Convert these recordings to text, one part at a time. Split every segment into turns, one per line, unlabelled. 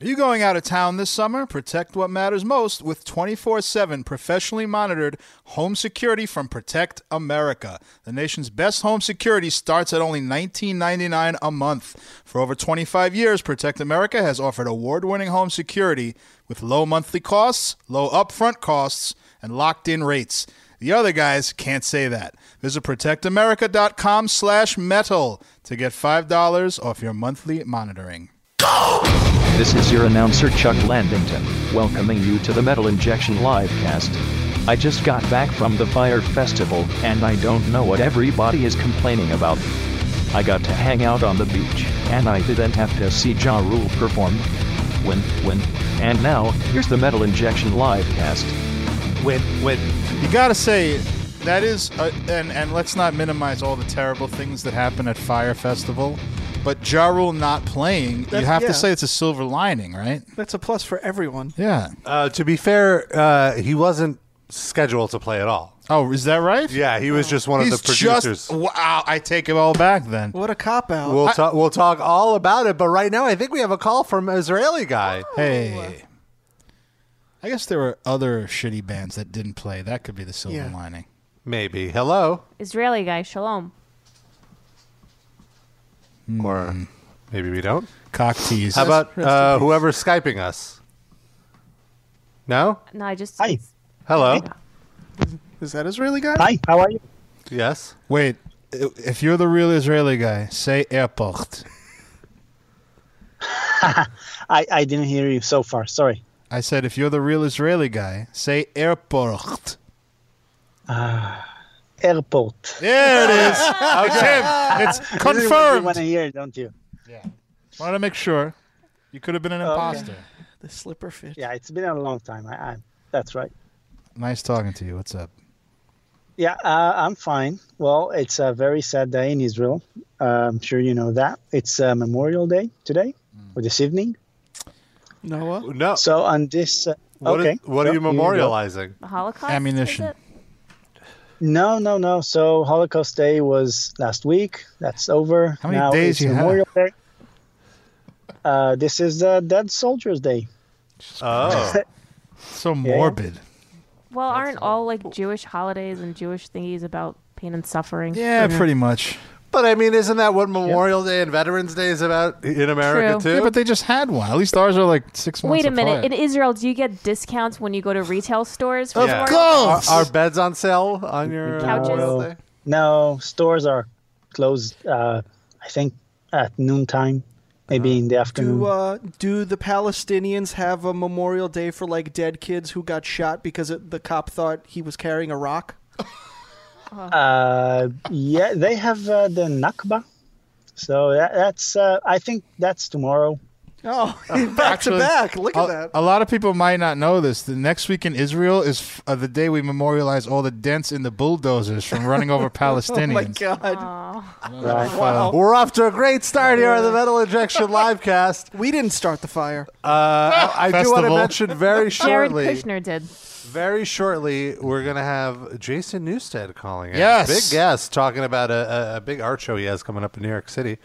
Are you going out of town this summer? Protect what matters most with 24 7 professionally monitored home security from Protect America. The nation's best home security starts at only $19.99 a month. For over 25 years, Protect America has offered award winning home security with low monthly costs, low upfront costs, and locked in rates. The other guys can't say that. Visit protectamerica.com slash metal to get $5 off your monthly monitoring.
This is your announcer Chuck Landington, welcoming you to the Metal Injection Livecast. I just got back from the Fire Festival, and I don't know what everybody is complaining about. I got to hang out on the beach, and I didn't have to see Ja Rule perform. Win, win. And now, here's the Metal Injection Livecast.
Wait, wait. You gotta say, that is, uh, and and let's not minimize all the terrible things that happen at Fire Festival, but Ja Rule not playing, you
That's-
have
yeah.
to say it's a silver lining, right?
That's a plus for everyone.
Yeah.
Uh, to be fair, uh, he wasn't scheduled to play at all.
Oh, is that right?
Yeah, he was just one
He's
of the producers.
just wow. I take it all back then.
What a cop out.
we'll talk. We'll talk all about it. But right now, I think we have a call from an Israeli guy.
Hey. I guess there were other shitty bands that didn't play. That could be the silver
Yeah.
lining.
Maybe. Hello.
Israeli guy, shalom.
Or maybe we don't.
Hmm. Cock tease.
How about uh, whoever's skyping us? No.
No, I just.
Hi.
Hello.
Is that Israeli guy?
Hi, how are you?
Yes.
Wait, i- if you're the real Israeli guy, say airport.
I, I didn't hear you so far. Sorry.
I said, if you're the real Israeli guy, say airport.
Ah, Airport.
There it is. It's him. It's
You want to
confirmed.
hear, don't you?
Wanted to make sure. You could have been an imposter.
The slipper fit.
Yeah, it's been a long time. I, I that's right.
Nice talking to you. What's up?
Yeah, uh, I'm fine. Well, it's a very sad day in Israel. Uh, I'm sure you know that. It's uh, Memorial Day today
Mm.
or this evening.
Noah?
No.
So on this, uh,
What is-
okay.
what
So
are you
here go.
memorializing?
The Holocaust?
Ammunition.
is it?
No, no, no. So Holocaust Day was last week. That's over.
How many
now
days
it's
you have?
Memorial Day. Uh, this is uh, Dead Soldiers Day.
Oh,
So morbid.
Well, aren't all like Jewish holidays and Jewish thingies about pain and suffering?
Yeah, pretty much.
but I mean, isn't that what Memorial Day and Veterans Day is about in America
True.
Yeah,
too?
but they just had one. At least ours are like six months
Wait a minute.
apart.
In Israel, do you get discounts when you go to retail stores? For
Yeah.
Memorial-
Are, are beds on sale on your uh,
Couches.
Memorial Day?
No, stores are closed. Uh, I think at noontime,
Uh-huh.
maybe in the afternoon.
Do, uh, do the Palestinians have a memorial day for like dead kids who got shot because it, the cop thought he was carrying a rock?
Uh, yeah, they have uh, the Nakba. So that, that's, uh, I think that's tomorrow.
Oh, back
Actually,
to back. Look at
A,
that.
a lot of people might not know this. The next week in Israel is f- uh, the day we memorialize all the dents in the bulldozers from running over
Oh my
Palestinians.
god.
Right.
Wow.
We're off to a great start here on the Metal Injection Livecast.
We didn't start the fire.
Uh, I do want to
Festival.
mention very
Jared
shortly,
Kushner did.
very shortly, we're going to have Jason Newstead calling in.
Yes.
Big guest talking about a, a, a big art show he has coming up in New York City.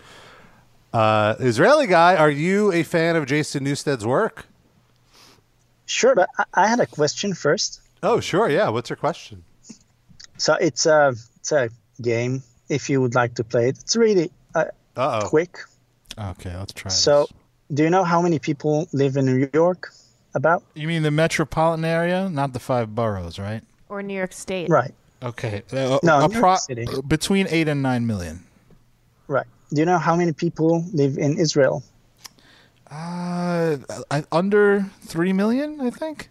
Uh, Israeli guy, are you a fan of Jason Newstead's work?
Sure, but I, I had a question first.
Oh, sure. Yeah. What's your question?
So it's a, it's a game. If you would like to play it, it's really uh,
Uh oh.
quick.
Okay, let's try
So,
this.
do you know how many people live in New York? About
You mean the metropolitan area, not the five boroughs, right?
Or New York State.
right,
Okay. Uh,
No,
a
New York City.
between eight and nine million.
right. Do you know how many people live in Israel?
Uh, I, under three million, I think.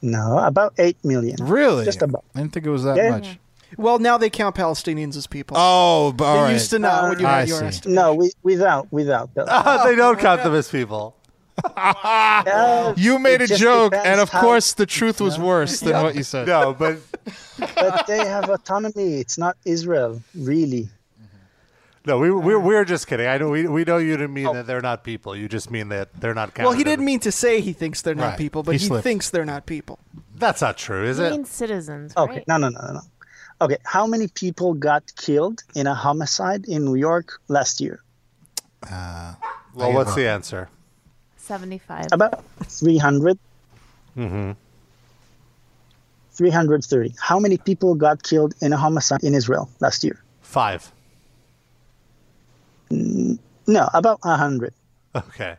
No, about eight million.
Really?
Just about.
I didn't think it was that
Yeah.
much.
Well, now they count Palestinians as people.
Oh, but
they
all right.
used to not when you
I
had your
see.
estimate.
No, we, without without. the-
they don't count them as people.
Uh,
you made
It
a
just
joke,
depends
and of
how-
course, the truth was worse than what you said.
No, but
but they have autonomy. It's not Israel, really.
no, we, we're,
Um,
we're just kidding. I know we, we know you didn't mean
Oh.
that they're not people. You just mean that they're not counted.
Well, he didn't
as-
mean to say he thinks they're not
Right.
people, but
He
he,
slipped.
thinks they're not people.
That's not true, is
It
it?
means citizens,
Okay,
right?
no, no, no, no, no. Okay, how many people got killed in a homicide in New York last year?
Well, what's the answer?
75.
About 300,
Mm-hmm.
330. How many people got killed in a homicide in Israel last year?
Five.
No, about 100.
Okay.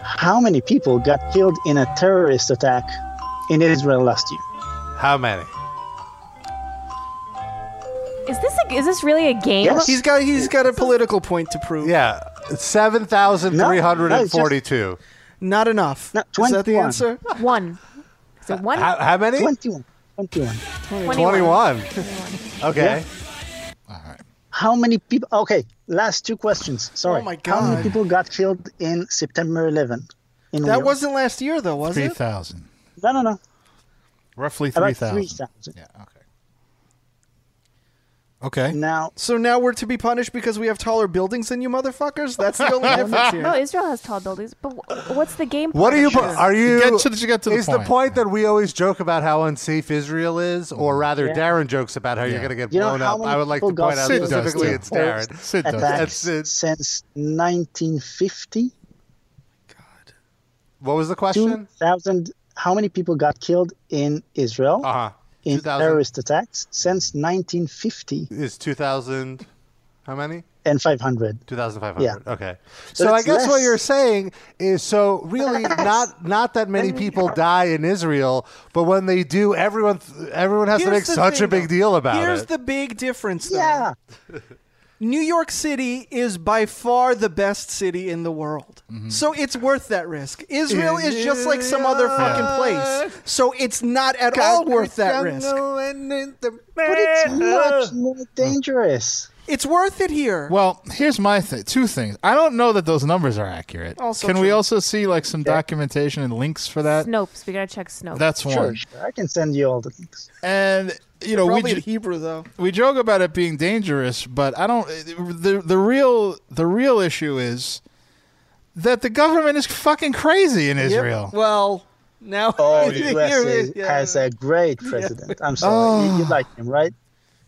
How many people got killed in a terrorist attack in Israel last year?
How many?
Is this a, is this really a game?
Yes.
He's got he's got a political point to prove.
Yeah, seven thousand three hundred and forty-two.
Not enough.
No,
Is that the
21.
answer?
One. Is it one?
How, how many?
21. 21.
21.
Twenty-one. Okay.
Yeah.
All right.
How many people? Okay, last two questions. Sorry.
Oh my
How
God.
many people got killed in September 11? In
That
Wales?
wasn't last year though, was it?
3,000.
no, no, no.
Roughly
About
3,000.
3,000.
Yeah, okay. Okay.
Now,
So now we're to be punished because we have taller buildings than you motherfuckers? That's the only difference here.
No, Israel has tall buildings, but wh- what's the game?
What
part
are
of
you?
this?
Are you?
Get to the- to get to the
is
point.
the point that we always joke about how unsafe Israel is, or rather, Darren jokes about how you're going to get
You know
blown
how
up.
many
I would like to
people got
point out
Sid does,
specifically
too.
it's Darren.
Sid does.
attacks
That's it.
since 1950,
What was the question?
2000. How many people got killed in Israel
Uh huh. Two
in
thousand
terrorist attacks since 1950
is two thousand. How many?
and 500?
2500 okay so,
So
i
it's
guess what
less.
you're saying is so really not not that many people die in israel but when they do everyone everyone has to make
Here's the
such a
thing,
big
though.
deal about
Here's
it
the big difference though.
Yeah.
New York City is by far the best city in the world.
Mm-hmm.
So it's worth that risk. Israel is just like some other fucking place. So it's not at all worth that risk.
But it's much more dangerous.
It's worth it here.
Well, here's my thing. Two things. I don't know that those numbers are accurate.
Also
Can we
true.
also see like some documentation and links for that?
Snopes. We gotta check Snopes.
That's one.
Sure, sure. I can send you all the links.
And you know, we
Probably
ju-
in Hebrew though.
we joke about it being dangerous, but I don't. the the real The real issue is that the government is fucking crazy in
Yep.
Israel.
Well, now
Oh,
Here
the
it is.
USA
Yeah.
has a great president. I'm sorry.
Oh.
You, you like him, right?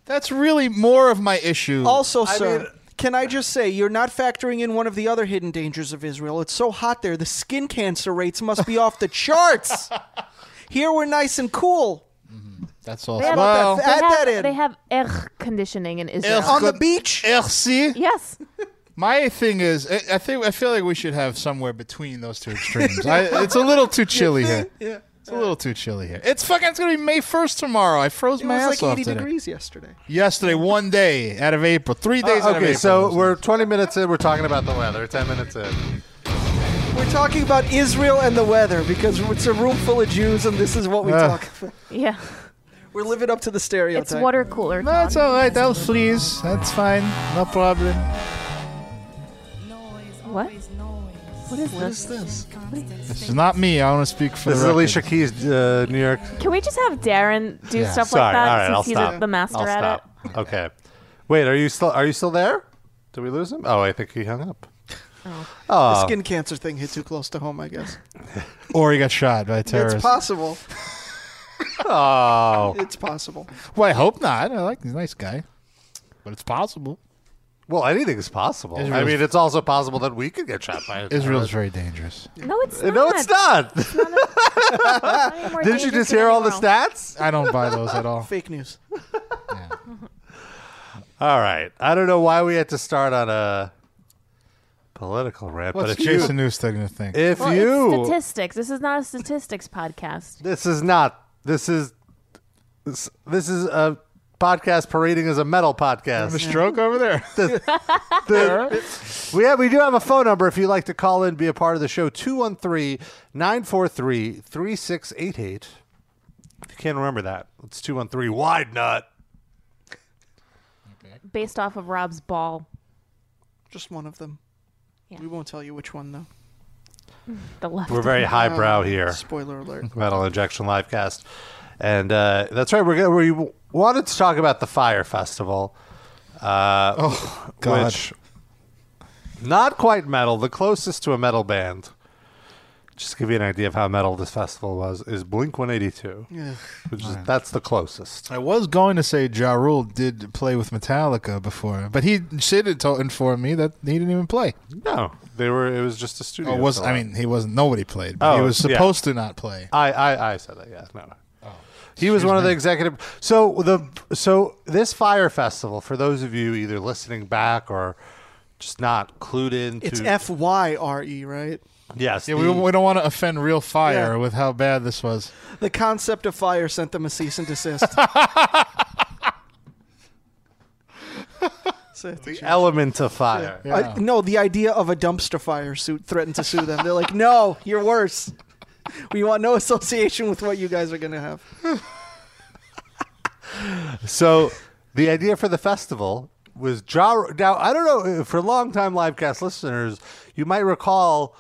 That's really more of my issue.
Also, sir, can I just say you're not factoring in one of the other hidden dangers of Israel? It's so hot there, the skin cancer rates must be off the charts. Here we're nice and cool
That's all.
They have,
Well,
they,
that- add
have,
that in.
they have air conditioning in Israel.
Ugh.
on the
Good.
beach.
eh, see?
Yes.
My thing is, I I think I feel like we should have somewhere between those two extremes. I, it's a little too chilly here.
Yeah.
It's a little too chilly here. It's fucking. It's gonna be May first tomorrow. I froze
It
my
was
ass
like
off
80
today.
degrees yesterday.
Yesterday, one day out of April, three days out of
okay
April.
so
was
we're
nice.
20 minutes in we're talking about the weather 10 minutes in
We're talking about Israel and the weather because it's a room full of Jews and this is what we
Ugh.
talk about.
Yeah.
We're living up to the
It's
stereotype.
water cooler.
No, it's all right. That'll freeze. That's fine. No problem.
What? What is this?
this?
This is not me. I want to speak for
this is
the record.
alicia keys uh, new york
Can we just have Darren do
Yeah.
stuff like
sorry
that
all right
since
i'll
he's
stop
the master
i'll
at
stop okay wait are you still are you still there did we lose him oh i think he hung up
The
Ah.
oh
skin cancer thing hit too close to home, I guess.
Or he got shot by a
It's
terrorist.
possible.
oh
It's possible.
well, I hope not. I like he's a nice guy, but it's possible.
Well, anything is possible. I
Israel's-
mean, it's also possible that we could get shot by a
Israel's very dangerous.
it. No, it's
terrorist.
not.
No, it's not.
Not any more
Didn't you
dangerous
just
than
hear all the
anywhere else.
stats?
I don't buy those at all.
Fake news.
All right. I don't know why we had to start on a political rant,
What's
but if you,
Jason Newsted gonna think?
if
Well,
you,
it's statistics. This is not a statistics podcast.
this is not. This is this, this is a podcast parading as a metal
Have a
podcast.
stroke over there.
The- we have, we do have a phone number if you'd like to call in, be a part of the show 213-943-3688. If you can't remember that, it's 213 wide nut.
Based off of Rob's ball,
Just one of them.
Yeah.
We won't tell you which one, though.
the left.
We're very highbrow here,
Spoiler alert.
Metal Injection Livecast, and uh, that's right. We're gonna, we wanted to talk about the Fire Festival, uh,
Oh God.
which not quite metal, the closest to a metal band Just to give you an idea of how metal this festival was, is Blink 182, which is that's the closest.
I was going to say Ja Rule did play with Metallica before, but he Sid had told, informed me that he didn't even play.
No, they were. It was just a studio.
Or Oh, was I
select.
mean he wasn't nobody played, but he
Oh,
was
yeah.
supposed to not play. Oh.
I, I, I said that. Yeah, no. He was one of the executive. So the so this fire festival for those of you either listening back or just not clued in.
It's
to,
F Y R E, right?
Yes.
Yeah, we,
the-
we don't want to offend real fire
Yeah.
with how bad this was.
The concept of fire sent them a cease and desist. So it's-
the element of fire.
I- no, the idea of a dumpster fire suit threatened to sue them. They're like, no, you're worse. We want no association with what you guys are going to have.
So the idea for the festival was Ja. Now I don't know uh, for longtime livecast listeners, you might recall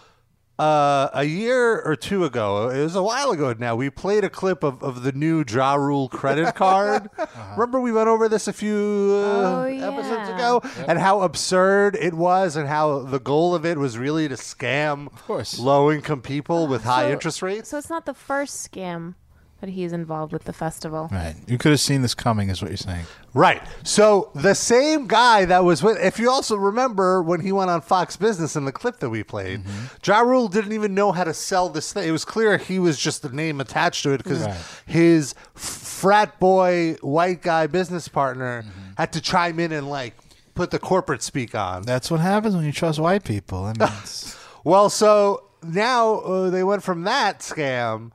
uh, a year or two ago. It was a while ago now. We played a clip of, of the new Ja Rule credit card. Remember we went over this a few uh,
Oh, yeah.
episodes ago and how absurd it was and how the goal of it was really to scam
course.
low income people with high interest rates.
So it's not the first scam that he's involved with the festival.
Right. You could have seen this coming is what you're saying.
Right. So the same guy that was with, if you also remember when he went on Fox Business in the clip that we played,
Mm-hmm.
Ja Rule didn't even know how to sell this thing. It was clear he was just the name attached to it because
Right.
his frat boy, white guy business partner
Mm-hmm.
had to chime in and like put the corporate speak on.
That's what happens when you trust white people. I mean, it's-
Well, so now uh, they went from that scam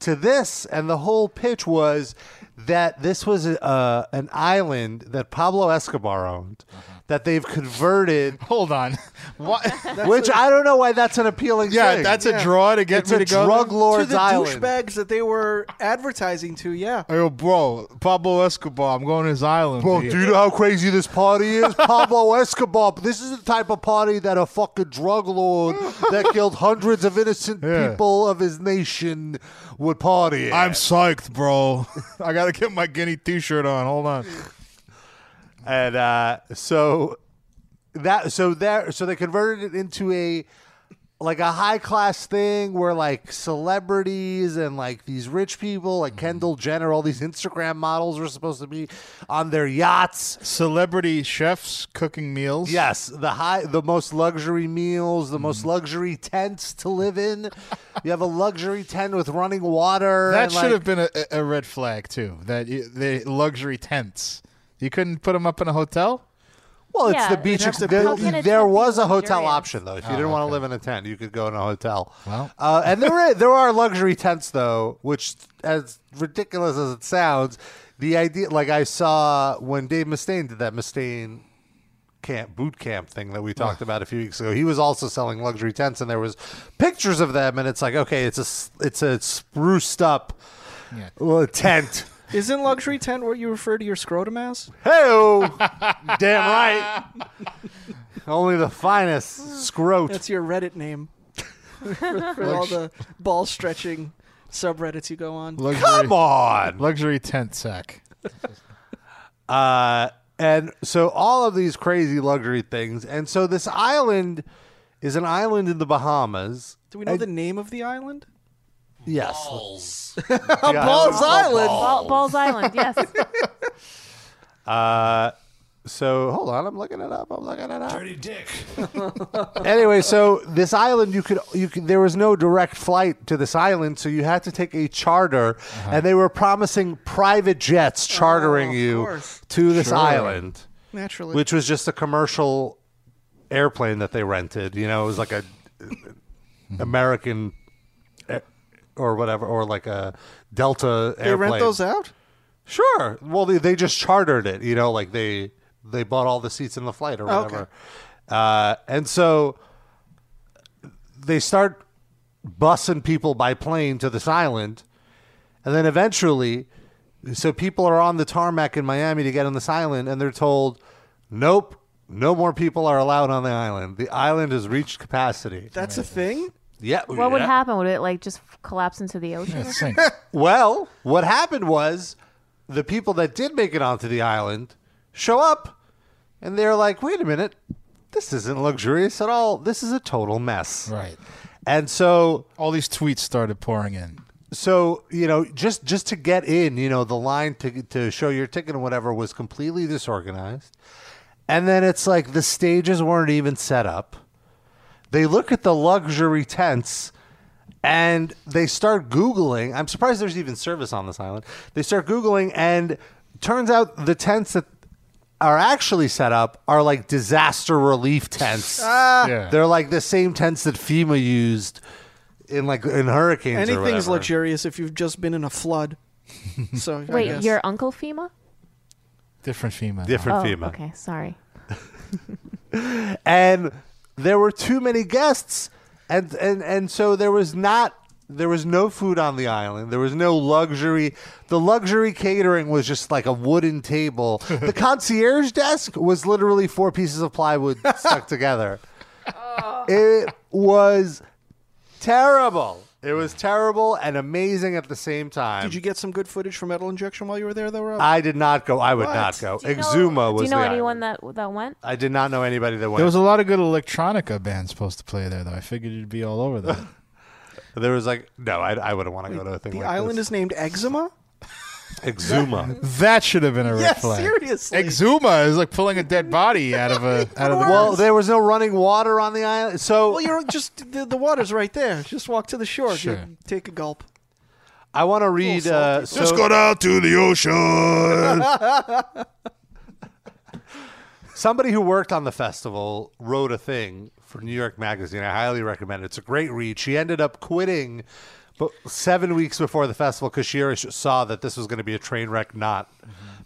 to this, and the whole pitch was that this was uh, an island that Pablo Escobar owned that they've converted.
Uh-huh. hold on. What?
which I I don't know why that's an appealing
yeah,
thing.
that's a draw to get
it's
me
a
to go.
drug
to
lord's
the
island.
douchebags that they were advertising to, yeah.
Yo, bro, Pablo Escobar. I'm going to his island.
Bro,
dude.
do you know how crazy this party is? Pablo Escobar. This is the type of party that a fucking drug lord that killed hundreds of innocent
Yeah.
people of his nation would party. at.
I'm psyched, bro. I gotta get my guinea t-shirt on. Hold on.
and uh, so that so there so they converted it into a like a high class thing where like celebrities and like these rich people
Mm-hmm.
like Kendall Jenner, all these Instagram models were supposed to be on their yachts.
Celebrity chefs cooking meals. Mm-hmm.
Yes, the high, the most luxury meals, the most luxury tents to live in. you have a luxury tent with running water.
that
and,
should
like-
have been a, a red flag too. That y- the luxury tents. You couldn't put them up in a hotel.
Well,
Yeah,
it's the
you'd
beach. Oh,
have to
there-
build- How can a
there
tent be
was a hotel
luxurious?
option though. If you didn't want to live in a tent, you could go in a hotel.
Well.
uh, and there are, there are luxury tents though, which as ridiculous as it sounds, the idea like I saw when Dave Mustaine did that Mustaine camp boot camp thing that we talked about a few weeks ago. He was also selling luxury tents, and there was pictures of them, and it's like okay, it's a s- it's a spruced up
Yeah.
uh, tent.
Isn't luxury tent what you refer to your scrotum as?
Hey, damn right. Only the finest scrote.
That's your Reddit name for, for all the ball stretching subreddits you go on.
Luxury,
Come on.
Luxury tent sack.
Uh, and so all of these crazy luxury things, and so this island is an island in the Bahamas.
Do we know the name of the island?
Yes, Yeah.
Balls Island.
Ball, Balls Island, yes.
Uh, So hold on, I'm looking it up. I'm looking it up. Dirty dick. anyway, so this island, you could, you could, there was no direct flight to this island, so you had to take a charter, and they were promising private jets chartering
Oh, of
you
course.
to this island,
Naturally.
which was just a commercial airplane that they rented. You know, it was like a American eh, or whatever, or like a Delta
they
airplane.
rent those out?
Sure. Well, they, they just chartered it. You know, like they they bought all the seats in the flight or
okay.
whatever. Uh, and so they start bussing people by plane to this island, and then eventually, so people are on the tarmac in Miami to get on this island, and they're told, "Nope, no more people are allowed on the island. The island has reached capacity."
That's a thing?
yeah.
What would
Oh, yeah.
happen? Would it like just collapse into the ocean?
That sink.
Well, what happened was the people that did make it onto the island show up and they're like, wait a minute, this isn't luxurious at all. This is a total mess.
right.
And so
All these tweets started pouring in.
so you know just just to get in you know the line to to show your ticket and whatever was completely disorganized and then it's like the stages weren't even set up they look at the luxury tents and they start googling i'm surprised there's even service on this island they start googling and turns out the tents that are actually set up are like disaster relief tents
Ah.
Yeah.
they're like the same tents that fema used in like in hurricanes or
Anything's
whatever.
luxurious if you've just been in a flood. So I
Wait,
guess.
your uncle FEMA?
Different female.
oh,
different FEMA.
okay. Sorry.
And there were too many guests, and and and so there was not there was no food on the island. There was no luxury. The luxury catering was just like a wooden table. The concierge desk was literally four pieces of plywood stuck together. It was terrible. It was terrible and amazing at the same time.
Did you get some good footage for metal injection while you were there, though, Rob?
I did not go. I would
What?
not go.
Do you know-
Exuma was
Do you know
the
anyone
island.
that that went?
I did not know anybody that went.
There was a lot of good electronica bands supposed to play there, though. I figured you'd be all over that.
There was like no, I, I wouldn't want to go to a thing
the
like
island
this.
is named Eczema.
Exuma.
that should have been a red
Yeah,
flag.
seriously.
Exuma is like pulling a dead body out of a out of the.
well, there was no running water on the island, so
Well, you're just the, the water's right there. Just walk to the shore.
Sure.
Take a gulp.
I want to read.
little
Uh, so,
out to the ocean.
somebody who worked on the festival wrote a thing for New York Magazine. I highly recommend it. It's a great read. She ended up quitting, but seven weeks before the festival, because she already saw that this was going to be a train wreck, not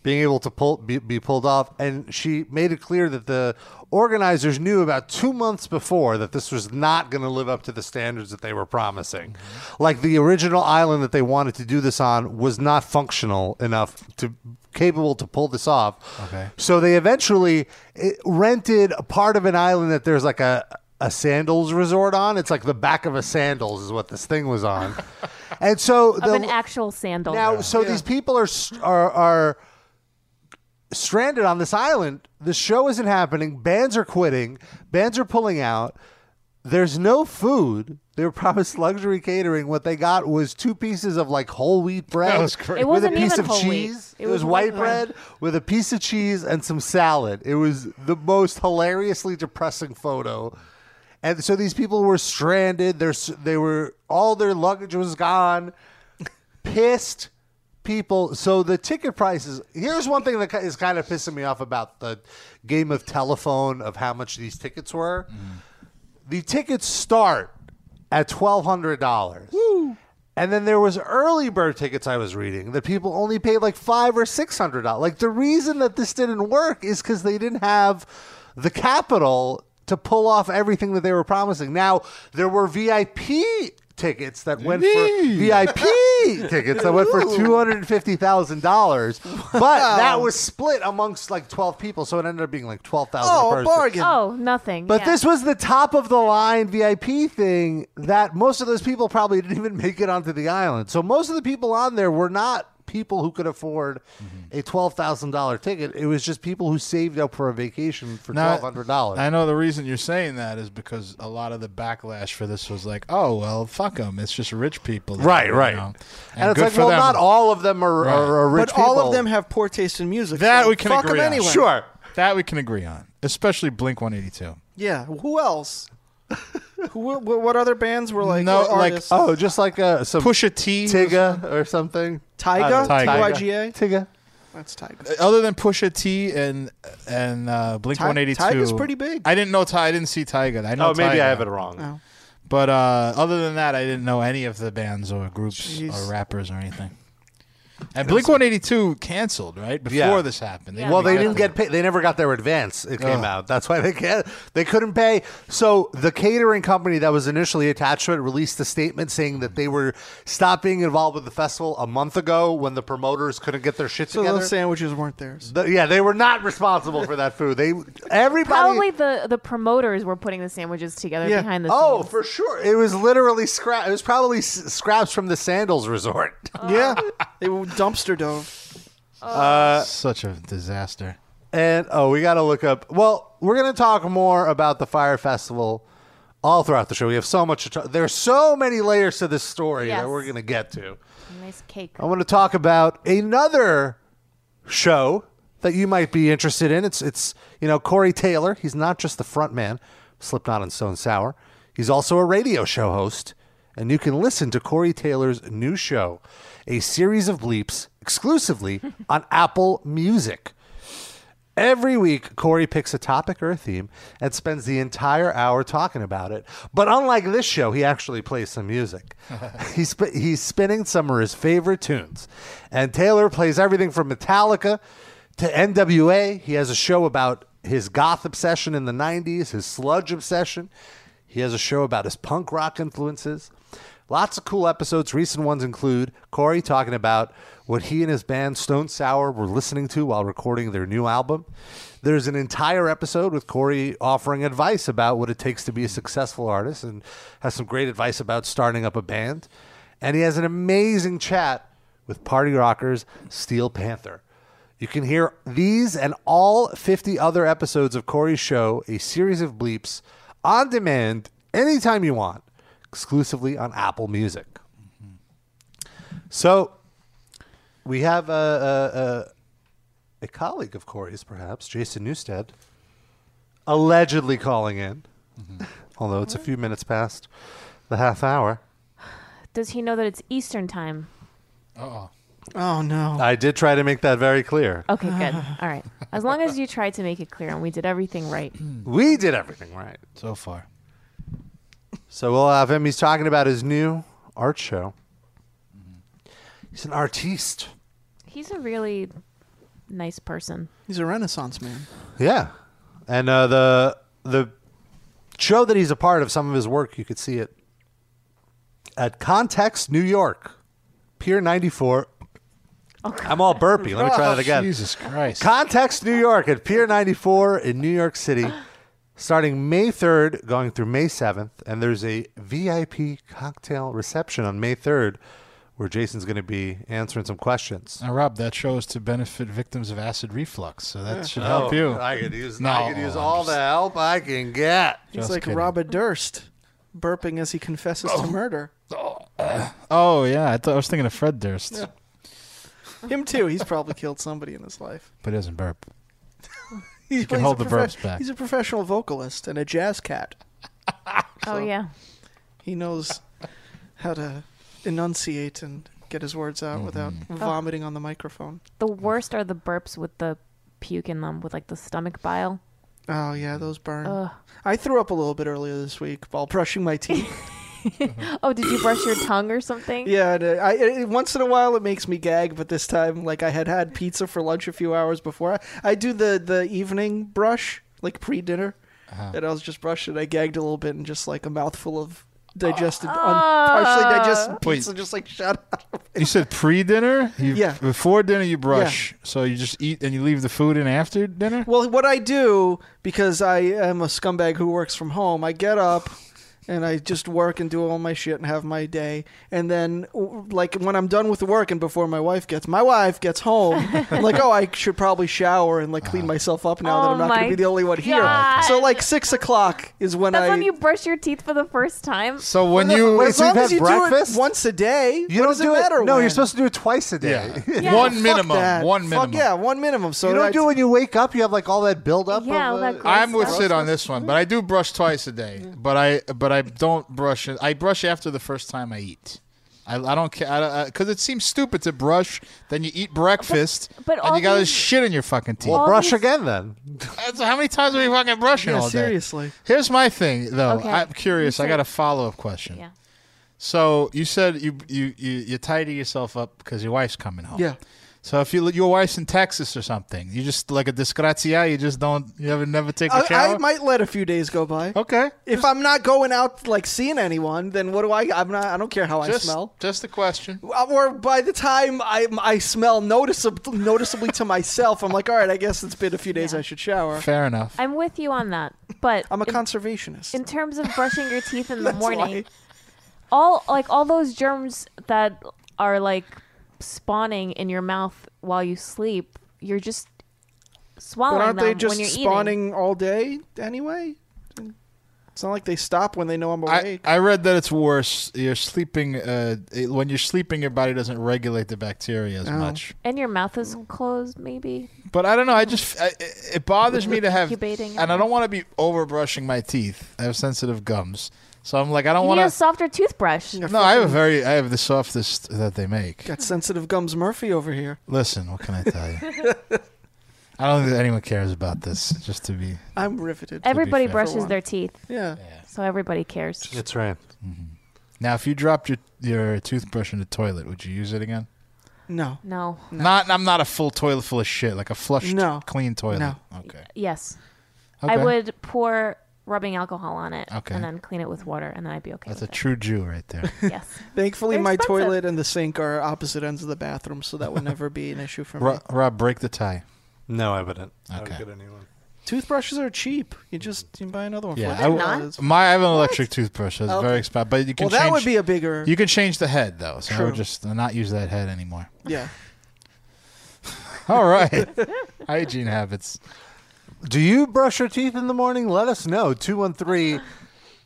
being able to pull be, be pulled off. And she made it clear that the organizers knew about two months before that this was not going to live up to the standards that they were promising. Like the original island that they wanted to do this on was not functional enough to capable to pull this off.
Okay.
So they eventually eh, rented a part of an island that there's like a a sandals resort on. It's like the back of a sandals is what this thing was on. and so
Of
the,
an actual sandal.
now so these people are s- are are stranded on this island. The show isn't happening. Bands are quitting. Bands are pulling out. There's no food. They were promised luxury catering. What they got was two pieces of like whole wheat bread
was great.
It
with a
wasn't
piece
even
of
whole wheat.
cheese.
It
It,
was
was, white
white
bread
bread.
with a piece of cheese and some salad. It was the most hilariously depressing photo. And so these people were stranded. There's they were all their luggage was gone. Pissed people. So the ticket prices. Here's one thing that ki- is kind of pissing me off about the game of telephone of how much these tickets were.
Mm.
The tickets start at twelve hundred dollars. And then there was early bird tickets I was reading that people only paid like five or six hundred dollars. Like the reason that this didn't work is because they didn't have the capital to pull off everything that they were promising. Now there were VIP tickets that went for VIP tickets that went for two hundred and fifty thousand dollars, but that was split amongst like twelve people, so it ended up being like twelve thousand.
Oh, a bargain.
Oh, nothing.
But
yeah.
this was the top of the line VIP thing that most of those people probably didn't even make it onto the island. So most of the people on there were not people who could afford
Mm-hmm.
a twelve thousand dollar ticket. It was just people who saved up for a vacation for
Now,
twelve hundred dollars.
I know the reason you're saying that is because a lot of the backlash for this was like, oh well, fuck them. It's just rich people.
Right,
you
right.
know.
And, it's
good
like,
for
well,
them.
not all of them are, are, are rich
but all
people.
of them have poor taste in music.
That
so
we can
fuck
agree
'em
on.
anyway.
sure.
that we can agree on, especially Blink 182.
Yeah. Who else? Who? wh- What other bands were like?
No,
or
like,
artists?
Oh, just like uh, some
Pusha T.
Tiga or something.
Tyga?
Tyga.
T-Y-G-A?
Tiga.
That's Tyga.
Other than Pusha T and and uh, Blink
Ty-
182,
Tyga's pretty big.
I didn't know Ty. I didn't see Tyga. I know.
Oh, maybe I
Tyga.
have it wrong.
No.
But uh, other than that, I didn't know any of the bands or groups
Jeez.
or rappers or anything. And Blink 182 canceled right before
Yeah.
this happened.
Yeah.
Well, they
Yeah.
didn't get paid. They never got their advance. It
Oh.
came out. That's why they can't. They couldn't pay. So the catering company that was initially attached to it released a statement saying that they were stopped being involved with the festival a month ago when the promoters couldn't get their shit
So
together.
those sandwiches weren't theirs.
The- yeah, they were not responsible for that food. They everybody.
probably the the promoters were putting the sandwiches together
Yeah.
behind the
Oh,
scenes.
for sure. It was literally scrap. It was probably s- scraps from the Sandals Resort.
Yeah. They were dumpster dove.
Uh,
Such a disaster.
And oh, we got to look up. Well, we're going to talk more about the Fire Festival all throughout the show. We have so much to talk. There are so many layers to this story
Yes.
that we're going to get to.
Nice cake.
I want to talk about another show that you might be interested in. It's it's you know Corey Taylor. He's not just the front man, Slipknot and Stone Sour. He's also a radio show host, and you can listen to Corey Taylor's new show, a series of bleeps, exclusively on Apple Music. Every week, Corey picks a topic or a theme and spends the entire hour talking about it. But unlike this show, he actually plays some music. he's, sp- he's spinning some of his favorite tunes. And Taylor plays everything from Metallica to NWA. He has a show about his goth obsession in the 90s, his sludge obsession. He has a show about his punk rock influences. Lots of cool episodes. Recent ones include Corey talking about what he and his band Stone Sour were listening to while recording their new album. There's an entire episode with Corey offering advice about what it takes to be a successful artist and has some great advice about starting up a band. And he has an amazing chat with Party Rockers Steel Panther. You can hear these and all 50 other episodes of Corey's show, a series of bleeps, on demand anytime you want, exclusively on Apple Music. So we have a, a, a, a colleague of Corey's, perhaps, Jason Newstead, allegedly calling in,
Mm-hmm.
although it's a few minutes past the half hour.
Does he know that it's Eastern time?
Oh no.
I did try to make that very clear.
Oh.
Okay, good. All right. As long as you tried to make it clear and we did everything right.
We did everything right.
Hmm. So far.
So we'll have him. He's talking about his new art show.
Mm-hmm.
He's an artiste.
He's a really nice person.
He's a renaissance man.
Yeah, and uh, the the show that he's a part of, some of his work, you could see it at Context New York, Pier ninety four. I'm all burpy. Let me try that again.
Oh, Jesus Christ.
Context New York at Pier 94 in New York City, starting May 3rd, going through May 7th. And there's a VIP cocktail reception on May 3rd where Jason's going to be answering some questions.
Now, Rob, that show is to benefit victims of acid reflux, so that should
Oh,
help you.
I could use,
No,
I could use
I'm
all
just-
the help I can get.
He's
Just
like
kidding.
Robert Durst, burping as he confesses to murder.
Oh yeah, I thought I was thinking of Fred Durst,
Him too. He's probably killed somebody in his life.
but he doesn't burp.
He's,
can
he's
hold
a
the burps back.
He's a professional vocalist and a jazz cat.
Oh, yeah.
He knows how to enunciate and get his words out without
Mm-hmm.
Oh.
vomiting on the microphone.
The worst are the burps with the puke in them, with like the stomach bile.
Oh yeah, those burn.
Ugh.
I threw up a little bit earlier this week while brushing my teeth.
Oh, did you brush your tongue or something?
yeah, and, uh, I, I- once in a while it makes me gag, but this time, like I had had pizza for lunch a few hours before. I, I do the the evening brush, like pre dinner, and I was just brushing. I gagged a little bit and just like a mouthful of digested, un- partially digested
Wait.
pizza, just like shut up.
You said pre-dinner. You,
Yeah.
Before dinner, you brush, so you just eat and you leave the food in after dinner.
Well, what I do because I am a scumbag who works from home, I get up and I just work and do all my shit and have my day. And then, w- like when I'm done with work and before my wife gets, my wife gets home, I'm like, oh, I should probably shower and like clean myself up now that
Oh
I'm not going
my
to be the only one here.
God.
So like six o'clock is when
That's
I.
when you brush your teeth for the first time.
So when you
wait,
as
so
long
you've
as
had
you do
breakfast?
it once a day,
You
what
don't
does
do
it matter?
No, you're
when?
supposed to do it twice a day.
yeah,
Yeah.
one
Fuck
minimum,
that.
one minimum.
Fuck yeah, one minimum. So
You
I-
don't do it when you wake up. You have like all that buildup.
Yeah, all
of, uh,
that gross
I'm with
stuff.
Sid on this one, but I do brush twice a day. But I but I don't brush. I brush after the first time I eat. I, I don't care because it seems stupid to brush. Then you eat breakfast,
but
and
all
you got this
these-
shit in your fucking teeth.
well,
All
brush
these-
again then.
That's- how many times are we fucking brushing
Yeah,
all day?
seriously.
Here's my thing though.
Okay.
I'm curious.
You
I got
said-
a follow up question.
Yeah.
So you said you you you, you tidy yourself up because your wife's coming home.
Yeah.
So if you your wife's in Texas or something, you just like a disgrazia. You just don't. You ever never take a
I, I
shower.
might let a few days go by.
okay.
If I'm not going out like seeing anyone, then what do I? I'm not. I don't care how I
Just
smell. Uh,
just a question.
Or by the time I I smell noticeably noticeably to myself, I'm like, all right, I guess it's been a few days. I should shower.
Fair enough.
I'm with you on that. But
I'm a
in,
conservationist.
in terms of brushing your teeth in the
That's why-
morning, all like all those germs that are like spawning in your mouth while you sleep, you're just
But
swallowing
aren't
them
they
when
just
you're
spawning all day anyway?
eating.
It's not like they stop when they know I'm
I,
awake.
I read that it's worse. You're sleeping. Uh, it- when you're sleeping, your body doesn't regulate the bacteria
Oh.
as much.
And your mouth is closed, maybe.
But I don't know. I just I, it- it bothers me to have,
Incubating
and I don't want to be over brushing my teeth. I have sensitive gums, so I'm like I don't
You
want
need a
to.
softer toothbrush.
No, I have a very I have the softest that they make.
Got sensitive gums Murphy over here.
Listen, what can I tell you? I don't think that anyone cares about this. Just to be
I'm riveted.
Everybody
fair.
brushes
one.
their teeth,
yeah.
so everybody cares.
It's right.
Mm-hmm. now, if you dropped your your toothbrush in the toilet, would you use it again?
No.
No.
Not I'm not a full toilet full of shit like a flushed
No.
clean toilet.
No.
Okay.
Yes.
okay.
I would pour rubbing alcohol on it
Okay.
and then clean it with water, and then I'd be okay.
That's a
with
true Jew right there.
it. yes.
Thankfully,
They're
my
expensive.
toilet and the sink are opposite ends of the bathroom, so that would never be an issue for me.
Rob, Rob, break the tie.
No, I wouldn't. I
Okay.
would get a new one.
Toothbrushes are cheap. You just you buy another one.
Yeah,
for
I
like
w-
$10.
My I have an electric toothbrush. so It's very expensive, but you can
Well, that
change.
would be a bigger.
you can change the head though, so I would
True.
just not use that head anymore.
yeah.
All right, hygiene habits.
Do you brush your teeth in the morning? Let us know. 213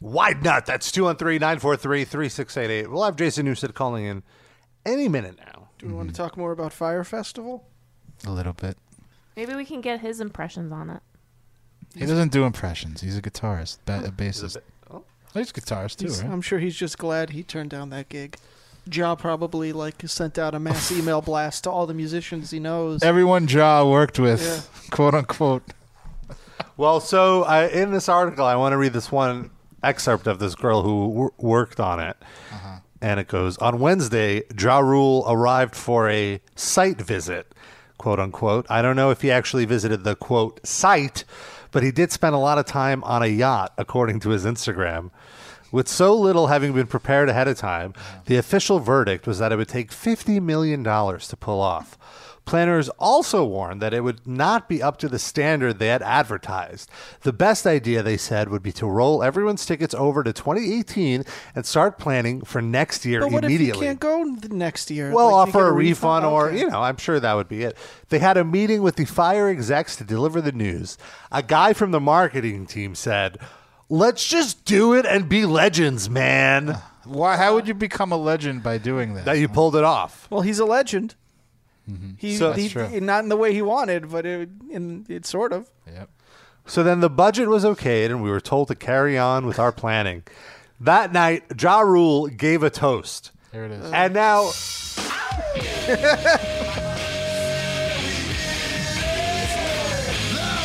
Why not? That's 213 943 3688. We'll have Jason Newsted calling in any minute now.
Do we want
Hmm.
to talk more about Fire Festival?
A little bit.
Maybe we can get his impressions on it.
He doesn't do impressions. He's a guitarist, ba- a bassist. Oh, he's a guitarist too,
He's-
right?
I'm sure he's just glad he turned down that gig. Ja probably like sent out a mass email blast to all the musicians he knows.
Everyone Jaw worked with, quote unquote.
Well, so uh, in this article, I want to read this one excerpt of this girl who wor- worked on it. And it goes On Wednesday, Ja Rule arrived for a site visit, quote unquote. I don't know if he actually visited the quote site, but he did spend a lot of time on a yacht, according to his Instagram. With so little having been prepared ahead of time, the official verdict was that it would take $50 million to pull off. Planners also warned that it would not be up to the standard they had advertised. The best idea, they said, would be to roll everyone's tickets over to 2018 and start planning for next year
but what if
immediately.
you can't go the next year?
Well,
Like, they
offer
get
a refund, or
Okay.
you know, I'm sure that would be it. They had a meeting with the fire execs to deliver the news. A guy from the marketing team said, "Let's just do it and be legends, man."
Why? How would you become a legend by doing that?
That you pulled it off.
Well, he's a legend. He,
So-
he-
Hmm. That's true.
not in the way he wanted, but it, in, it sort of.
yep.
So then the budget was okayed, and we were told to carry on with our planning. That night, Ja Rule gave a toast,
Here it is.
and now.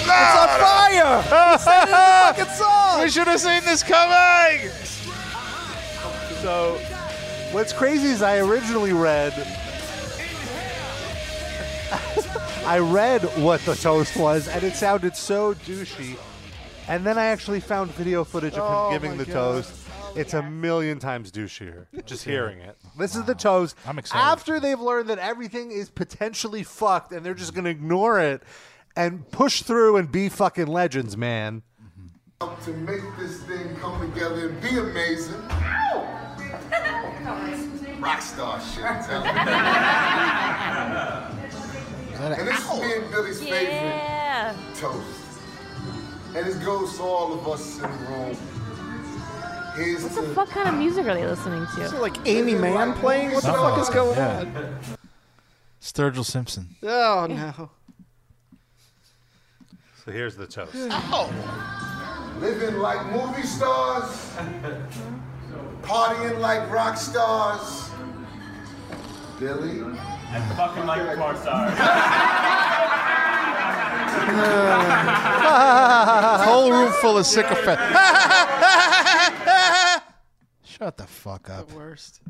It's on fire! He said it in the fucking song!
we should have seen this coming.
So, what's crazy is I originally read. I read what the toast was, and it sounded so douchey. And then I actually found video footage of him giving the toast. It's a million times douchier Oh, just hearing it. This is the toast.
I'm excited.
After they've learned that everything is potentially fucked and they're just going to ignore it and push through and be fucking legends, man.
help to make this thing come together and be amazing. Rock star shit, I'm telling you. And this is me and Billy's favorite
Yeah.
toast. And it goes to all of us in the room. Here's
What
to
the fuck kind of music are they listening to?
like Amy Mann playing? What the
Uh-oh.
fuck is going
Yeah.
on?
Sturgill Simpson.
Oh, no.
So here's the toast.
living like movie stars, partying like rock stars. Billy,
Fucking like porn stars.
whole room full of sycophants. Shut the fuck up.
Worst.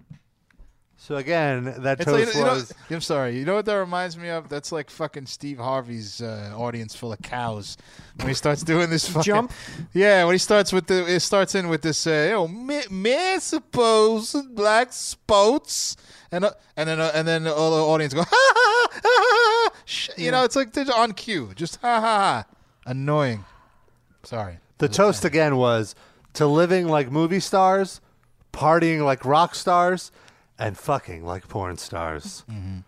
So again, that
It's
toast
like, you know,
was.
I'm sorry. You know what that reminds me of? That's like fucking Steve Harvey's uh, audience full of cows when he starts doing this fucking
Jump?
Yeah, when he starts with the it starts in with this, uh, you know, me, me suppose black spots, and uh, and then uh, and then all the audience go ha ha ha, ha ha. Sh- You know, it's like they're on cue, just ha ha ha. Annoying. Sorry.
The toast again was to living like movie stars, partying like rock stars, and fucking like porn stars.
Mm-hmm.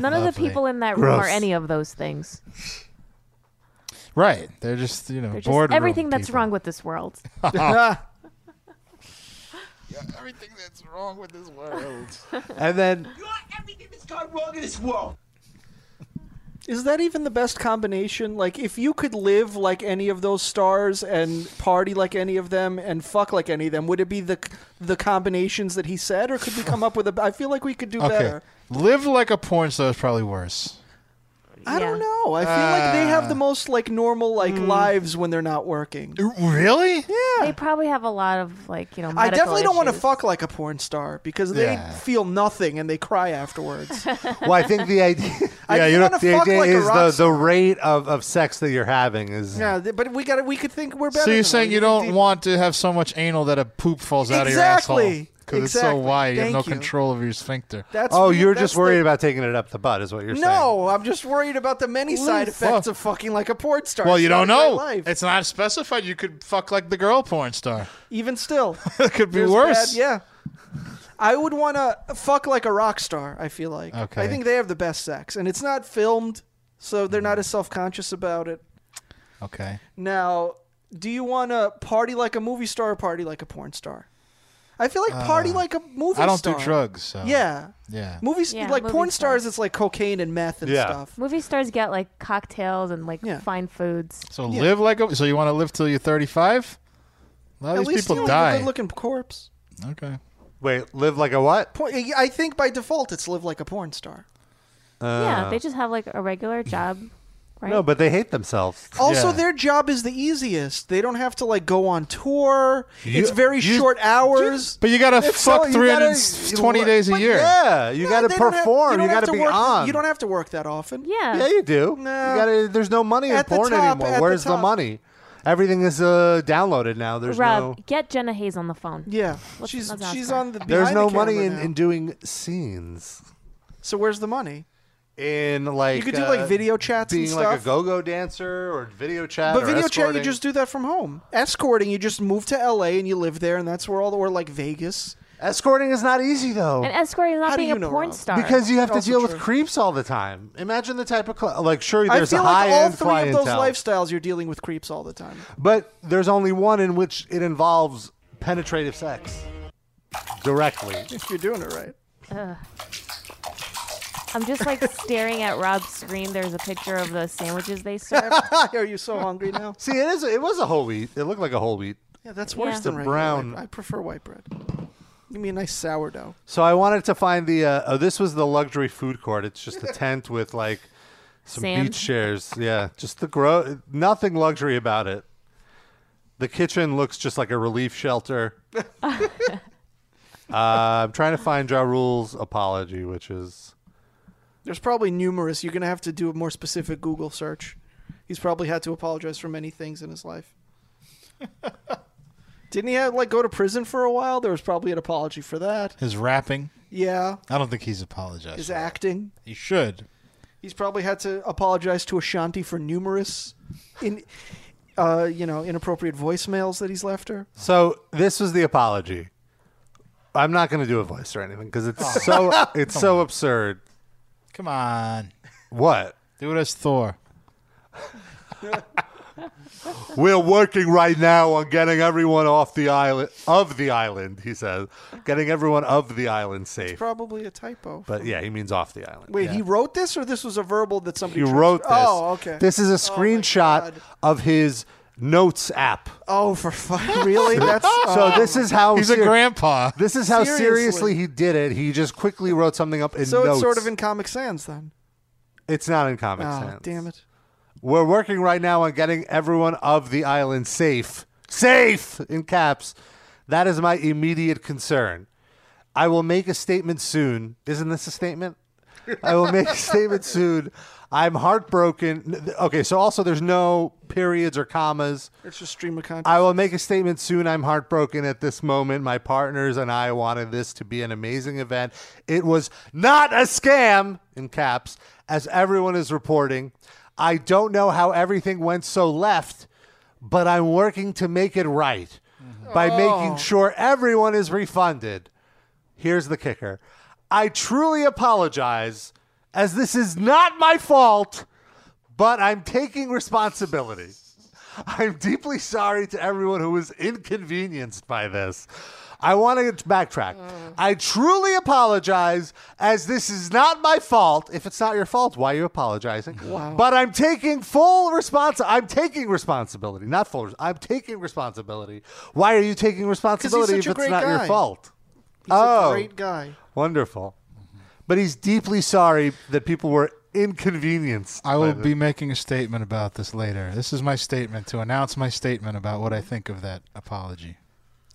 None of the
Lovely.
people in that room are
Gross.
any of those things.
Right. They're just, you know,
They're just
bored.
everything that's wrong with this world.
everything that's wrong with this world.
And then
You are everything that's gone wrong in this world.
Is that even the best combination? Like, if you could live like any of those stars and party like any of them and fuck like any of them, would it be the the combinations that he said, or could we come up with a? I feel like we could do
Okay.
better.
Live like a porn star is probably worse.
I don't
Yeah.
know. I feel like they have the
Uh,
most like normal like
mm.
lives when they're not working.
Really?
They probably have a lot of like you know.
I definitely don't want to
issues.
fuck like a porn star because they
Yeah.
feel nothing and they cry afterwards.
well, I think the idea.
I
yeah,
just
you know,
wanna
the
fuck
idea
like a
is
rock
the, the
star.
rate of, of sex that you're having is.
yeah, th- but we got to We could think we're better.
So
than
you're
them.
saying you
We
don't
think-
want to have so much anal that a poop falls out of your asshole
Exactly.
because it's so
Exactly.
wide, you have
Thank
no
you.
control of your sphincter.
That's
Oh, you're
that's
just
the-
worried about taking it up the butt, is what you're saying.
No, I'm just worried about the many side effects
fuck.
of fucking like a porn star.
Well, you don't
It's not my
know.
life.
It's not specified. You could fuck like the girl porn star.
Even still,
It could be
there's bad-
worse.
yeah, I would want to fuck like a rock star. I feel like.
Okay.
I think they have the best sex, and it's not filmed, so they're not as self conscious about it.
Mm. Okay.
Now, do you want to party like a movie star or party like a porn star? I feel like party like a movie star.
Uh, I don't do drugs. So.
Yeah.
Yeah.
Movies
Yeah,
like
movie
porn
stars.
stars, it's like cocaine and meth and
Yeah.
stuff.
Movie stars get like cocktails and like
Yeah.
fine foods.
So live like a. So you want to live till you're 35? A lot
At
of these
least
people
you don't have a
die.
good looking corpse.
okay.
Wait, live like a what?
Por- I think by default it's live like a porn star. Mm.
yeah, they just have like a regular job, right?
Uh, No, but they hate themselves.
Also,
Yeah.
their job is the easiest. They don't have to like go on tour. it's very
you-
short hours.
But you gotta
It's
fuck
all- you
320
gotta-
days a year.
Yeah, you got to
They don't have-
perform.
don't
You
have
got to be
work,
on.
You don't have to work that often.
yeah.
Yeah, you do.
No.
You gotta, there's no money in
At the
porn
top, at
anymore.
the
Where's the,
top.
money? Everything is uh, downloaded now. There's
Rob,
no
get Jenna Hayes on the phone.
Yeah,
Let's-
she's
let's ask
she's
her.
on the.
there's
behind
no
the
money
camera
in,
now.
in doing scenes.
So where's the money?
In like
You could do
uh,
like video chats
being
and stuff.
like a go-go dancer or video chat.
but
or
video chat, you
escorting.
just do that from home. Escorting, you just move to LA and you live there, and that's where all the or like Vegas.
escorting is not easy though.
And escorting is not
How do
being
you
a
know,
porn
Rob?
star.
Because you have to
Also
deal
true.
with creeps all the time. Imagine the type of cl- like sure
I
there's
feel
a
like
high
all
end
three of
clientele,
those lifestyles you're dealing with creeps all the time.
but there's only one in which it involves penetrative sex directly.
If you're doing it right.
I'm just like staring at Rob's screen. There's a picture of the sandwiches they serve.
Are you so hungry now?
See, it is it was a whole wheat. It looked like a whole wheat.
Yeah, that's worse
Yeah.
than
The
regular
brown-
white- I prefer white bread. Give me a nice sourdough.
So I wanted to find the uh, oh this was the luxury food court. It's just a tent with like some
Sand.
beach chairs. Yeah, just the grow nothing luxury about it. The kitchen looks just like a relief shelter. uh, I'm trying to find Ja Rule's apology, which is
There's probably numerous. You're gonna have to do a more specific Google search. He's probably had to apologize for many things in his life. Didn't he have, like go to prison for a while? There was probably an apology for that.
His rapping.
Yeah,
I don't think he's apologized.
his
for that.
acting.
He should.
He's probably had to apologize to Ashanti for numerous, in, uh, you know, inappropriate voicemails that he's left her.
so. This was the apology. I'm not going to do a voice or anything because it's so it's so absurd.
Oh. Come on.
What?
Do it as Thor.
We're working right now on getting everyone off the island of the island, he says. Getting everyone of the island safe.
Probably a typo.
But yeah, he means off the island.
Wait, he wrote this, or this was a verbal that somebody
He
transferred?
wrote this.
Oh, okay.
This is a screenshot
God.
of his notes app.
Oh, for fun? Really? That's oh. um,
So this is how
He's a
ser-
grandpa.
This is how
Seriously.
seriously he did it. He just quickly wrote something up in
so
notes.
it's sort of in Comic Sans then.
It's not in Comic
oh,
Sans.
damn it!
We're working right now on getting everyone of the island safe. Safe in caps. That is my immediate concern. I will make a statement soon. Isn't this a statement? I will make a statement soon. I'm heartbroken. N- th- Okay, so also there's no periods or commas.
It's just stream of content.
I will make a statement soon. I'm heartbroken at this moment. My partners and I wanted this to be an amazing event. It was not a scam, in caps, as everyone is reporting. I don't know how everything went so left, but I'm working to make it right by
Oh.
making sure everyone is refunded. Here's the kicker I truly apologize, as this is not my fault but I'm taking responsibility. I'm deeply sorry to everyone who was inconvenienced by this. I want to backtrack.
Mm.
I truly apologize, as this is not my fault. If it's not your fault, why are you apologizing?
Wow.
But I'm taking full response. I'm taking responsibility, not full. I'm taking responsibility. Why are you taking responsibility
such
if
a
it's
great
not your
guy.
fault?
He's
Oh.
a great guy.
Wonderful. But he's deeply sorry that people were inconvenienced.
I will
by
be making a statement about this later. This is my statement to announce my statement about what I think of that apology.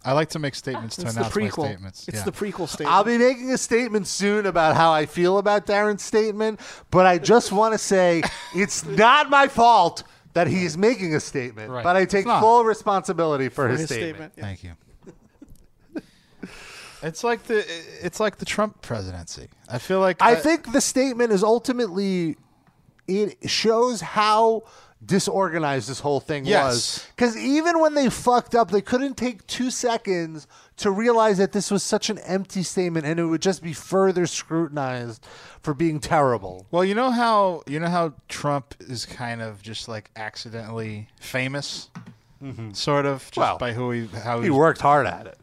I like to make statements to
It's the
announce my
prequel.
statements.
It's
Yeah.
the prequel statement.
I'll be making a statement soon about how I feel about Darren's statement, but I just want to say it's not my fault that he is making a statement,
Right.
but I
It's
take
not.
full responsibility for, his,
his statement.
statement.
Yeah.
Thank you. it's like the it's like the Trump presidency. I feel like
I think the statement is ultimately it shows how disorganized this whole thing
Yes.
was because even when they fucked up they couldn't take two seconds to realize that this was such an empty statement and it would just be further scrutinized for being terrible
Well, you know how you know how Trump is kind of just like accidentally famous, sort of just
Mm-hmm. Well,
by who he how
he worked hard at it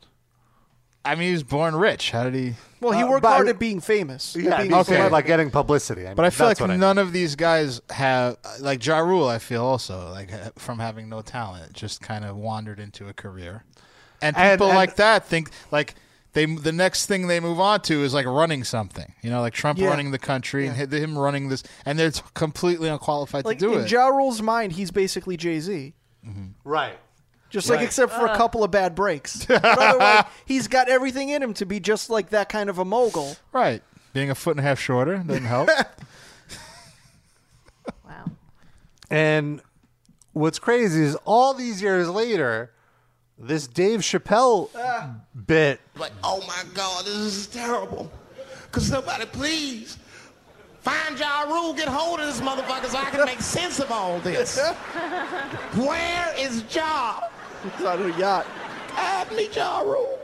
I mean, he was born rich. How did he?
well, he
uh,
worked
but-
hard at being famous. at
Yeah,
being
okay.
celebrity.
like getting publicity.
But I feel like none of these guys have like Ja Rule. I feel also like ha- from having no talent, just kind of wandered into a career, and people
And- and-
like that think like they the next thing they move on to is like running something. You know, like Trump
Yeah.
running the country and him running this, and they're t- completely unqualified
Like
to do
in
it.
Ja Rule's mind, he's basically Jay Z.
Mm-hmm. right.
Just like except
Uh.
for a couple of bad breaks. But otherwise, he's got everything in him to be just like that kind of a mogul.
right, being a foot and a half shorter doesn't help.
Wow.
And what's crazy is all these years later, this Dave Chappelle uh, bit.
Like, oh my God, this is terrible. Could somebody please find Ja Rule, get hold of this motherfucker so I can make sense of all this. Where is Ja?
He's on a yacht.
Have me, Ja Rule.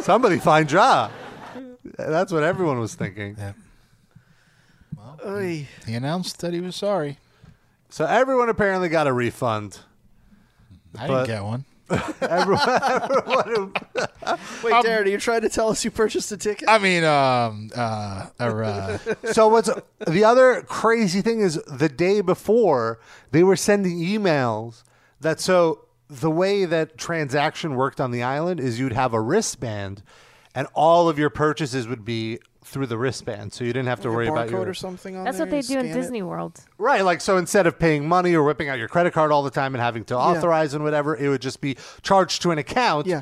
Somebody find Ja. That's what everyone was thinking.
Oy.
he announced that he was sorry.
So everyone apparently got a refund.
I
But-
didn't get one.
Wait, Darren, are you trying to tell us you purchased a ticket?
Um, I mean, um, uh, or, uh,
so what's the other crazy thing is the day before they were sending emails that so the way that transaction worked on the island is you'd have a wristband and all of your purchases would be through the wristband so you didn't have to worry about
barcode
your
or something on
That's
there,
what they
you
do in
scan it.
Disney World.
Right, like so instead of paying money or whipping out your credit card all the time and having to authorize and whatever, it would just be charged to an account.
Yeah.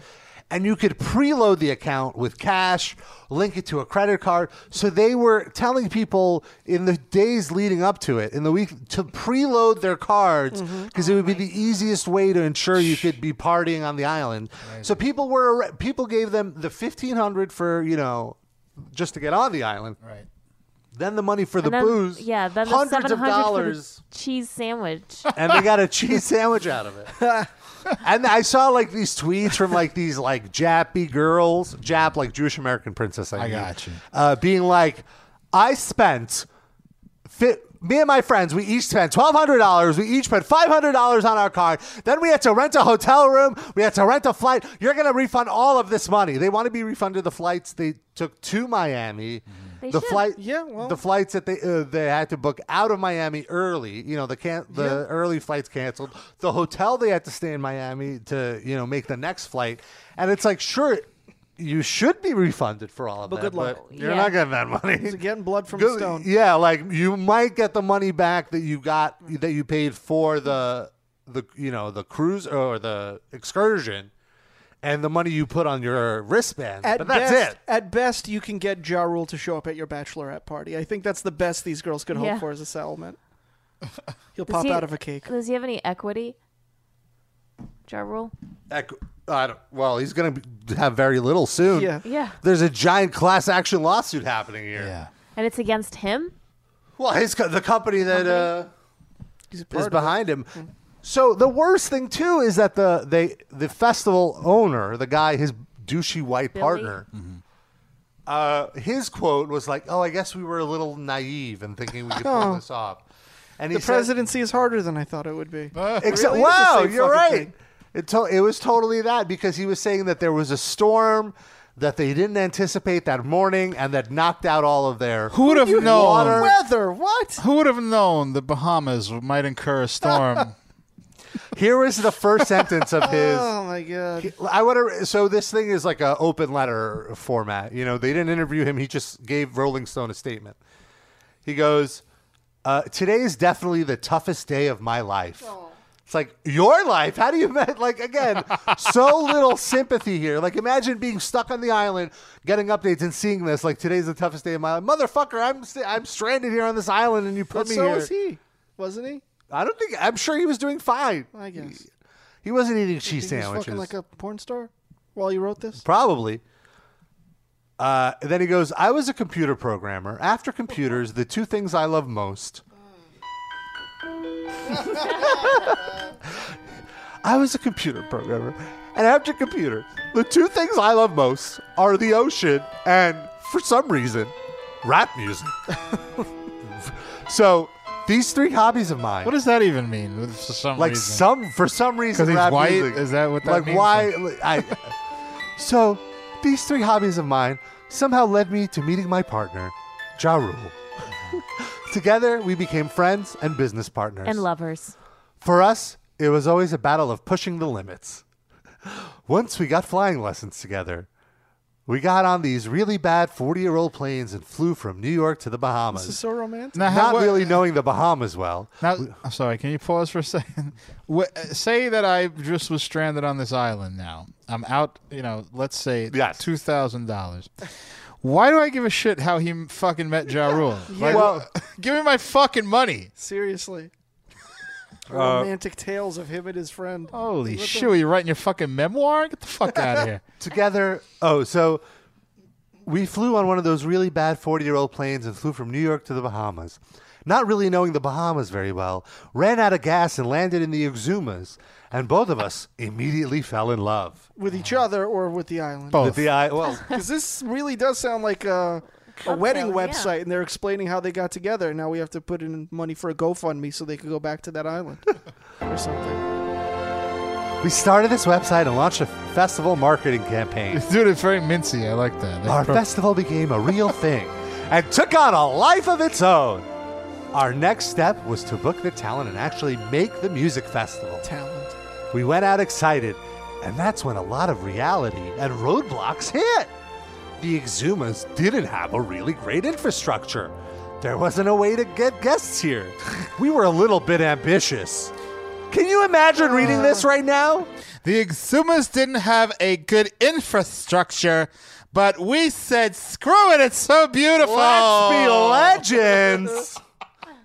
And you could preload the account with cash, link it to a credit card. So they were telling people in the days leading up to it, in the week, to preload their cards
Mm-hmm.
because it would be the easiest way to ensure you could be partying on the island. So people were arre- people gave them the fifteen hundred for you know just to get on the island.
right.
Then the money for the
And then-
booze.
Yeah, then the
hundreds
seven
of
hundred for
dollars
the cheese sandwich.
and they got a cheese sandwich out of it. and I saw like these tweets from like these like Jappy girls, Jap like Jewish American princess. I, mean,
got you.
Uh, being like, I spent fit. Me and my friends, we each spent twelve hundred dollars. We each spent five hundred dollars on our card. Then we had to rent a hotel room. We had to rent a flight. You're gonna refund all of this money. They want to be refunded the flights they took to Miami.
They
the
should.
flight,
Yeah, well-
the flights that they uh, they had to book out of Miami early. You know, the can the early flights canceled. The hotel they had to stay in Miami to you know make the next flight. And it's like, sure, you should be refunded for all of
But
that,
good luck.
but you're
Yeah.
not getting that money.
He's getting blood from a
Good-
stone.
Yeah, like you might get the money back that you got that you paid for the the you know the cruise or the excursion, and the money you put on your wristband.
At
but that's
best,
it.
At best, you can get Ja Rule to show up at your bachelorette party. I think that's the best these girls could hope
Yeah.
for as a settlement. He'll
Does
pop
he-
out of a cake.
Does he have any equity? Ja Rule?
Ec- I don't- well, he's gonna be- have very little soon.
Yeah.
Yeah.
There's a giant class action lawsuit happening here.
Yeah.
And it's against him?
Well, his co- the company that uh,
He's a part
is
of it. Hmm.
behind him. So the worst thing too is that the they the festival owner, the guy, his douchey white
Billy?
partner, uh, his quote was like, "Oh, I guess we were a little naive in thinking we could pull
Oh.
this off." And he
The
said,
presidency is harder than I thought it would be.
Except,
Really? It's the
wow,
same
you're
fucking
right.
thing.
It, to- it was totally that because he was saying that there was a storm that they didn't anticipate that morning and that knocked out all of their.
Who would have known?
Water.
Weather, what?
Who would have known the Bahamas might incur a storm?
Here is the first sentence of his.
Oh my god.
I want to. So this thing is like a open letter format. You know, they didn't interview him. He just gave Rolling Stone a statement. He goes, uh, "Today is definitely the toughest day of my life." It's like your life. How do you met? Like again, so little sympathy here. Like imagine being stuck on the island, getting updates and seeing this. Like today's the toughest day of my life, motherfucker. I'm st- I'm stranded here on this island, and you put
But
me
so
here.
was he, wasn't he?
I don't think. I'm sure he was doing fine.
I guess.
He wasn't eating cheese
He was
sandwiches.
fucking like a porn star while you wrote this.
Probably. Uh, then he goes, I was a computer programmer. After computers, the two things I love most. I was a computer programmer. And after computers, the two things I love most are the ocean and, for some reason, rap music. so these three hobbies of mine
what does that even mean? For some
like
reason.
some for some reason
'Cause he's
rap
white?
music.
Is that what that
like
means?
why like, I so these three hobbies of mine somehow led me to meeting my partner Ja Rule together we became friends and business partners
and lovers.
for us it was always a battle of pushing the limits once we got flying lessons together we got on these really bad 40 year old planes and flew from New York to the Bahamas
This is so romantic.
Now, how-
not
what-
really knowing the Bahamas well
Now, I'm sorry. Can you pause for a second? Wh- uh, say that I just was stranded on this island. Now I'm out. You know, let's say
Yes.
two thousand dollars. Why do I give a shit how he m- fucking met Ja Rule? Like,
Well-
give me my fucking money.
Seriously.
Uh,
romantic tales of him and his friend.
Holy shit! Are you writing your fucking memoir? Get the fuck out of here.
together. Oh, so we flew on one of those really bad 40 year old planes and flew from New York to the Bahamas. Not really knowing the Bahamas very well, ran out of gas and landed in the Exumas, and both of us immediately fell in love.
With each other or with the island?
Both.
With the I, well,
Because this really does sound like a, a wedding
yeah.
website, and they're explaining how they got together. Now we have to put in money for a GoFundMe so they could go back to that island or something.
we started this website and launched a festival marketing campaign.
Dude, it's very mincy. I like that. They
Our
pro-
festival became a real thing and took on a life of its own. Our next step was to book the talent and actually make the music festival.
Talent.
We went out excited, and that's when a lot of reality and roadblocks hit. The Exumas didn't have a really great infrastructure. There wasn't a way to get guests here. We were a little bit ambitious. Can you imagine reading
Uh.
this right now?
The Exumas didn't have a good infrastructure, but we said, screw it, it's so beautiful.
Let's be legends.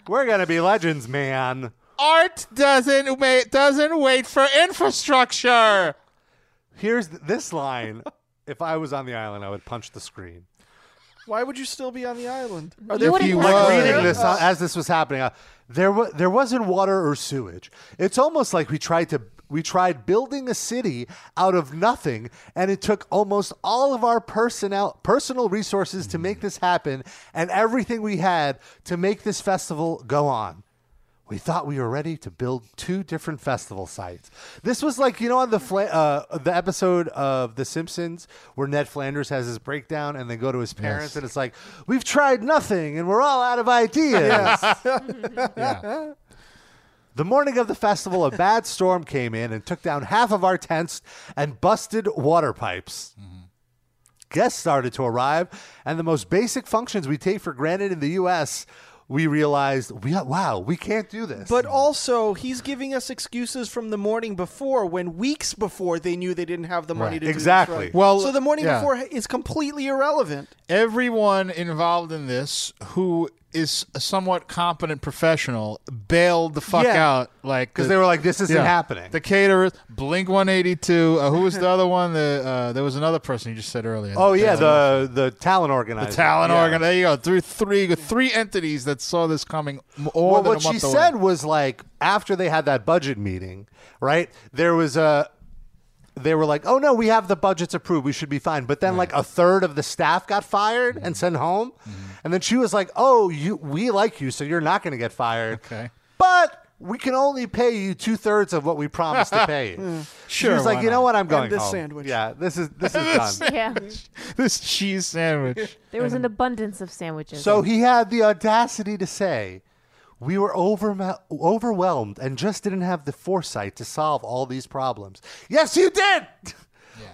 We're going to be legends, man.
Art doesn't wait, doesn't wait for infrastructure.
Here's th- this line. If I was on the island, I would punch the screen.
Why would you still be on the island? Are
You
there
wouldn't
people
like
was.
out
reading
there?
this uh, as this was happening, uh, there wa- there wasn't water or sewage. It's almost like we tried to we tried building a city out of nothing, and it took almost all of our personnel personal resources to make this happen, and everything we had to make this festival go on. We thought we were ready to build two different festival sites. This was like you know on the fla- uh, the episode of The Simpsons where Ned Flanders has his breakdown and they go to his parents and it's like we've tried nothing and we're all out of ideas.
Yeah.
the morning of the festival, a bad storm came in and took down half of our tents and busted water pipes.
Mm-hmm.
Guests started to arrive, and the most basic functions we take for granted in the U.S. We realized, we, wow, we can't do this.
But also, he's giving us excuses from the morning before when weeks before they knew they didn't have the money
Right.
to do this,
Exactly.
right?
Well,
so the morning
yeah.
before is completely irrelevant.
Everyone involved in this who is a somewhat competent professional bailed the fuck
Yeah.
out. Like,
because they were like, this isn't
Yeah.
happening.
The caterers, Blink 182. Uh, who was the other one? The uh, There was another person you just said earlier.
Oh yeah, the the talent organizer.
The talent
Yeah.
organ. There you go. Through three three entities that saw this coming more
Well,
than
what
a month
she
away.
said was like after they had that budget meeting, right? There was a they were like, "Oh no, we have the budgets approved. We should be fine." But then like a third of the staff got fired
Mm-hmm.
and sent home, and then she was like, "Oh, you we like you, so you're not going to get fired."
Okay.
but. We can only pay you two thirds of what we promised to pay you. She
Sure,
was like,
why
you know
not?
what? I'm going
this
home.
sandwich.
Yeah, this is this is done.
Yeah.
this cheese sandwich.
There was an abundance of sandwiches.
So he had the audacity to say, "We were over- overwhelmed and just didn't have the foresight to solve all these problems." Yes, you did.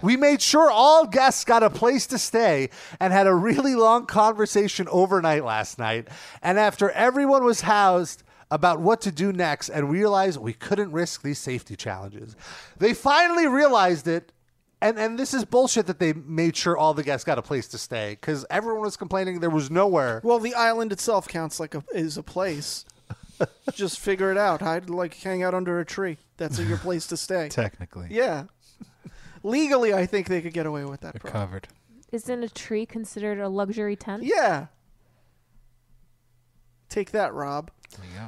We made sure all guests got a place to stay and had a really long conversation overnight last night. And after everyone was housed about what to do next and realized we couldn't risk these safety challenges, they finally realized it and and this is bullshit that they made sure all the guests got a place to stay because everyone was complaining there was nowhere.
Well, the island itself counts like a is a place. Just figure it out. I'd like hang out under a tree. That's your place to stay.
Technically,
Yeah. Legally, I think they could get away with that.
they're
Probably.
covered.
Isn't a tree considered a luxury tent?
Yeah. Take that, Rob.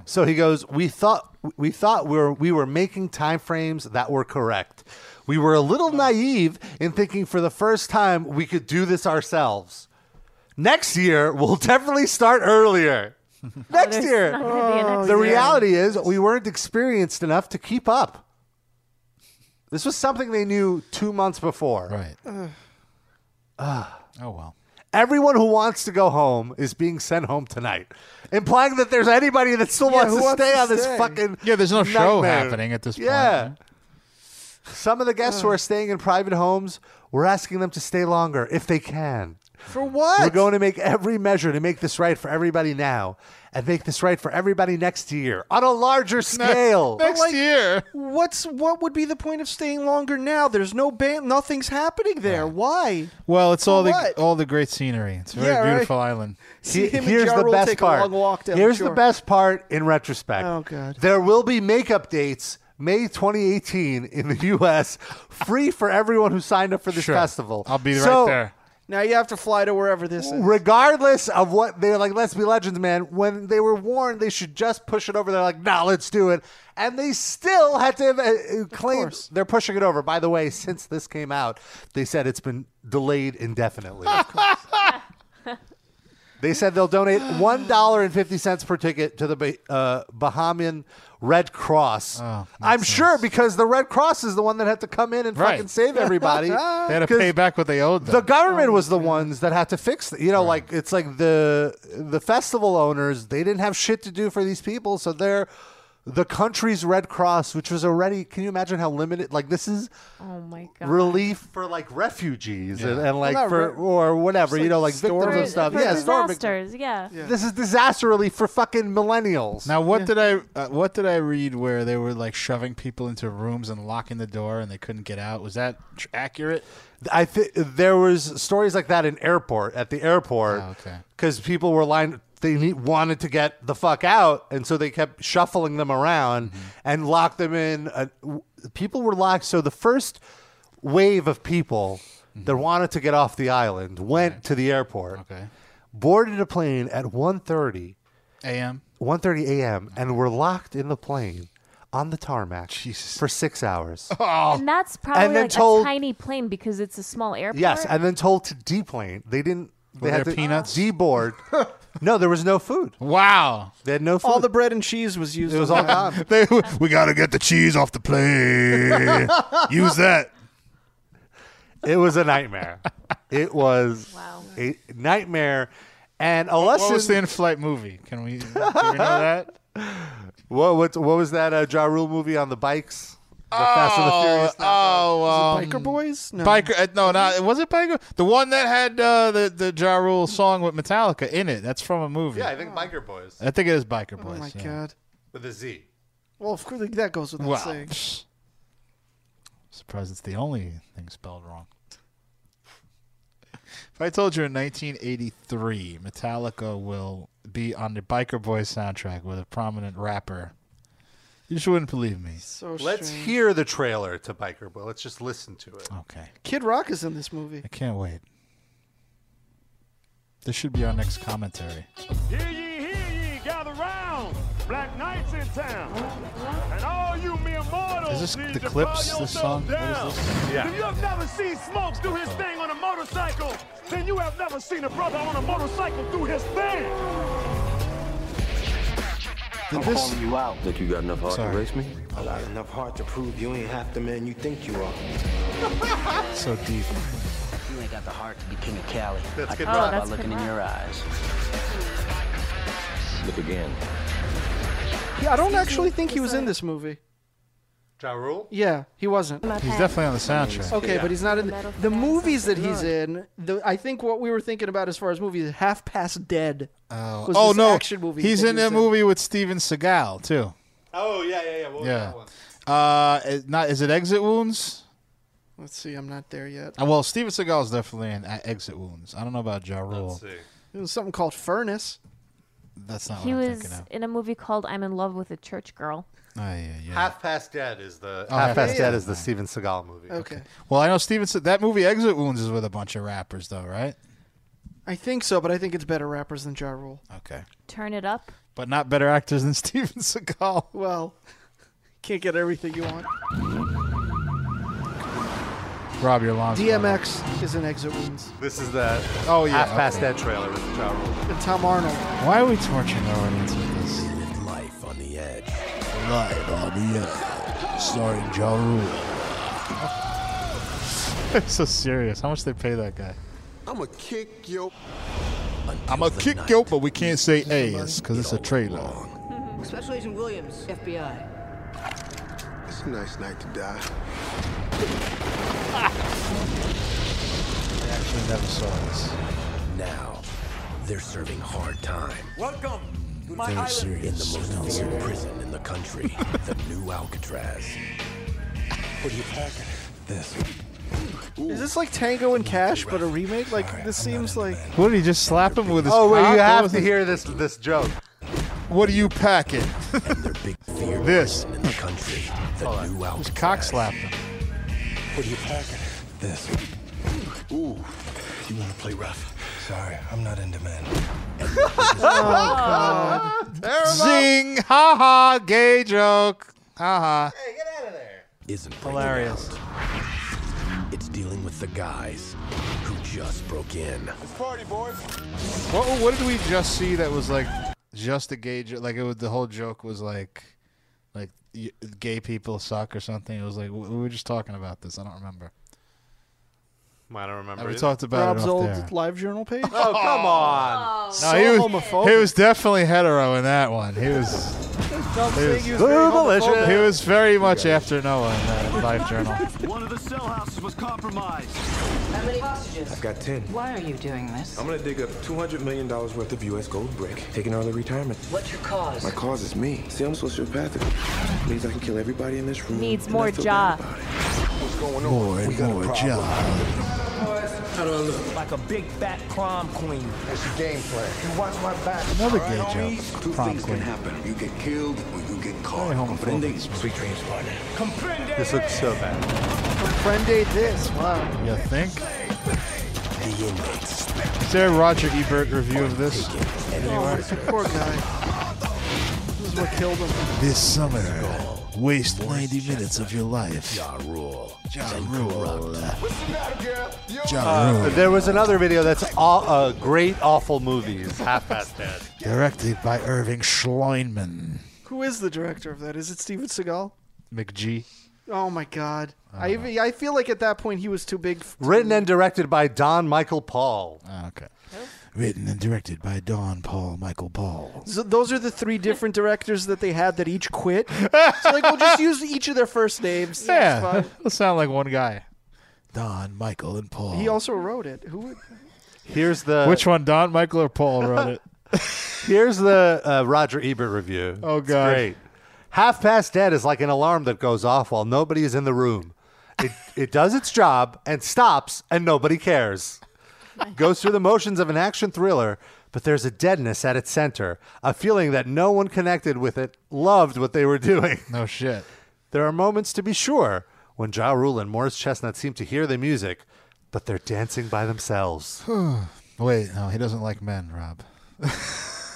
So he goes, "We thought we thought we were we were making time frames that were correct. We were a little naive in thinking for the first time we could do this ourselves. Next year, we'll definitely start earlier. Next year,
Not gonna be an extra-
The reality is, we weren't experienced enough to keep up. This was something they knew two months before.
Right. oh well.
Everyone who wants to go home is being sent home tonight, implying that there's anybody that still wants
who
to
wants
stay
to
on this
stay?
fucking
Yeah, there's no show
nightmare.
happening at this
Yeah.
point.
Some of the guests who are staying in private homes, we're asking them to stay longer if they can.
For what?
We're going to make every measure to make this right for everybody now and make this right for everybody next year on a larger scale.
Next
like-
year.
What's what would be the point of staying longer now? There's no band. Nothing's happening there. Why?
Well, it's all
what?
the all the great scenery. It's a very
Yeah, right.
beautiful island.
See him and
here's
Ja
the
Rule
best
take a
part.
long walk down the
here's the
shore.
best part in retrospect.
Oh, God.
There will be makeup dates May 2018 in the U.S. free for everyone who signed up for this
Sure.
festival.
I'll be
So,
right there.
Now you have to fly to wherever this is.
Regardless of what they're like, let's be legends, man. When they were warned they should just push it over, they're like, nah, let's do it. And they still had to uh, uh, claim
course.
they're pushing it over. By the way, since this came out, they said it's been delayed indefinitely. They said they'll donate one dollar and fifty cents per ticket to the Ba- uh, Bahamian Red
Oh,
Cross. I'm sure because the Red Cross is the one that had to come in and
Right.
fucking save everybody.
They had to pay back what they owed them.
The government was
Oh,
the ones that had to fix. The, you know, like it's like the the festival owners they didn't have shit to do for these people, so they're the country's Red Cross, which was already. Can you imagine how limited? Like this is
Oh my god.
relief for like refugees and, and like
Well, not
for
re-
or whatever. You know, like
like
victims
For-
of stuff.
for
Yeah, storm vic-
disasters. Yeah.
this is disaster relief for fucking millennials.
now, what did I uh, what did I read where they were like shoving people into rooms and locking the door and they couldn't get out? Was that tr- accurate?
I think there was stories like that in airport at the airport.
Oh, okay.
Because people were lined, they need, wanted to get the fuck out, and so they kept shuffling them around
Mm-hmm.
and locked them in. Uh, w- people were locked. So the first wave of people that wanted to get off the island went to the airport,
Mm-hmm. Okay.
boarded a plane at 1.30
A.M.
1.30 a.m. and were locked in the plane on the tarmac
Jesus. Oh,
for six hours.
And that's probably
And then
like
told-
a tiny plane because it's a small airport.
Yes, and then told to deplane. They didn't. They
Were
had
there
to
peanuts?
deboard. no, there was no food.
Wow.
They had no food.
all the bread and cheese was used.
it was
on
all
that.
gone.
They, we got to get the cheese off the plane. Use that.
it was a nightmare. It was
Wow.
a nightmare. And a
What
lesson.
was the in-flight movie? Can we, do we know that?
what, what, what was that uh, Ja Rule movie on the bikes? The Fast and the Furious.
uh,
um,
oh,
Biker boys. No.
Biker, uh, no, not was it Biker? The one that had uh, the the Ja Rule song with Metallica in it. That's from a movie.
Yeah, I think Biker Boys
I think it is Biker
Oh
Boys.
my
yeah.
god.
with a Z.
Well, of course that goes without
Wow.
saying.
Surprised it's the only thing spelled wrong. If I told you in 1983, Metallica will be on the Biker Boys soundtrack with a prominent rapper, you just wouldn't believe me.
So
Let's
strange.
hear the trailer to Biker Boy. Let's just listen to it.
Okay,
Kid Rock is in this movie.
I can't wait. This should be our next commentary.
Hear ye, hear ye, gather round.
Black Knights in town. And all you mere mortals.
Is this
need
the
to
Clips,
calm
this
yourself
song? What is
down.
this?
If you have never seen Smoke do his thing on a motorcycle, then you have never seen a brother on a motorcycle do his thing.
Did this
you out. Think you got enough heart
Sorry.
to race me? I got enough heart to prove you ain't half the man you think you are.
so deep?
You ain't got the heart to be king of Cali.
That's
I
good
can
rock.
tell
Oh, that's
by looking
good
in your eyes. Look again.
Yeah, I don't actually think he was in this movie.
Ja Rule?
Yeah, he wasn't.
He's definitely on the soundtrack.
Okay, but he's not in the, the movies that he's in. The, I think what we were thinking about as far as movies, Half Past Dead.
Oh,
was
oh,
this
no,
action movie
he's
that
in
he was
that movie with Steven Seagal too.
Oh, yeah, yeah, yeah. What was
yeah.
that one?
Uh, is not is it Exit Wounds?
Let's see, I'm not there yet.
Uh, well, Steven Seagal is definitely in uh, Exit Wounds. I don't know about Ja Rule.
It was something called Furnace.
That's not
He
what I'm
was
thinking of.
in a movie called I'm in Love with a Church Girl.
Oh, yeah, yeah.
Half Past Dead is the
Oh,
Half
yeah,
Past
yeah.
Dead is the Steven Seagal movie.
Okay.
Well, I know Steven. Se- That movie Exit Wounds is with a bunch of rappers, though, right?
I think so, but I think it's better rappers than Ja Rule.
Okay.
Turn it up.
But not better actors than Steven Seagal.
Well, can't get everything you want.
Rob your lawn.
DMX is in Exit Wounds.
This is the
Oh, yeah,
Half Past
okay.
Dead trailer with Ja Rule.
And Tom Arnold.
Why are we torturing our audience with this?
Life on the edge.
Live on the air, starring Ja Rule. so serious. How much they pay that guy?
I'ma kick your
I'm a kick yo, but we can't say ass because it's a trailer.
Special Agent Williams, FBI.
It's a nice night to die.
I actually never saw this.
Now, they're serving hard time.
Welcome to my
They're
island.
in the most feared prison in the country, the new Alcatraz. What are you packing? This.
Is this like Tango and Cash, but a remake? Like this seems like
What did he just slap him with his?
Oh, wait,
cock?
you
What
have
was
to
it?
hear this this joke.
What are you packing? this.
In the country, the new
Oh, Just
Alcatraz.
cock slapped him.
What are you packing? This. Ooh, you want to play rough? Sorry, I'm not in demand.
Zing! Ha ha! Gay joke. Ha ha.
Isn't bringing
Hilarious.
out. It's dealing with the guys who just broke in.
Party boys.
What, what did we just see that was like just a gay joke? Like it was the whole joke was like, like y- gay people suck or something. It was like we we were just talking about this. I don't remember.
I don't remember.
we
either.
talked about
Rob's
it off
old
there.
live journal page.
Oh, come on.
No, he was he was definitely hetero in that one. He was.
Tom
He was,
Siggy was very homophobic.
he was very much after Noah in that life journal.
One of the cell houses was compromised.
How many hostages?
I've got 10.
Why are you doing this?
I'm gonna dig up $200 million worth of U.S. gold brick, taking early retirement.
What's your cause?
My cause is me. See, I'm sociopathic. Means I can kill everybody in this room.
Needs
and I
more
feel
jaw.
bad about it.
More and more job.
How do I look?
Like a big fat prom queen.
That's your game plan. You watch my back.
Another gay joke.
Two
Prom
things
queen.
can happen. You get killed or you get caught.
Very homophobic.
Comprende? Sweet dreams, partner.
This looks so bad.
Friend date this. Wow.
You think?
The inmates.
Is there a Roger Ebert review of this?
Oh, poor guy. This is what killed him.
This summer, waste 90 minutes of your life.
Ja Rule.
Ja Rule.
What's the matter, girl? You're
Ja Rule.
Uh, There was another video that's all, uh, great, awful movies. Half Past Dead.
Directed by Irving Schleinman.
Who is the director of that? Is it Steven Seagal?
McG.
Oh my God. I even, I feel like at that point he was too big. f-
Written and directed by Don Michael Paul.
Ah, okay. Written and directed by Don Paul Michael Paul.
So those are the three different directors that they had that each quit. So like we'll just use each of their first names. That's
Yeah,
fine.
that sound like one guy. Don Michael and Paul.
He also wrote it. Who? would-
Here's the
Which one, Don Michael or Paul, wrote it?
Here's the uh, Roger Ebert review.
Oh,
It's
God.
great. Half past dead is like an alarm that goes off while nobody is in the room. It it does its job and stops, and nobody cares. Goes through the motions of an action thriller, but there's a deadness at its center, a feeling that no one connected with it loved what they were doing.
No shit.
There are moments, to be sure, when Ja Rule and Morris Chestnut seem to hear the music, but they're dancing by themselves.
Wait, no, he doesn't like men, Rob.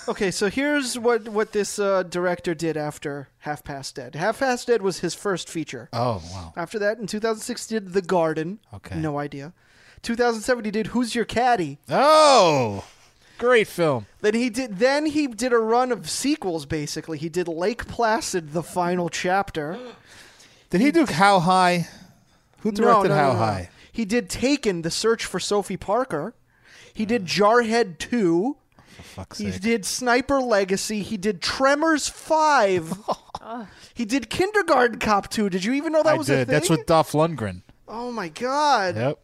okay, so here's what what this uh, director did after Half Past Dead. Half Past Dead was his first feature.
Oh, wow.
After that, in 2006, he did The Garden.
Okay.
No idea. 2007, he did Who's Your Caddy.
Oh, great film.
Then he did. Then he did a run of sequels. Basically, he did Lake Placid, The Final Chapter.
Did he do How High? Who
No,
directed
no, no,
How
no.
High?
He did Taken, The Search for Sophie Parker. He did Jarhead 2. He did Sniper Legacy. He did Tremors 5. he did Kindergarten Cop 2. Did you even know Oh, that
I
was a
did.
thing?
That's with Dolph Lundgren.
Oh my god.
Yep.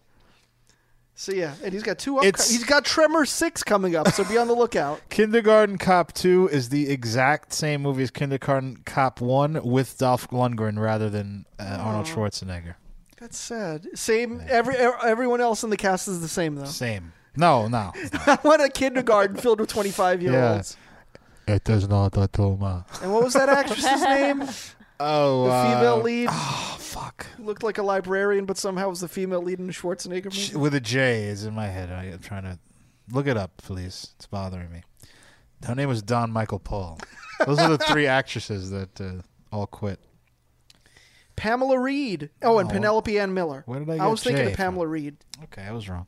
So yeah, and he's got two up.
It's-
He's got Tremors 6 coming up, so be on the lookout.
Kindergarten Cop 2 is the exact same movie as Kindergarten Cop 1 with Dolph Lundgren rather than uh, Arnold Schwarzenegger.
That's sad. Same every e- everyone else in the cast is the same though.
Same. No, no.
I want a kindergarten filled with 25-year-olds.
It is not a tumor.
And what was that actress's name?
Oh,
the female
uh,
lead. Oh fuck! Looked like a librarian, but somehow was the female lead in the Schwarzenegger
sh-
movie.
With a J is in my head. I, am trying to look it up, please. It's bothering me. Her name was Don Michael Paul. Those are the three actresses that uh, all quit.
Pamela Reed. Oh, and
Oh.
Penelope Ann Miller.
Where did I get
was thinking
J
of Pamela Reed.
Okay, I was wrong.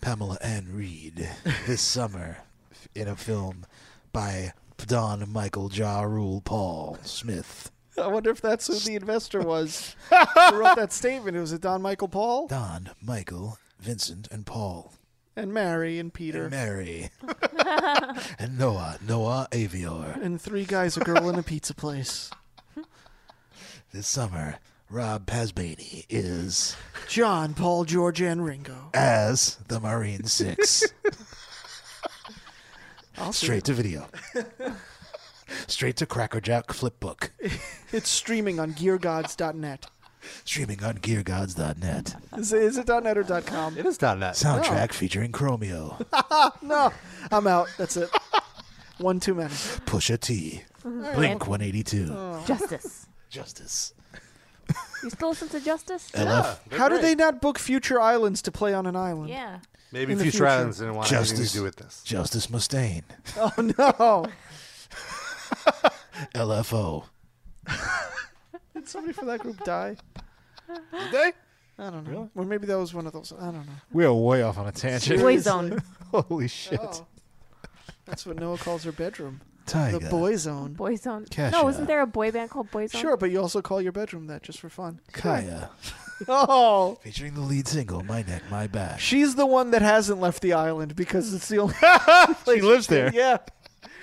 Pamela Ann Reed this summer in a film by Don Michael Ja Rule Paul Smith.
I wonder if that's who the investor was. who wrote that statement? It was it Don Michael Paul
Don, Michael, Vincent, and Paul.
and Mary and Peter
And Mary. and Noah, Noah Avior.
and three guys, a girl, in a pizza place.
This summer, Rob Pasbany is
John, Paul, George, and Ringo.
as the Marine Six. Straight to video. Straight to Cracker Jack Flipbook.
It's streaming on GearGods.net.
Streaming on GearGods.net.
Is it, is it .net or .com?
It is done that. Oh.
Soundtrack featuring Chromeo.
no, I'm out. That's it. One too many.
Pusha T. Blink
Uh,
182.
Oh.
Justice.
Justice.
You still listen to Justice?
LF.
How do they not book Future Islands to play on an island?
Yeah.
Maybe
In the
Future,
future.
Islands didn't want anything
Justice.
to do with this.
Justice Mustaine.
Oh no!
LFO.
Did somebody from that group die?
Did they?
I don't know. Or maybe that was one of those. I don't know.
We are way off on a tangent.
Boyzone.
Holy shit.
Oh. That's what Noah calls her bedroom.
Tiger.
The boy zone.
Boyzone.
Kesha.
No, isn't there a boy band called Boyzone?
Sure, but you also call your bedroom that just for fun.
Kaya.
Oh,
Featuring the lead single, My Neck, My Back.
she's the one that hasn't left the island because it's the only.
she lives there.
yeah.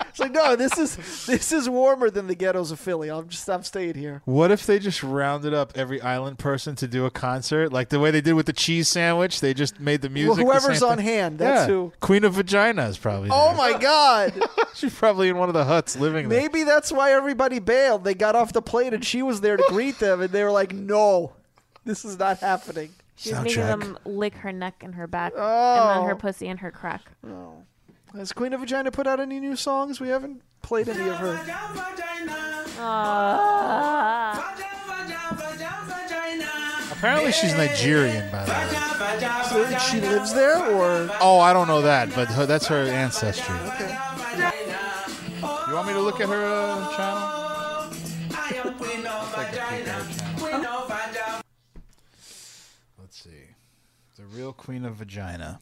It's like no, this is this is warmer than the ghettos of Philly. I'll just stop staying here.
What if they just rounded up every island person to do a concert, like the way they did with the cheese sandwich? They just made the music. the
whoever's
same
on
thing.
hand, that's
Yeah.
who.
Queen of Vaginas probably.
Oh
there.
my God!
She's probably in one of the huts living there.
Maybe that's why everybody bailed. They got off the plane and she was there to greet them, and they were like, "No, this is not happening."
She was making
Soundtrack.
them lick her neck and her back, and
Oh.
then her pussy and her crack.
Has Queen of Vagina put out any new songs? We haven't played any of her.
Ah.
Apparently she's Nigerian, by the way.
So she lives there, or
Oh, I don't know that, but her, that's her ancestry. You want me to look at her uh, channel? Let's see. The real queen of vagina.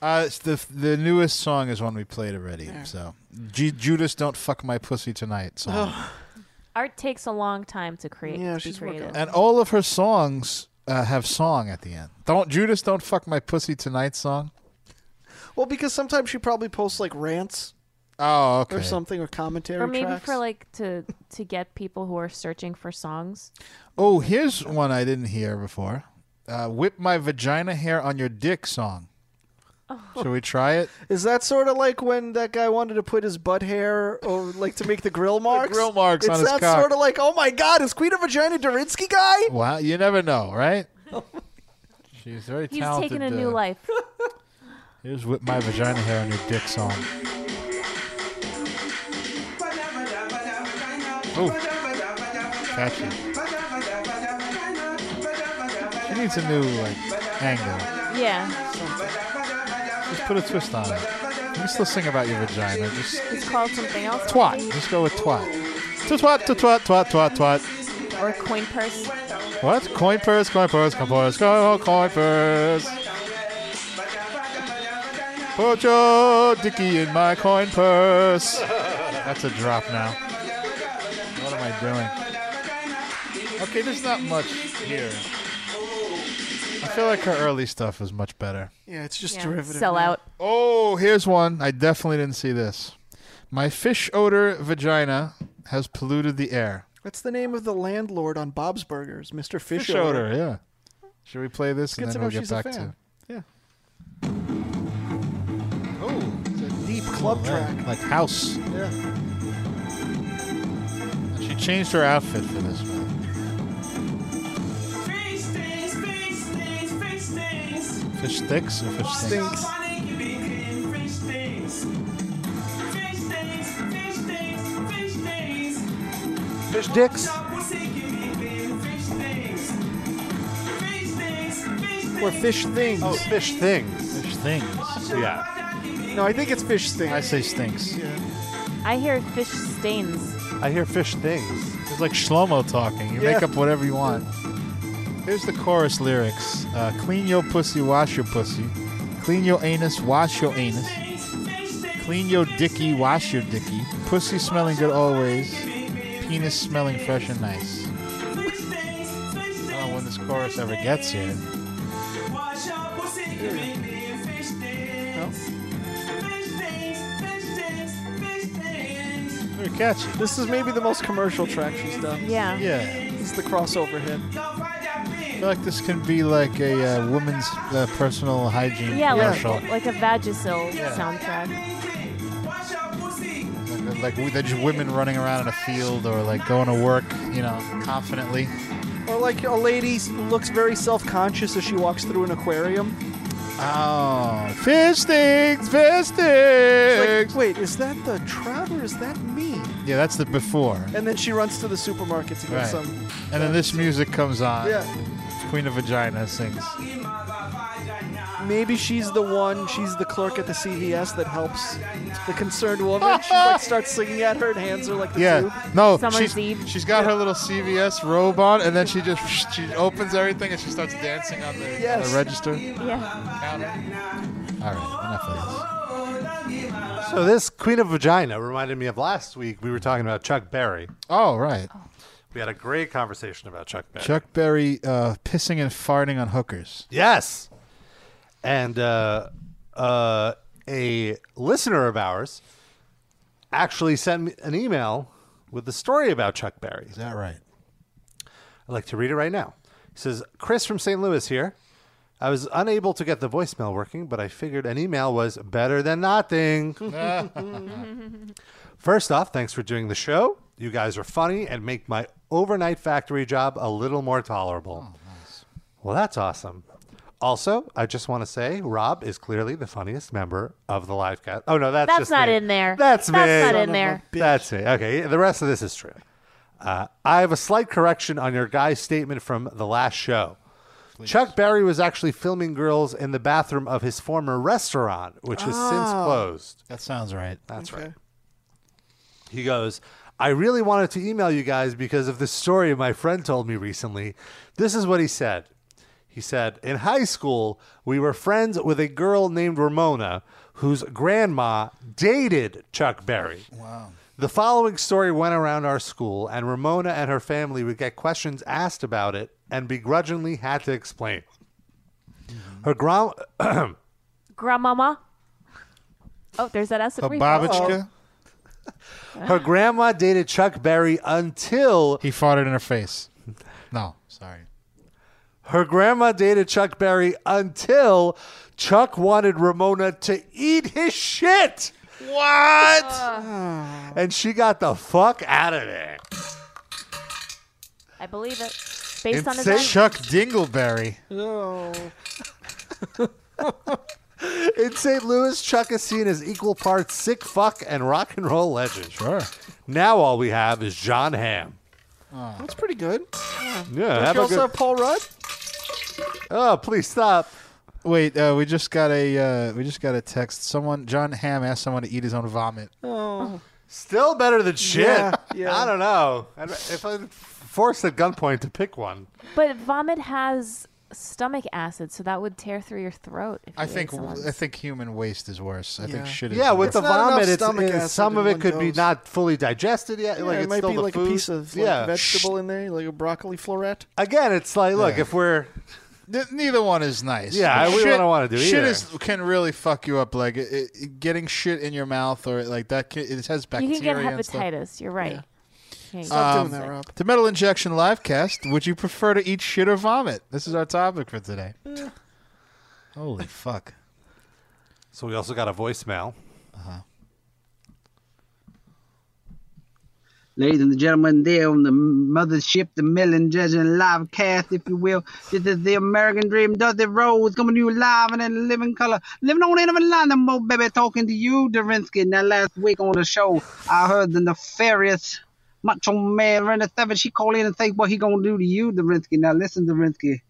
Uh, it's the the newest song is one we played already. So Ju- Judas, don't fuck my pussy tonight song,
Art takes a long time to create.
Yeah,
to
she's
be
working
created.
and all of her songs uh, have song at the end. Don't Judas, don't fuck my pussy tonight song.
well, because sometimes she probably posts like rants
Oh, okay.
or something or commentary
Or maybe
tracks.
for like to to get people who are searching for songs.
Oh, here's one I didn't hear before. Uh, Whip my vagina hair on your dick song.
Oh.
Should we try it?
Is that sort of like when that guy wanted to put his butt hair or like to make the grill marks?
grill marks
It's
on his
that
cock.
sort of like, oh my god, is Queen of Vagina Dorinsky guy?
Wow, you never know, right? She's very
He's
talented.
taking a
uh,
new life.
Here's whip my vagina hair on your dick song. Oh, catchy. She needs a new like angle.
yeah.
Just put a twist on it. can still sing about your vagina. Just
It's called something else.
twat. Just go with twat. To twat, to twat, twat, twat, twat.
Or coin purse.
What? Coin purse, coin purse, coin purse, coin, coin purse. Put your dicky in my coin purse. That's a drop now. What am I doing? Okay, there's not much here. I feel like her early stuff is much better.
Yeah, it's just
Yeah,
derivative.
sell
now.
out.
Oh, here's one. I definitely didn't see this. My fish odor vagina has polluted the air.
What's the name of the landlord on Bob's Burgers, Mr. Fish,
Fish odor, yeah. Should we play this
It's good
and
to
then
know
we'll get
she's a
back to
fan. Yeah.
Oh, it's a deep
club
track. Like house.
Yeah.
She changed her outfit for this one.
Fish things, fish things, fish things.
Fish sticks or fish stinks?
Fish dicks.
Or fish things.
Oh, fish things.
Fish things.
Yeah.
No, I think it's fish things.
I say stinks.
I hear fish stains.
I hear fish things.
It's like Shlomo talking. You
Yeah.
make up whatever you want. Here's the chorus lyrics uh, Clean your pussy, wash your pussy. Clean your anus, wash your anus. Clean your dicky, wash your dicky. Pussy smelling good always. Penis smelling fresh and nice. I don't know when this chorus ever gets here. Very catchy.
This is maybe the most commercial track she's done.
Yeah.
Yeah.
It's the crossover hit.
I feel like this can be like a uh, woman's uh, personal hygiene
Yeah, like,
commercial.
like a Vagisil soundtrack.
Like they're just women running around in a field or like going to work, you know, confidently.
Or like a lady s- looks very self-conscious as she walks through an aquarium.
Oh, fish sticks, fish
It's like,
sticks.
wait, is that the trout or is that me?
yeah, that's the before.
And then she runs to the supermarket to get
Right.
some.
And then this music comes on.
Yeah.
Queen of Vagina sings.
Maybe she's the one. She's the clerk at the CVS that helps the concerned woman. She like starts singing at her and hands her like the tube.
Yeah, no,
Summer's
she's,
Eve.
she's got her little CVS robe on, and then she just she opens everything and she starts dancing on the, on the
Yes.
register.
Yeah.
All right, enough of this.
So this Queen of Vagina reminded me of last week. We were talking about Chuck Berry.
Oh, right.
We had a great conversation about Chuck Berry.
Chuck Berry uh, pissing and farting on hookers.
Yes. And uh, uh, a listener of ours actually sent me an email with the story about Chuck Berry.
Is that right?
I'd like to read it right now. It says, Chris from St. Louis here. I was unable to get the voicemail working, but I figured an email was better than nothing. Mm-hmm. First off, thanks for doing the show. You guys are funny and make my overnight factory job a little more tolerable.
Oh,
Well, that's awesome. Also, I just want to say Rob is clearly the funniest member of the live cast. Oh no, that's
That's
just
not
me.
in there.
That's me.
That's not in there.
That's it. Okay, the rest of this is true. Uh, I have a slight correction on your guy's statement from the last show. Chuck Berry was actually filming girls in the bathroom of his former restaurant, which has since closed.
Oh. That sounds right.
That's right. He goes, I really wanted to email you guys because of this story my friend told me recently. This is what he said. He said, In high school, we were friends with a girl named Ramona whose grandma dated Chuck Berry. Wow. The following story went around our school, and Ramona and her family would get questions asked about it and begrudgingly had to explain. Her grandma.
Grandmama. Oh, there's that
A
acid reflux.
babichka.
Her grandma dated Chuck Berry until
He farted in her face. No, sorry.
Her grandma dated Chuck Berry until Chuck wanted Ramona to eat his shit. What? and she got the fuck out of there.
I believe it. Based on his
Insane.
own-
Chuck Dingleberry.
No.
In St. Louis, Chuck is seen as equal parts sick fuck and rock and roll legend.
Sure.
Now all we have is John Hamm.
That's pretty good.
Yeah,
Don't
have
you
a
also
good-
have Paul Rudd?
Oh, please stop.
Wait, uh, we just got a uh, we just got a text. Someone, John Hamm, asked someone to eat his own vomit.
Oh.
Still better than shit.
Yeah,
I don't know. I'd- If I'm forced at gunpoint to pick one,
But vomit has stomach acid, so that would tear through your throat. If
I
you ate
think
someone's.
I think human waste is worse. I think shit is
Yeah, with
worse.
the vomit, it's,
stomach
it's-
acid
some
in
of it
one
could be
dose.
not fully digested yet.
Yeah,
like
it
it's
might
still
be
the
like
food.
a piece of like,
yeah.
vegetable in there, like a broccoli floret.
Again, it's like look
Yeah.
if we're
Th- neither one is nice.
Yeah,
Like,
we
shit-
don't wanna do
shit
either.
is can really fuck you up. Like it, it- it- getting shit in your mouth or like that. ca- It has
you
bacteria.
can get
and stuff.
hepatitis. You're right. Yeah, you get
Um,
sick.
The metal injection live cast. Would you prefer to eat shit or vomit? This is our topic for today. Holy fuck!
So we also got a voicemail.
Ladies and gentlemen, there on the mothership, the Melon Judging live cast, if you will. This is the American Dream, Dusty Rose, coming to you live and in living color. Living on end of a line, no more baby talking to you, Dorinsky. Now, last week on the show, I heard the nefarious Macho Man Randy Savage. She called in and say, what he gonna do to you, Dorinsky. Now, listen, Dorinsky.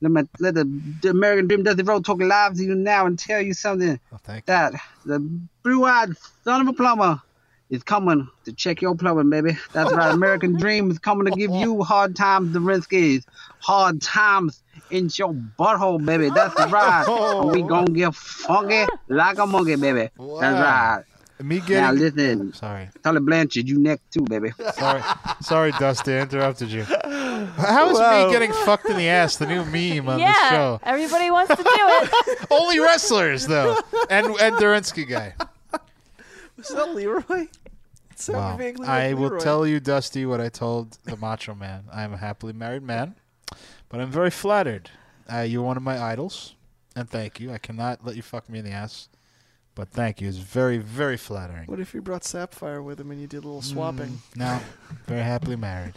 Let, me, let the, the American Dream, Dusty Rose talk live to you now and tell you something
Oh, thank
that the blue-eyed son of a plumber is coming to check your plumbing, baby. That's right. American Dream is coming to give you hard times, the Rinskies. Hard times in your butthole, baby. That's right.
Oh.
And we gonna get funky like a monkey, baby. That's right.
Me
Now
getting-
listen,
sorry.
Tully Blanchard, you next too, baby.
Sorry, sorry, Dusty, I interrupted you. How is
Whoa.
me getting fucked in the ass the new meme on the
yeah,
show?
everybody wants to do it.
Only wrestlers though, and and Durinsky guy.
Is that Leroy? It sounded
Wow.
vaguely like
I will
Leroy.
tell you, Dusty, what I told the Macho Man. I am a happily married man, but I'm very flattered. Uh, you're one of my idols, and thank you. I cannot let you fuck me in the ass, but thank you. It's very, very flattering.
What if you brought Sapphire with him and you did a little
Mm,
swapping?
Now, very happily married.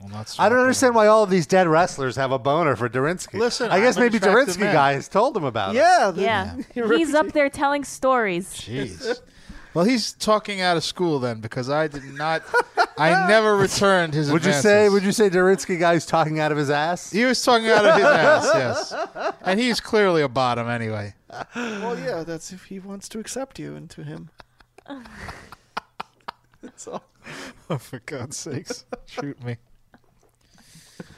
Well, not
I don't understand why all of these dead wrestlers have a boner for Dorinsky.
Listen,
I guess
I'm an
maybe
attractive
Dorinsky
man.
guy has told him about it.
Yeah,
yeah. He's up there telling stories.
Jeez. Well, he's talking out of school then because I did not. I never returned his.
Would you say? Would you say Dorinsky guy's talking out of his ass?
He was talking out of his ass, yes. And he's clearly a bottom anyway.
well, yeah, that's if he wants to accept you into him. that's all.
Oh, for God's sakes, shoot me.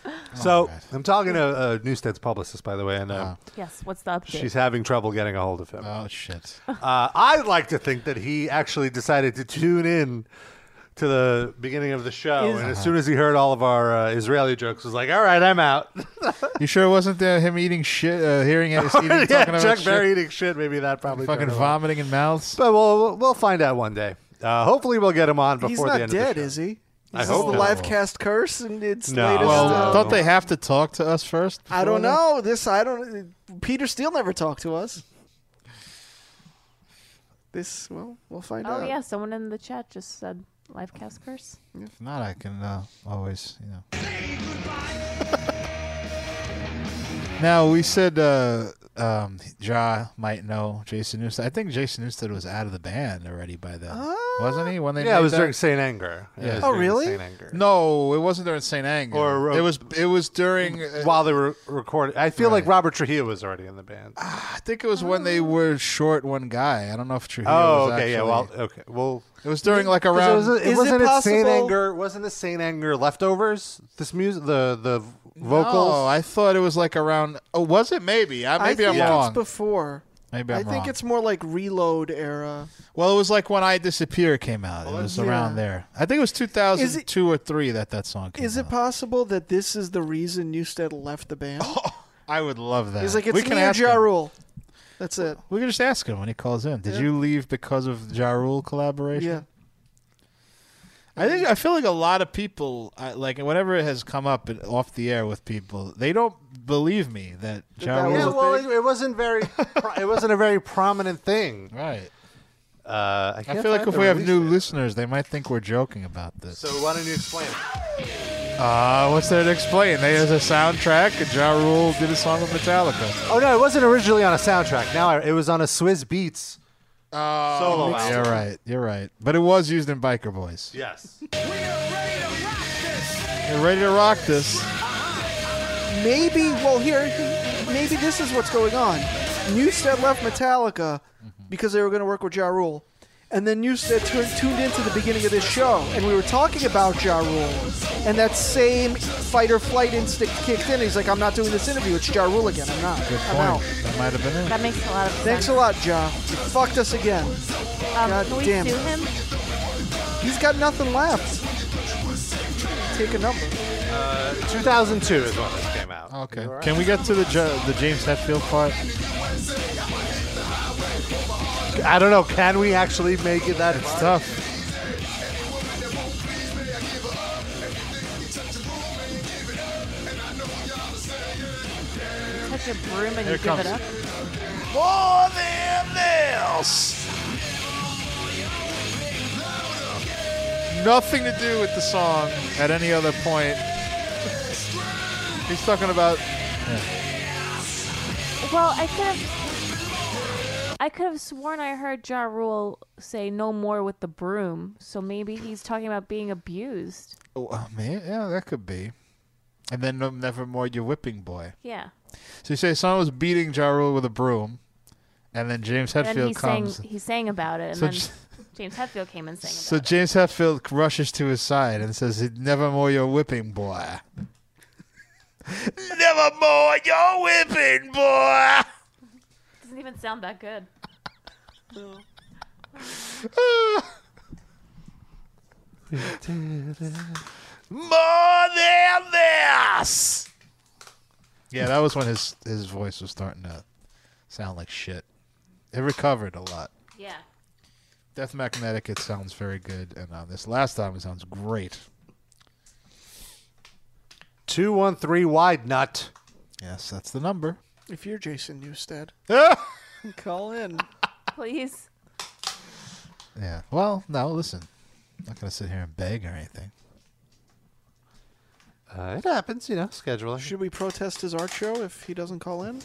Oh,
So I'm talking to uh, Newstead's publicist, by the way, and uh,
Uh-huh.
Yes. What's the update?
she's having trouble getting a hold of him.
Oh shit!
uh, I like to think that he actually decided to tune in to the beginning of the show,
Is-
and as soon as he heard all of our uh, Israeli jokes, was like, "All right, I'm out."
You sure it wasn't uh, him eating shit, uh, hearing it, eating,
Yeah,
talking about
Chuck
shit?
Berry eating shit. Maybe that probably
Fucking
turned him off.
vomiting in mouths.
But we'll we'll find out one day. Uh, hopefully, we'll get him on before
He's
the
not
end of
dead,
the show.
is he?
I
Is this
hope
the
not.
live cast curse and it's
No.
latest.
Well,
uh,
Don't they have to talk to us first?
I don't
before
know. This I don't. Peter Steele never talked to us. This well, we'll find out.
Oh yeah, someone in the chat just said life cast curse.
that? If not, I can uh, always, you know. Now we said uh, um, Ja might know Jason Newsted. I think Jason Newsted was out of the band already by then, wasn't he? When they
Ah. Yeah, it
made
was
that?
during Saint Anger. It
Yeah.
was
Oh,
during the
really?
Saint Anger.
No, it wasn't during Saint Anger.
Or, uh,
it was it was during uh,
While they were recording, I feel like Robert Trujillo was already in the band.
I think it was when they were short one guy. I don't know if Trujillo.
Oh,
was
okay, yeah,
actually-
well, okay, well,
it was during like around.
It, was, Um, it wasn't it Saint Anger. Wasn't it Saint Anger leftovers? This music, the the v- vocals.
No, I thought it was like around. Oh, was it maybe? I,
I
maybe
think
I'm wrong.
It's before.
Maybe I'm
I think
wrong.
it's more like Reload era.
well, it was like when I Disappear came out. it was
yeah.
around there. I think it was 2002 or three that that song came.
Is it possible that this is the reason Newstead left the band?
I would love that.
He's like, it's
we can
me or
ask
Ja
him.
Rule. That's it.
We can just ask him when he calls in. Did you leave because of the Ja Rule collaboration?
Yeah.
I think I feel like a lot of people, I, like whenever it has come up in- off the air with people, they don't believe me that Ja Rule.
yeah, well, it, it wasn't very. pro- it wasn't a very prominent thing.
Right.
Uh, I,
I
can't
feel like
find
if
the
we have
release
new
date.
listeners, they might think we're joking about this.
So why don't you explain? it?
Uh, what's there to explain? There's a soundtrack. and Ja Rule did a song with Metallica.
Oh no, it wasn't originally on a soundtrack. Now I, it was on a Swizz Beats
Oh,
solo album.
you're right. You're right. But it was used in Biker Boys.
Yes.
You're ready to rock this.
Maybe. Well, here. maybe this is what's going on. Newstead left Metallica
Mm-hmm.
because they were going to work with Ja Rule. And then Newstead tu- tuned into the beginning of this show, and we were talking about Ja Rule. And that same fight or flight instinct kicked in. He's like, I'm not doing this interview. It's Ja Rule again. I'm not.
Good
I'm out.
point. That might have been it.
That makes a lot of
Thanks
sense.
a lot, Ja. You fucked us again.
Um,
God
can we
damn
sue
it.
him?
He's got nothing left. Take a number.
Uh, 2002 is when this came out.
Okay. Can we get to the Ja- the James Hetfield part?
I don't know. Can we actually make it that? It's tough.
Touch a broom and
Here
you
it
give
comes.
it up.
More than nails. Nothing to do with the song at any other point. He's talking about.
Well, I could have. I could have sworn I heard Ja Rule say no more with the broom, so maybe he's talking about being abused.
Oh, uh, man, yeah, that could be. And then um, nevermore, your whipping boy.
Yeah.
So you say someone was beating Ja Rule with a broom, and then James Hetfield
and then he sang,
comes.
he sang about it, and
So
then
j-
James Hetfield came and sang about
So James Hetfield rushes to his side and says, "Nevermore, your whipping boy." Nevermore, your whipping boy.
it. Doesn't even sound that good.
More than this.
Yeah, that was when his his voice was starting to sound like shit. It recovered a lot.
Yeah.
Death Magnetic, it sounds very good, and on this last album, it sounds great.
213 Wide Nut.
Yes, that's the number.
If you're Jason Newstead,
Ah!
call in.
Please.
Yeah. Well, no, listen. I'm not gonna sit here and beg or anything.
Uh, it happens, you know, scheduling.
Should we protest his art show if he doesn't call in?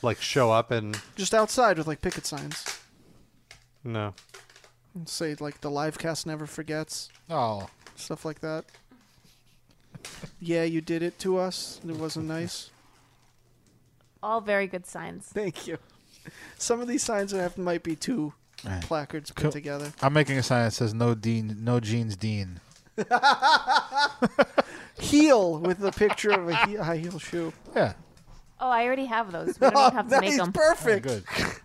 Like, show up and.
Just outside with like picket signs
No.
and say like the live cast never forgets.
Oh.
Stuff like that. Yeah, you did it to us. and It wasn't nice.
All very good signs.
Thank you. Some of these signs I have might be two
Right.
placards put
Cool.
together.
I'm making a sign that says "No Dean, No Jeans Dean."
Heel with a picture of a he- high heel shoe.
Yeah.
Oh, I already have those. We don't even have to make them.
perfect.
Just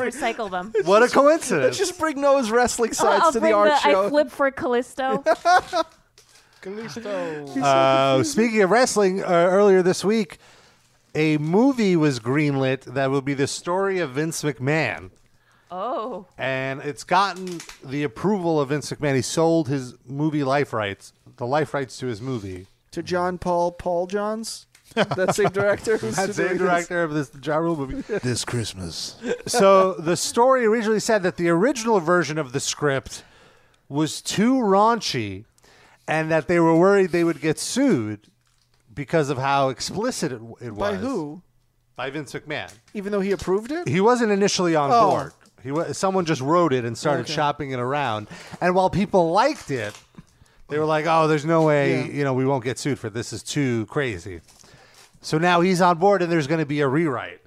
recycle them.
What a
Let's
coincidence.
just bring Noah's wrestling
Oh,
sides
I'll
to the
bring
art show.
I flip for Callisto.
Callisto.
Uh, speaking of wrestling, uh, earlier this week, a movie was greenlit that will be the story of Vince McMahon.
Oh.
and it's gotten the approval of Vince McMahon. He sold his movie life rights, the life rights to his movie.
to John Paul Paul Johns, that same director. who's
That same
doing this.
director of this Ja Rule movie.
this Christmas.
so the story originally said that the original version of the script was too raunchy, and that they were worried they would get sued because of how explicit it, it was.
By who?
By Vince McMahon.
Even though he approved it.
He wasn't initially on
Oh.
board. He wa someone just wrote it and started
Okay.
shopping it around. And while people liked it, they were like, "Oh, there's no way,
Yeah.
you know, we won't get sued for this. Is too crazy." So now he's on board, and there's going to be a rewrite.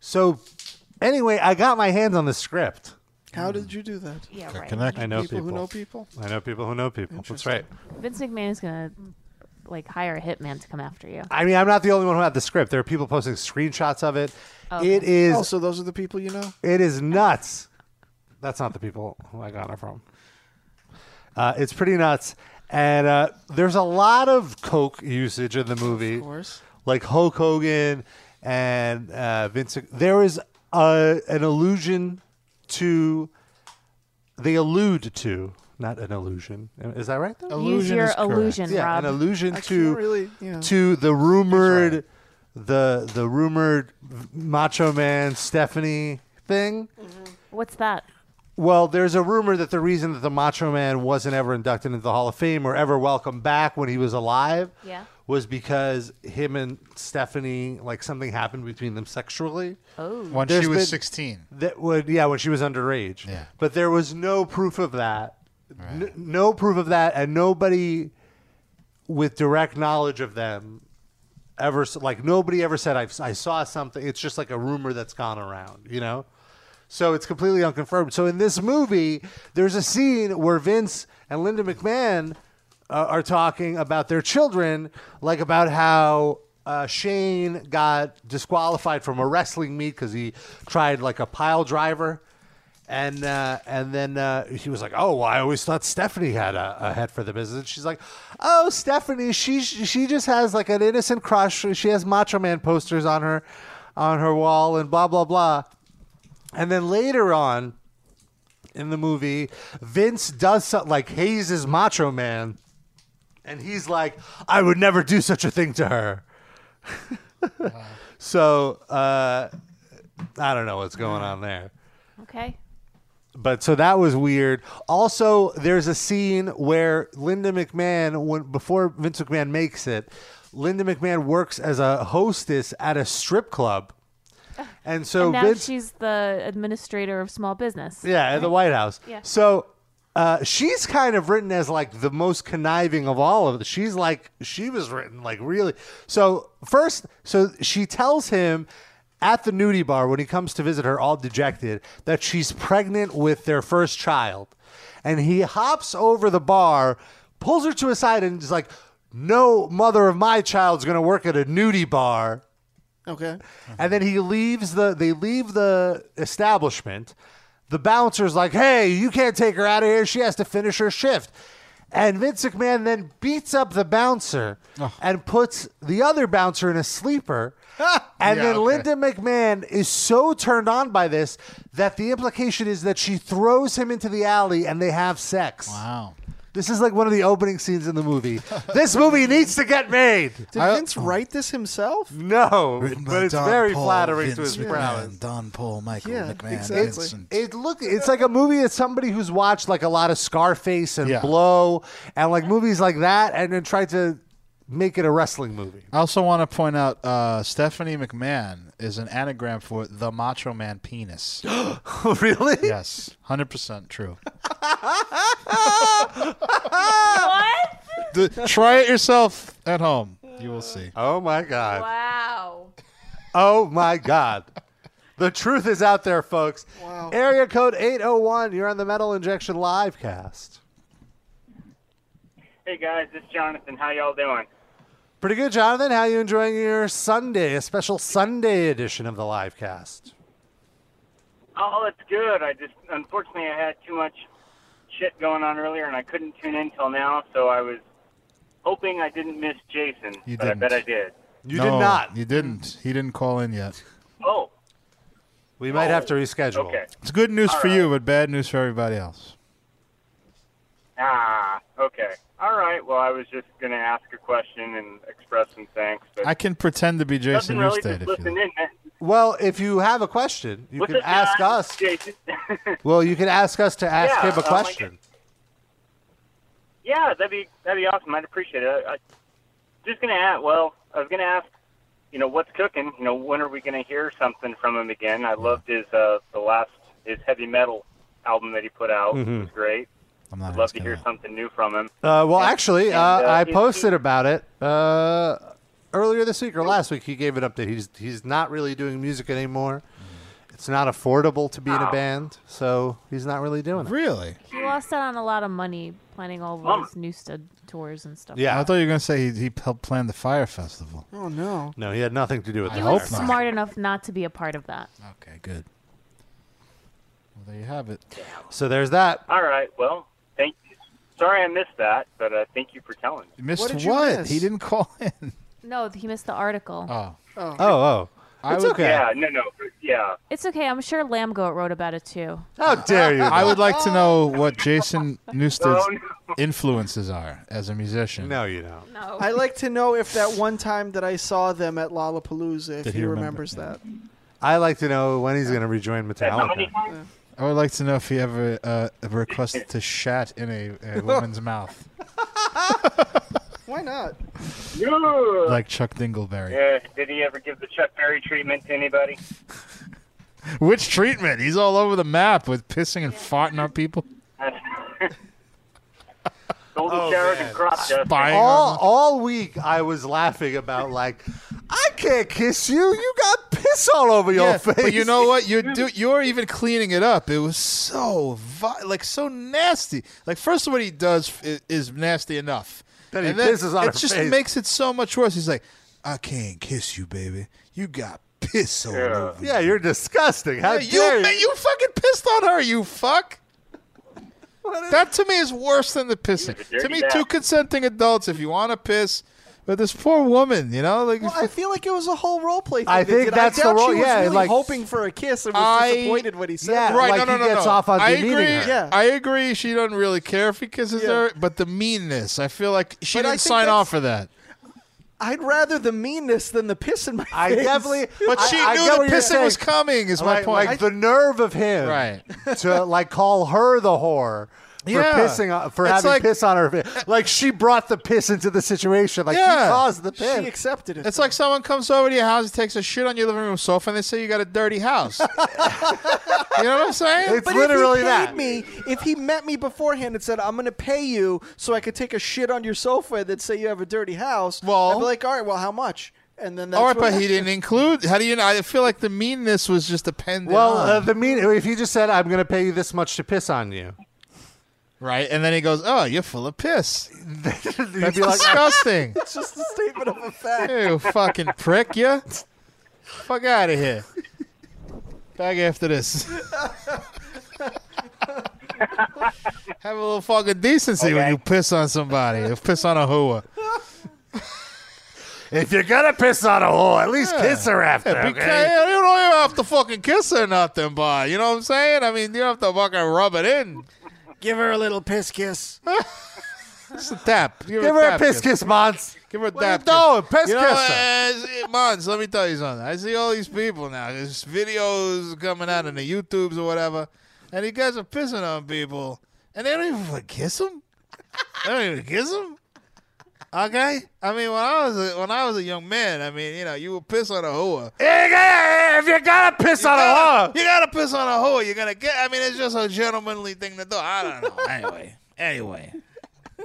So anyway, I got my hands on the script.
How did you do that?
Yeah, right.
I know
people, who know people.
I know people who know people. That's right.
Vince McMahon is gonna like hire a hitman to come after you.
I mean, I'm not the only one who had the script. There are people posting screenshots of it.
Okay.
It is
Oh, so those are the people you know.
It is nuts. That's not the people who I got it from. Uh, it's pretty nuts. And uh, there's a lot of Coke usage in the movie. Of
course.
Like Hulk Hogan and uh, Vince. There is a, an allusion to. They allude to, not an illusion. Is that right? though?
Use your illusion,
yeah,
Rob.
an allusion
Um, I
to
can't really. Yeah.
to the rumored the the rumored Macho Man Stephanie thing.
What's that?
Well, there's a rumor that the reason that the Macho Man wasn't ever inducted into the Hall of Fame or ever welcomed back when he was alive
Yeah.
was because him and Stephanie like something happened between them sexually.
Oh.
When
There's
she was
been-
16.
That would yeah when she was underage.
Yeah.
But there was no proof of that. N- no proof of that, and nobody with direct knowledge of them ever s- like nobody ever said I've, I saw something. It's just like a rumor that's gone around, you know. So it's completely unconfirmed. So in this movie, there's a scene where Vince and Linda McMahon uh, are talking about their children, like about how uh, Shane got disqualified from a wrestling meet because he tried like a pile driver. And uh, and then uh, he was like, "Oh, well, I always thought Stephanie had a, a head for the business." And she's like, "Oh, Stephanie, she she just has like an innocent crush. She has Macho Man posters on her on her wall and blah blah blah." And then later on in the movie, Vince does so- like hazes Macho Man, and he's like, "I would never do such a thing to her." so uh, I don't know what's going on there.
Okay.
But so that was weird. Also, there's a scene where Linda McMahon, when before Vince McMahon makes it, Linda McMahon works as a hostess at a strip club, and so
and now
Vince,
she's the administrator of small business.
yeah, at the White House.
Yeah.
So uh, she's kind of written as like the most conniving of all of it. She's like she was written like really. So first, so she tells him at the nudie bar when he comes to visit her, all dejected, that she's pregnant with their first child, and he hops over the bar, pulls her to his side, and is like, "No mother of my child's gonna work at a nudie bar."
Okay.
And then he leaves the they leave the establishment. The bouncer's like, "Hey, you can't take her out of here. She has to finish her shift." And Vince McMahon then beats up the bouncer and puts the other bouncer in a sleeper. and
Yeah,
then
okay.
Linda McMahon is so turned on by this that the implication is that she throws him into the alley and they have sex. Wow. This is like one of the opening scenes in the movie. this movie needs to get made.
Did Vince write this himself?
No, but it's very flattering to
Vince
his prowess.
McMahon, Don Paul, Michael
Yeah,
McMahon,
exactly.
Vincent.
It look it's like a movie that somebody who's watched like a lot of Scarface and
Yeah.
Blow and like movies like that and then tried to make it a wrestling movie.
I also want to point out uh, Stephanie McMahon is an anagram for the Macho Man penis.
really?
Yes, hundred percent true.
what?
D- try it yourself at home. You will see.
Oh my god.
Wow.
Oh my god. The truth is out there, folks. Area code 801, you're on the Metal Injection live cast.
Hey guys, this is Jonathan. How y'all doing?
Pretty good, Jonathan. How you enjoying your Sunday, a special Sunday edition of the live cast?
Oh, it's good. I just unfortunately I had too much shit going on earlier, and I couldn't tune in till now. So I was hoping I didn't miss Jason,
You
but
didn't.
I bet I did.
You
No,
did not.
You didn't. He didn't call in yet.
Oh,
We might have to reschedule.
okay.
It's good news for you, but bad news for everybody else.
Ah, okay. All right. Well, I was just gonna ask a question and express some thanks, but
I can pretend to be Jason
nothing really.
Newsted
Just
if you.
listen in. man.
Well, if you have a question, you
What's
can
up,
ask
guys?
us.
Jason.
Well, you can ask us to ask
Yeah,
him a
um, I
question.
Yeah, that'd be that'd be awesome. I'd appreciate it. I, I just gonna ask. Well, I was gonna ask. You know what's cooking? You know when are we gonna hear something from him again? I loved his uh, the last his heavy metal album that he put out. It
Mhm.
was great.
I'm not
I'd love to hear something new from him.
Uh, well, actually, uh,
and, uh,
I
is
posted about it uh, earlier this week or last week. He gave an update. He's he's not really doing music anymore. It's not affordable to be in a
Oh.
band, so he's not really doing it.
Really?
He lost out on a lot of money planning all of his Newstead tours and stuff.
I thought you were going to say he, he helped plan the fire festival.
Oh no.
No, he had nothing to do with
He
the
was
fire.
smart enough not to be a part of that.
Okay, good. Well, there you have it.
So there's that.
All right. Well, thank. you. Sorry I missed that, but uh, thank you for telling. me.
You missed what? He didn't call in.
No, he missed the article.
Oh.
Oh.
oh.
I
It's
would-
okay.
Yeah. No. No. Yeah.
It's okay. I'm sure Lamb Goat wrote about it too.
How dare you?
I would like to know what Jason Newsted's
Oh,
influences are as a musician.
No, you don't.
No.
I like to know if that one time that I saw them at Lollapalooza, if
Did
he,
he remember?
remembers that.
I like to know when he's going to rejoin Metallica.
I would like to know if he ever uh, requested to shat in a, a woman's mouth,
Why not?
like Chuck Dingleberry.
Yeah. Did he ever give the Chuck Berry treatment to anybody?
Which treatment? He's all over the map with pissing and farting on people.
Golden showers and crop dust.
Oh, Spying
all all week I was laughing about like can't kiss you. You got piss all over your
Yeah,
face.
But you know what? You're do- you're even cleaning it up. It was so vi- like so nasty. Like first of what he does is, is nasty enough.
Then he
and then
pisses on
it
her
just
face.
makes it so much worse. He's like, I can't kiss you, baby. You got piss all over.
Yeah, you're disgusting. How
Yeah,
dare
you,
you?
ma- you fucking pissed on her, you fuck. That to me is worse than the pissing.
dirty
To me,
bastard.
two consenting adults, if you want to piss, but this poor woman, you know, like
Well, I feel like it was a whole role play. Thing
I
they
think
did.
that's
I
the
doubt
role-
She was
yeah,
really
like-
hoping for a kiss and was
I-
disappointed when he said.
Yeah,
that.
right. no, no, no, no. I agree.
Yeah.
I agree. She doesn't really care if he kisses
Yeah.
her, but the meanness. I feel like she
But I
didn't
think
sign off
that's-
for that.
I'd rather the meanness than the piss in my
I
face.
definitely.
But
I-
she
I
knew
get
the
what you're
pissing was
saying.
coming, is my
Like-
point.
Like the nerve of him,
right?
To like call her the whore. For
Yeah.
pissing on, for
It's
having
like-
piss on her, fa- like she brought the piss into the situation, like he caused the piss.
accepted it.
It's like someone comes over to your house, takes a shit on your living room sofa, and they say you got a dirty house. you know what I'm saying?
but if he paid me, if he met me beforehand and said, "I'm going to pay you so I could take a shit on your sofa," and then say you have a dirty house, well, I'd be like, "All right, well, how much?" And then that's
All right,
what
but Oh, he didn't include. How do you know? I feel like the meanness was just appended.
Well,
on.
uh, the mean if you just said I'm going to pay you this much to piss on you,
right, and then he goes, "Oh, you're full of piss." That's
"Oh."
be like-
disgusting.
it's just a statement of a fact.
You fucking prick, you. Fuck out of here. Back after this. Have a little fucking decency when you piss on somebody. You piss on a whore.
If you're gonna piss on a whore, at least kiss her after,
Yeah,
okay?
because You don't even have to fucking kiss her or nothing, but you know what I'm saying? I mean, you don't have to fucking rub it in.
Give her a little piss kiss.
Just a tap. Give,
Give her a
tap
piss kiss, Mons.
Give her a
What are you
tap
doing?
kiss.
Piss
you know,
kiss
uh, Mons, let me tell you something. I see all these people now. There's videos coming out on the YouTubes or whatever, and you guys are pissing on people, and they don't even like, kiss them. They don't even kiss them. Okay, I mean when I was a, when I was a young man, I mean you know you would piss on a whore.
If you gotta piss on a
gotta-
whore,
you gotta piss on a whore. You gotta get. I mean, it's just a gentlemanly thing to do. I don't know. Anyway, anyway.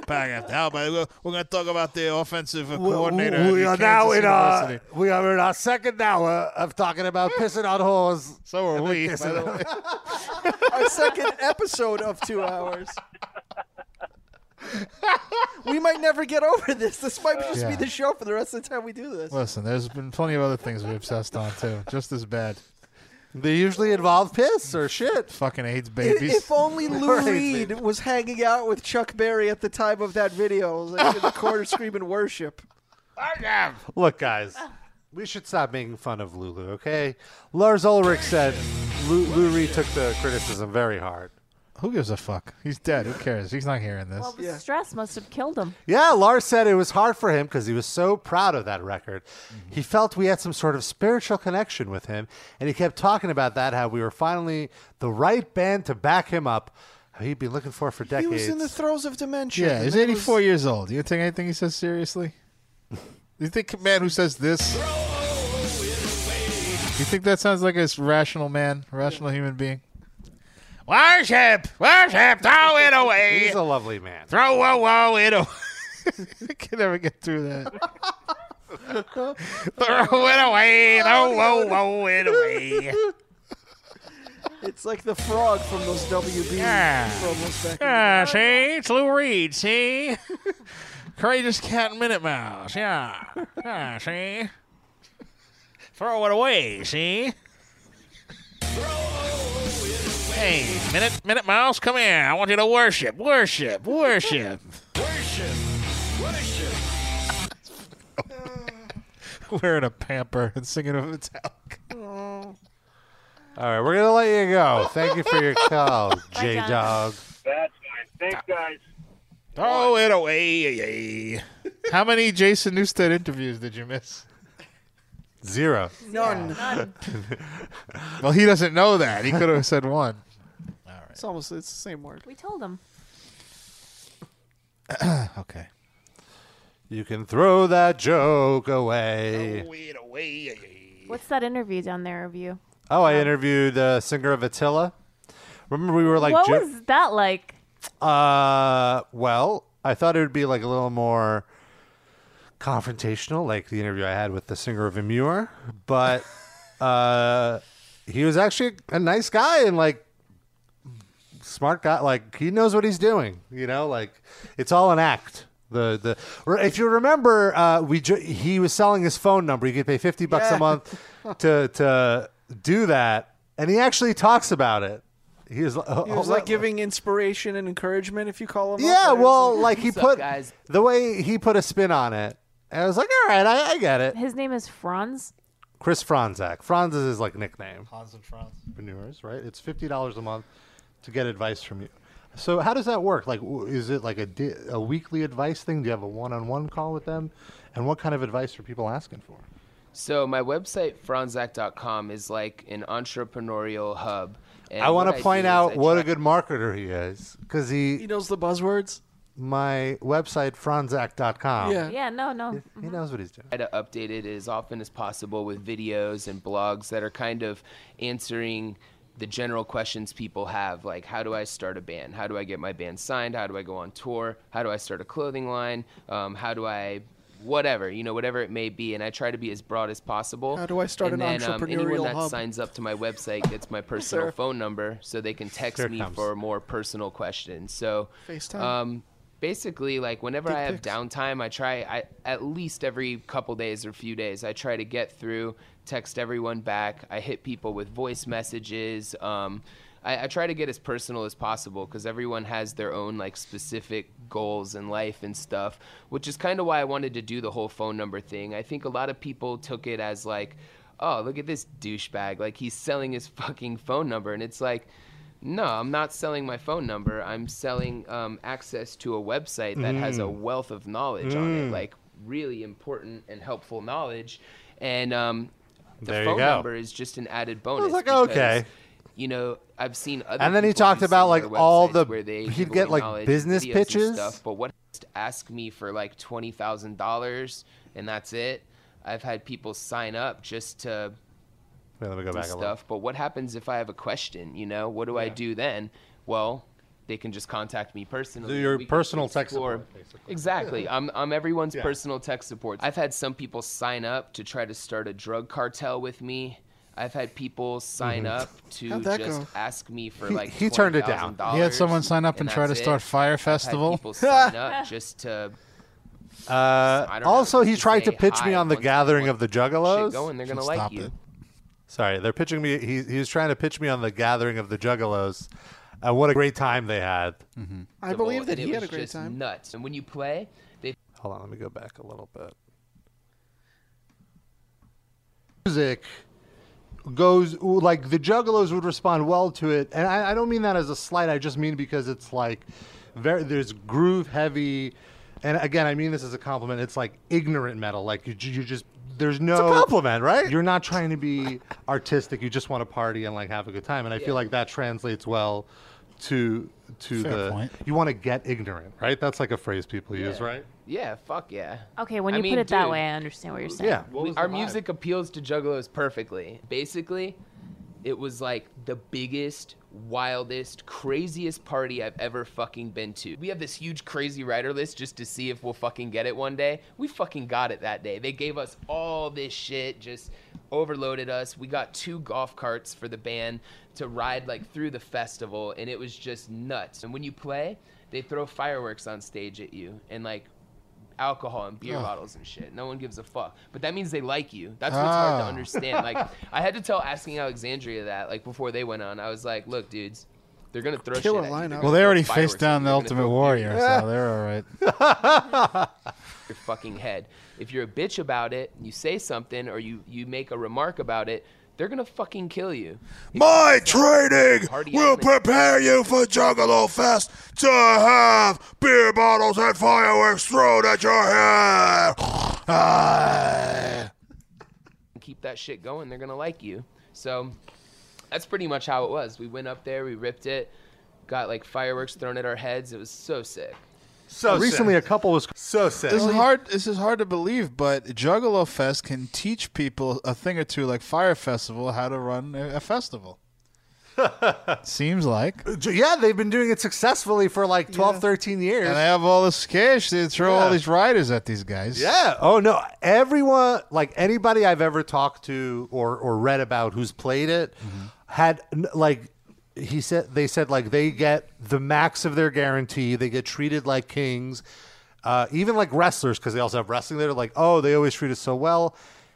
Back after how about we're, we're gonna talk about the offensive uh, coordinator.
We
at
are
Kansas
now in
University.
our we are in our second hour of talking about pissing on whores.
So are we.
Yes,
by the way.
Our second episode of two hours. we might never get over this. This might just be
Yeah.
the show for the rest of the time we do this.
Listen, there's been plenty of other things we obsessed on too, just as bad.
They usually involve piss or shit.
Fucking AIDS
I-
babies.
If only Lou
Right,
Reed was hanging out with Chuck Berry at the time of that video, like in the corner screaming worship.
Look, guys, we should stop making fun of Lulu, okay? Lars Ulrich said Lu, Lou Reed took the criticism very hard.
Who gives a fuck? He's dead. Who cares? He's not hearing this.
Well, the stress must have killed him.
Yeah, Lars said it was hard for him because he was so proud of that record.
Mm-hmm.
He felt we had some sort of spiritual connection with him, and he kept talking about that how we were finally the right band to back him up. How he'd been looking for for
He
decades.
was in the throes of dementia.
yeah, he's
and it
84 years old. Do you think anything he says seriously? you think a man who says this? You think that sounds like a s- rational man, rational human being? Worship, worship, throw it away.
He's a lovely man.
Throw whoa whoa it away. I can never get through that.
was-
throw it away,
Oh,
throw whoa whoa it away.
It's like the frog from those WB
Yeah.
promos back. in the
Yeah,
day.
see, it's Lou Reed. See, courageous cat and Minute Mouse. Yeah, yeah, see. Throw it away, see? Hey, Minute Minute Mouse, come here. I want you to worship, worship, worship.
Worship. Worship.
Wearing a pamper and singing of Metallica.
All right, we're going to let you go. Thank you for your call, J
John.
Dog.
That's fine. Thanks, guys.
Oh,
Throw it away. How many Jason Newsted interviews did you miss?
Zero.
None. None.
Well, he doesn't know that. He could have said one.
It's almost it's the same word.
We told him.
okay.
You can throw that joke away.
What's that interview down there of you?
Oh, I interviewed the singer of Attila. Remember, we were like,
what
jo-
was that like?
uh, well, I thought it would be like a little more confrontational, like the interview I had with the singer of Immure, but uh, he was actually a nice guy and like smart guy. Like he knows what he's doing. You know, like it's all an act. The the or if you remember, uh, we ju- he was selling his phone number. You could pay fifty bucks
Yeah.
a month to to do that, and he actually talks about it. He uh, was,
He was like giving inspiration and encouragement if you call him. up,
Oh, yeah,
or it's
well, like he
"What's up,
put
guys.
the way he put a spin on it. And I was like, all right, I, I get it.
His name is Franz.
Chris Franzak. Franz is his like nickname.
Hans and Franz.
Entrepreneurs, right? It's fifty dollars a month to get advice from you. So how does that work? Like, w- is it like a di- a weekly advice thing? Do you have a one-on-one call with them? And what kind of advice are people asking for?
So my website franzak.com is like an entrepreneurial hub.
I want
what
to
do is
point out
I
what
try-
a good marketer he is because he he
knows the buzzwords.
My website franzak.com.
Yeah. No. mm-hmm. No.
He knows what he's doing.
try to update it as often as possible with videos and blogs that are kind of answering the general questions people have like how do i start a band how do i get my band signed how do i go on tour how do i start a clothing line um, how do i whatever you know whatever it may be and i try to be as broad as possible
How do I start
and
an
then, um, anyone
entrepreneurial
that
hub?
signs up to my website gets my personal
Sure.
phone number so they can text
Here it
me
comes.
for more personal questions so
FaceTime.
um, basically like whenever
Dick
i have
pics.
downtime i try I, at least every couple days or few days i try to get through text everyone back i hit people with voice messages um, I, I try to get as personal as possible because everyone has their own like specific goals in life and stuff which is kind of why i wanted to do the whole phone number thing i think a lot of people took it as like oh look at this douchebag like he's selling his fucking phone number and it's like no, I'm not selling my phone number. I'm selling um, access to a website that has a
Mm.
wealth of knowledge on it,
Mm.
like really important and helpful knowledge. And um, the
There you
phone
go.
number is just an added bonus.
like,
because,
okay.
You know, I've seen other.
And then he
people do
talked about, like,
similar
all
websites
the-
where they
he'd
give
get,
away
like,
knowledge and
business
videos and
pitches.
stuff, but what just ask me for like twenty thousand dollars and that's it. I've had people sign up just to
Wait, let me go
and
back a little.
stuff. But what happens if I have a question? You know, what do I do then? Well, they can just contact me personally.
your
We can
personal tech
explore-
support, basically.
Exactly. I'm, I'm everyone's
Yeah.
personal tech support. I've had some people sign up to try to start a drug cartel with me. I've had people sign
Mhm.
up to
How'd that
just
go?
ask me for
He-
like
he turned it down.
$20,000
He had someone sign up and try to
that's
start
it.
Fire
I've had
Festival.
people sign up just to
Uh, also, he tried to pitch me on the gathering of the juggalos.
shit going, they're gonna like you.
Sorry, they're pitching me. He, he was trying to pitch me on the gathering of the juggalos. Uh, what a great time they had. Mm-hmm.
I believe that
and it
he had
was
a great
just
time.
Nuts. And when you play, they
Hold on, let me go back a little bit. Music goes like the juggalos would respond well to it, and I, I don't mean that as a slight. I just mean because it's like very there's groove heavy, and again, I mean this as a compliment. It's like ignorant metal, like you, you just there's no compliment, right? You're not trying to be artistic. You just want to party and like have a good time, and I feel like that translates well to to
Fair
the
point.
you want to get ignorant, right? That's like a phrase people use,
Yeah.
right?
Yeah, fuck yeah.
Okay, when
I
you
mean,
put it that
dude,
way, I understand what you're saying.
Yeah.
we- our music appeals to juggalos perfectly. Basically, it was like the biggest, wildest, craziest party I've ever fucking been to. We have this huge crazy rider list just to see if we'll fucking get it one day. We fucking got it that day. They gave us all this shit, just overloaded us. We got two golf carts for the band to ride like through the festival, and it was just nuts. And when you play, they throw fireworks on stage at you, and like alcohol and beer
Ugh.
bottles and shit. No one gives a fuck. But that means they like you. That's what's hard to
Ah.
understand. Like I had to tell Asking Alexandria that like before they went on. I was like, look, dudes, they're gonna throw
Killer
shit at you. They're
lineup.
gonna
Well, they
throw
already
fireworks
faced down the Ultimate Warrior, so they're all right.
your fucking head. If you're a bitch about it, you say something or you you make a remark about it, they're gonna fucking kill you.
My training
Party
will
animal.
prepare you for Juggalo Fest to have beer bottles and fireworks thrown at your head. Ah.
keep that shit going, they're gonna like you. So that's pretty much how it was. We went up there, we ripped it, got like fireworks thrown at our heads. It was so sick.
So
recently, a couple was so sick.
This is hard. This is hard to believe, but Juggalo Fest can teach people a thing or two, like Fire Festival, how to run a, a festival. Seems like.
Yeah, they've been doing it successfully for like 12, 13 years.
And they have all this cash. They throw all
Yeah.
these riders at these guys.
Yeah. Oh no. Everyone, like anybody I've ever talked to or or read about who's played it,
Mm-hmm.
had n- like he said they said like they get the max of their guarantee. They get treated like kings, uh, even like wrestlers because they also have wrestling. They're like, oh, they always treat us so well.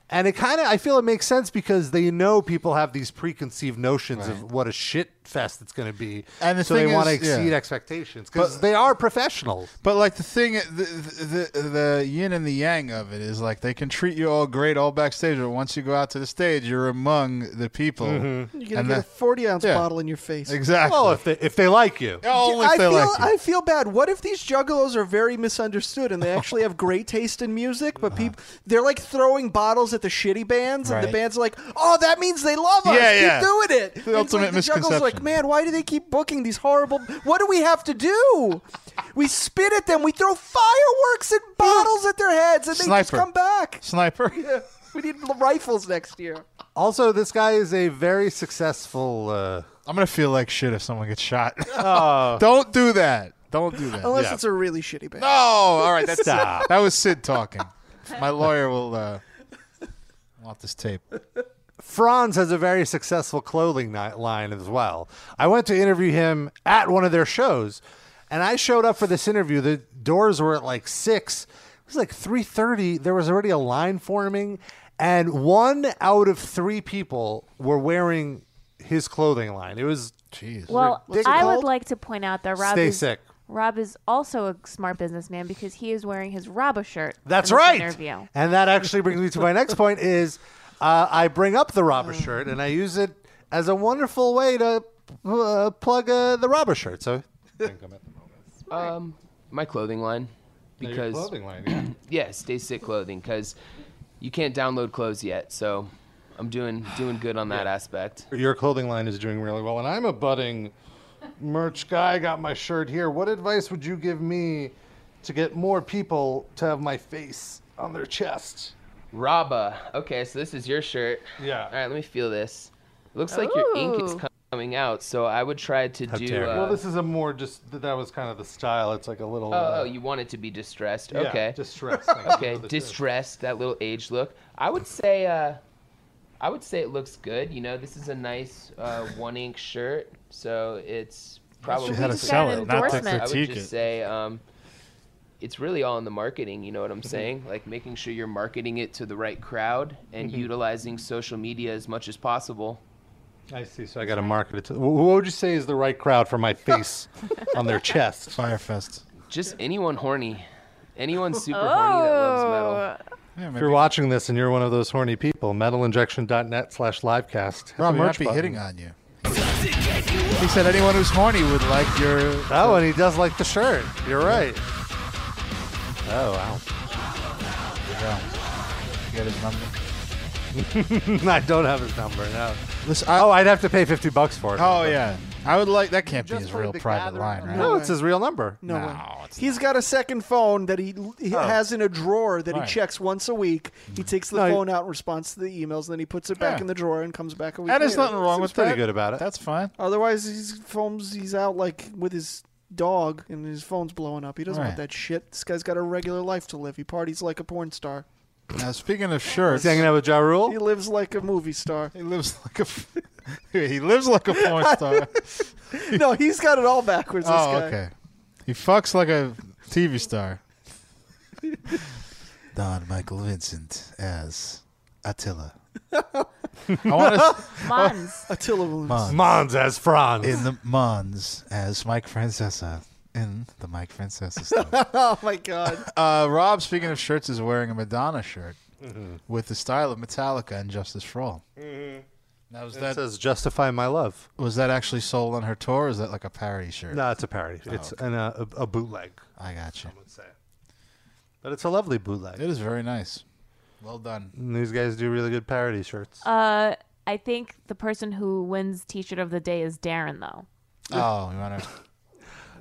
And it kind of, I feel it makes sense because they know people have these preconceived notions of what a shit fest it's going to be,
And the
so they
thing
want to
is- yeah.
exceed expectations because they are professionals.
But like the thing, the, the the yin and the yang of it is like they can treat you all great all backstage, but once you go out to the stage, you're among the people.
You're gonna
And
get a
that-
forty ounce
yeah.
bottle in your face.
Exactly.
Mm-hmm. Well, if they if they like you,
only
I
if they
feel
like you.
I feel bad. What if these juggalos are very misunderstood and they actually have great taste in music, but people they're like throwing bottles at the shitty bands, and
Uh-huh. Right.
the bands are like, "Oh, that means they love us.
Yeah,
keep
yeah.
doing it."
The
And it's like
ultimate
the Jugglos are like,
misconception.
man, why do they keep booking these horrible? What do we have to do? We spit at them. We throw fireworks and bottles at their heads, and they just
Sniper.
come back.
Sniper.
Yeah. We need rifles next year.
Also, this guy is a very successful. Uh,
I'm gonna feel like shit if someone gets shot.
Oh.
Don't do that. Don't do that.
Unless it's a really shitty band.
no. Oh, All right, that's
Stop.
That was Sid talking. My lawyer will uh, want this tape.
Franz has a very successful clothing ni- line as well. I went to interview him at one of their shows, and I showed up for this interview. The doors were at like six. It was like three thirty. There was already a line forming, and one out of three people were wearing his clothing line. It was jeez.
Well, I would like to point out that Rob
Stay
is,
sick.
Rob is also a smart businessman because he is wearing his Rob shirt.
That's
in this
right.
Interview.
And that actually brings me to my next point is uh, I bring up the robber
Mm.
shirt and I use it as a wonderful way to uh, plug uh, the robber shirt. So
Um, my clothing line,
Yeah, your
because
clothing line, yeah.
yeah, stay sick clothing, because you can't download clothes yet, so I'm doing doing good on that aspect.
your clothing line is doing really well and I'm a budding merch guy. I got my shirt here. What advice would you give me to get more people to have my face on their chest?
Raba. Okay, so this is your shirt. Yeah. All right, let me feel this. Looks like your ink is
Ooh.
com- coming out, so I would try to do. Uh,
well, this is a more just that was kind of the style. It's like a little
Uh,
uh,
Oh, oh, you want it to be distressed.
Yeah,
okay.
distressed. Thank you
okay, distressed, that little age look. I would say uh I would say it looks good. You know, this is a nice uh, one ink shirt, so it's probably
how to Just sell got an it, not to endorsement.
I
critique
would just
it.
say um it's really all in the marketing, you know what I'm
Mm-hmm.
saying? Like making sure you're marketing it to the right crowd and
Mm-hmm.
utilizing social media as much as possible.
I see. So I got to market it to. wh- What would you say is the right crowd for my face on their chest?
Firefest.
Just anyone horny. Anyone super horny that
Oh.
loves metal.
if you're watching this and you're one of those horny people, metalinjection.net slash livecast. hit
Rob,
the
you might
merch
be
button.
hitting on you. He said anyone who's horny would like your.
Oh, and he does like the shirt. You're right. Oh, wow.
Get his number.
I don't have his number, no.
Listen,
oh, I'd have to pay 50 bucks for it.
Oh yeah, I would like that. Can't be
Just
his
for
real
the
private
gathering
line, right?
No, it's his real number.
No, way. He's got a second phone that he, he
Oh.
has in a drawer that
Right.
he checks once a week. He takes the
No, he-
phone out in response to the emails, and then he puts it back
Yeah.
in the drawer and comes back a week.
And there's
later.
nothing wrong with
pretty
that.
good about it.
That's fine.
Otherwise, he's phones. He's out like with his dog, and his phone's blowing up. He doesn't
Right.
want that shit. This guy's got a regular life to live. He parties like a porn star.
Now speaking of shirts,
He's hanging out with Ja Rule?
He lives like a movie star. He
lives like a. he lives like a porn star.
no, he's got it all backwards. This
oh,
guy.
okay. He fucks like a TV star. Don Michael Vincent as Attila. I want to.
Mons.
Attila Mons.
Mons as Franz.
In the Mons as Mike Francesa. uh, In the Mike Francesa
oh my god.
Uh, Rob, speaking of shirts, is wearing a Madonna shirt
Mm-hmm.
with the style of Metallica and Justice for All. That was
It says justify my love.
Was that actually sold on her tour? Or is that like a parody shirt?
No, it's a parody. it's an, uh, a, a bootleg.
Oh, I got you.
But it's a lovely bootleg.
It is very nice. Well done.
And these guys do really good parody shirts.
Uh, I think the person who wins T-shirt of the day is Darren, though.
Oh, you want to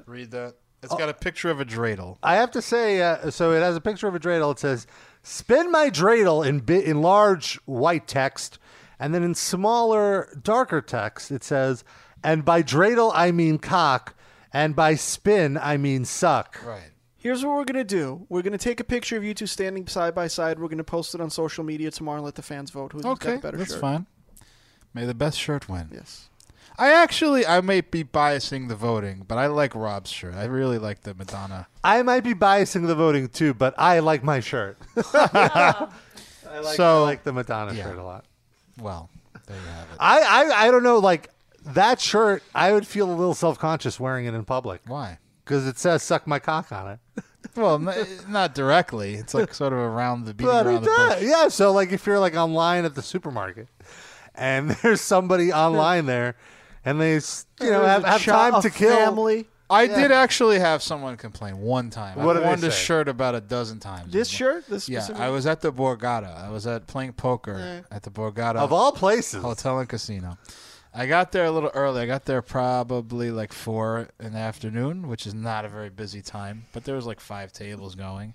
read that? It's
Oh.
got a picture of a dreidel.
I have to say, uh, so it has a picture of a dreidel. It says, "Spin my dreidel" in bi- in large white text, and then in smaller, darker text, it says, And by dreidel, I mean cock. And by spin, I mean suck.
Right.
Here's what we're going to do. We're going to take a picture of you two standing side by side. We're going to post it on social media tomorrow and let the fans vote who's got
Okay,
the better
that's
shirt.
fine. May the best shirt win.
Yes.
I actually, I may be biasing the voting, but I like Rob's shirt. I really like the Madonna.
I might be biasing the voting too, but I like my shirt. I like,
So-
I like the Madonna
Yeah.
shirt a lot.
Well, there you have it.
I, I I don't know, like that shirt, I would feel a little self conscious wearing it in public.
Why?
Because it says "suck my cock" on it.
Well, n- not directly. It's like sort of around the beating
But
around
it
the bush.
does. Yeah. So like, if you're like online at the supermarket, and there's somebody online there, and they s- you know have, have time to kill.
I
Yeah.
did actually have someone complain one time.
What
I
did they
worn this
say?
shirt about a dozen times.
This shirt? This
yeah,
specific-
I was at the Borgata. I was at playing poker at the Borgata
Of all places,
hotel and casino. I got there a little early. I got there probably like four in the afternoon, which is not a very busy time. But there was like five tables going,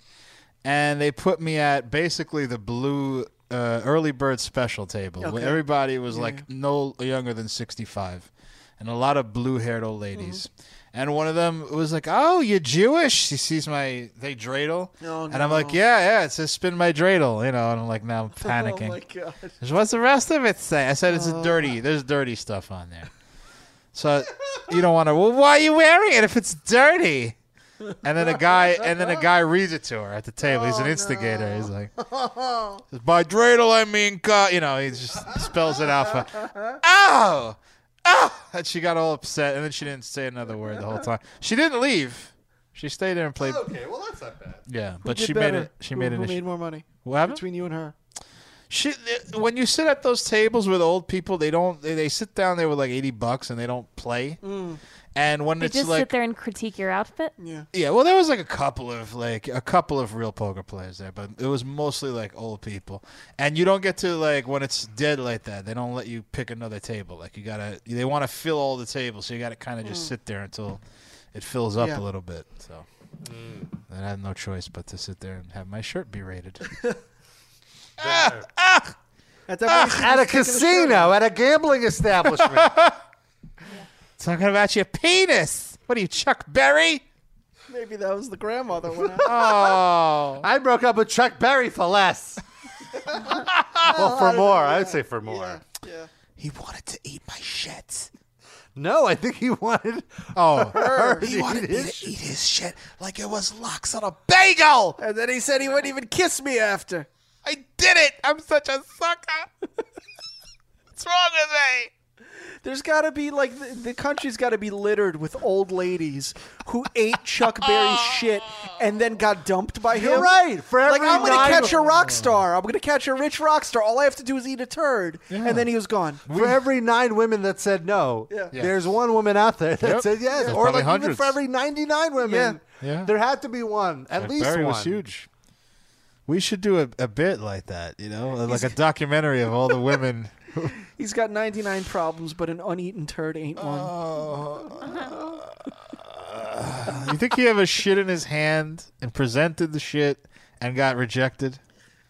and they put me at basically the blue uh, early bird special table. where
Okay.
Everybody was
Yeah,
like
yeah.
no younger than sixty-five, and a lot of blue-haired old ladies. And one of them was like, "Oh, you're Jewish." She sees my they dreidel,
No,
and I'm like,
no.
"Yeah, yeah." It says "spin my dreidel," you know, and I'm like, now I'm
Oh
panicking.
my god.
She said, What's the rest of it say? I said it's a
Oh.
dirty. There's dirty stuff on there. So you don't want to. Well, why are you wearing it if it's dirty? And then a guy, and then a guy reads it to her at the table.
Oh,
He's an instigator. He's like, by dreidel I mean, co-, you know, he just spells it out. For, oh, oh, and she got all upset, and then she didn't say another word the whole time. She didn't leave. She stayed there and played.
Okay, well that's not bad.
Yeah,
Who
but
did
she
better?
made it. She
Who-
made
who
an issue.
made more money?
What happened?
Between you and her.
Shit, uh, when you sit at those tables with old people, they don't. They, they sit down there with like eighty bucks and they don't play.
Mm.
And when
They
it's
just
like,
sit there and critique your outfit.
Yeah.
yeah, well, there was like a couple of like a couple of real poker players there, but it was mostly like old people. And you don't get to like when it's dead like that. They don't let you pick another table. Like you gotta, they want to fill all the tables, so you gotta kind of just
Mm.
sit there until it fills up
Yeah.
a little bit. So. Then I had no choice but to sit there and have my shirt berated.
At,
at
that point, you should
a
just take the shirt
casino, at a gambling establishment.
Talking about your penis. What are you, Chuck Berry?
Maybe that was the grandma that went out.
oh,
I broke up with Chuck Berry for less. well, for more, I would say for more.
He wanted to eat my shit.
No, I think he wanted.
Oh,
her
He
to
wanted
eat
me
his
to eat his shit like it was lox on a bagel.
And then he said he wouldn't even kiss me after.
I did it. I'm such a sucker. What's wrong with me?
There's got to be like the, the country's got to be littered with old ladies who ate Chuck Berry's
Oh.
shit and then got dumped by him.
You're right. For
like
every
I'm gonna
nine- Oh.
catch a rock star. I'm gonna catch a rich rock star. All I have to do is eat a turd, and then he was gone.
For every nine women that said no,
Yeah. Yeah.
there's one woman out there that
Yep.
said yes.
There's
or
probably
like even
hundreds.
for every 99 women,
Yeah. Yeah.
there had to be one, at least
Barry
one.
was huge. We should do a, a bit like that, you know, like a documentary of all the women.
He's got 99 problems, but an uneaten turd ain't one.
Oh.
you think he have a shit in his hand and presented the shit and got rejected?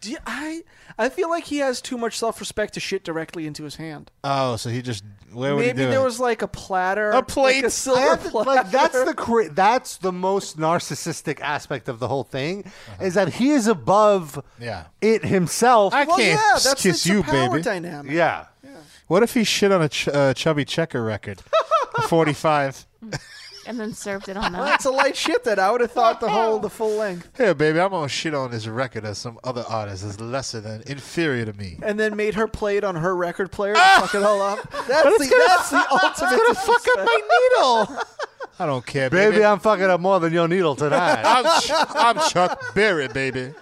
Do you- I I feel like he has too much self-respect to shit directly into his hand.
Oh, so he just where would he
Maybe
do
there
it?
was like a platter,
A plate.
like a
I
silver
have to-
platter.
like that's the cra- that's the most narcissistic aspect of the whole thing is that he is above
Uh-huh. Yeah.
it himself.
I Well, can't yeah, that's- kiss it's a you, power baby.
Dynamic.
Yeah.
What if he shit on a ch- uh, chubby checker record? 45.
And then served it on
Well,
us.
that's a light shit that I would have thought the whole the full length,
Here, baby, I'm going to shit on this record as some other artist that's lesser than, inferior to me.
and then made her play it on her record player to fuck it all up. That's
Ah! it's
the
gonna-
that's the ultimate. It's gonna fuck up my
needle. I don't care,
Baby,
baby.
I'm fucking up more than your needle tonight.
I'm, Ch- I'm Chuck Berry, baby.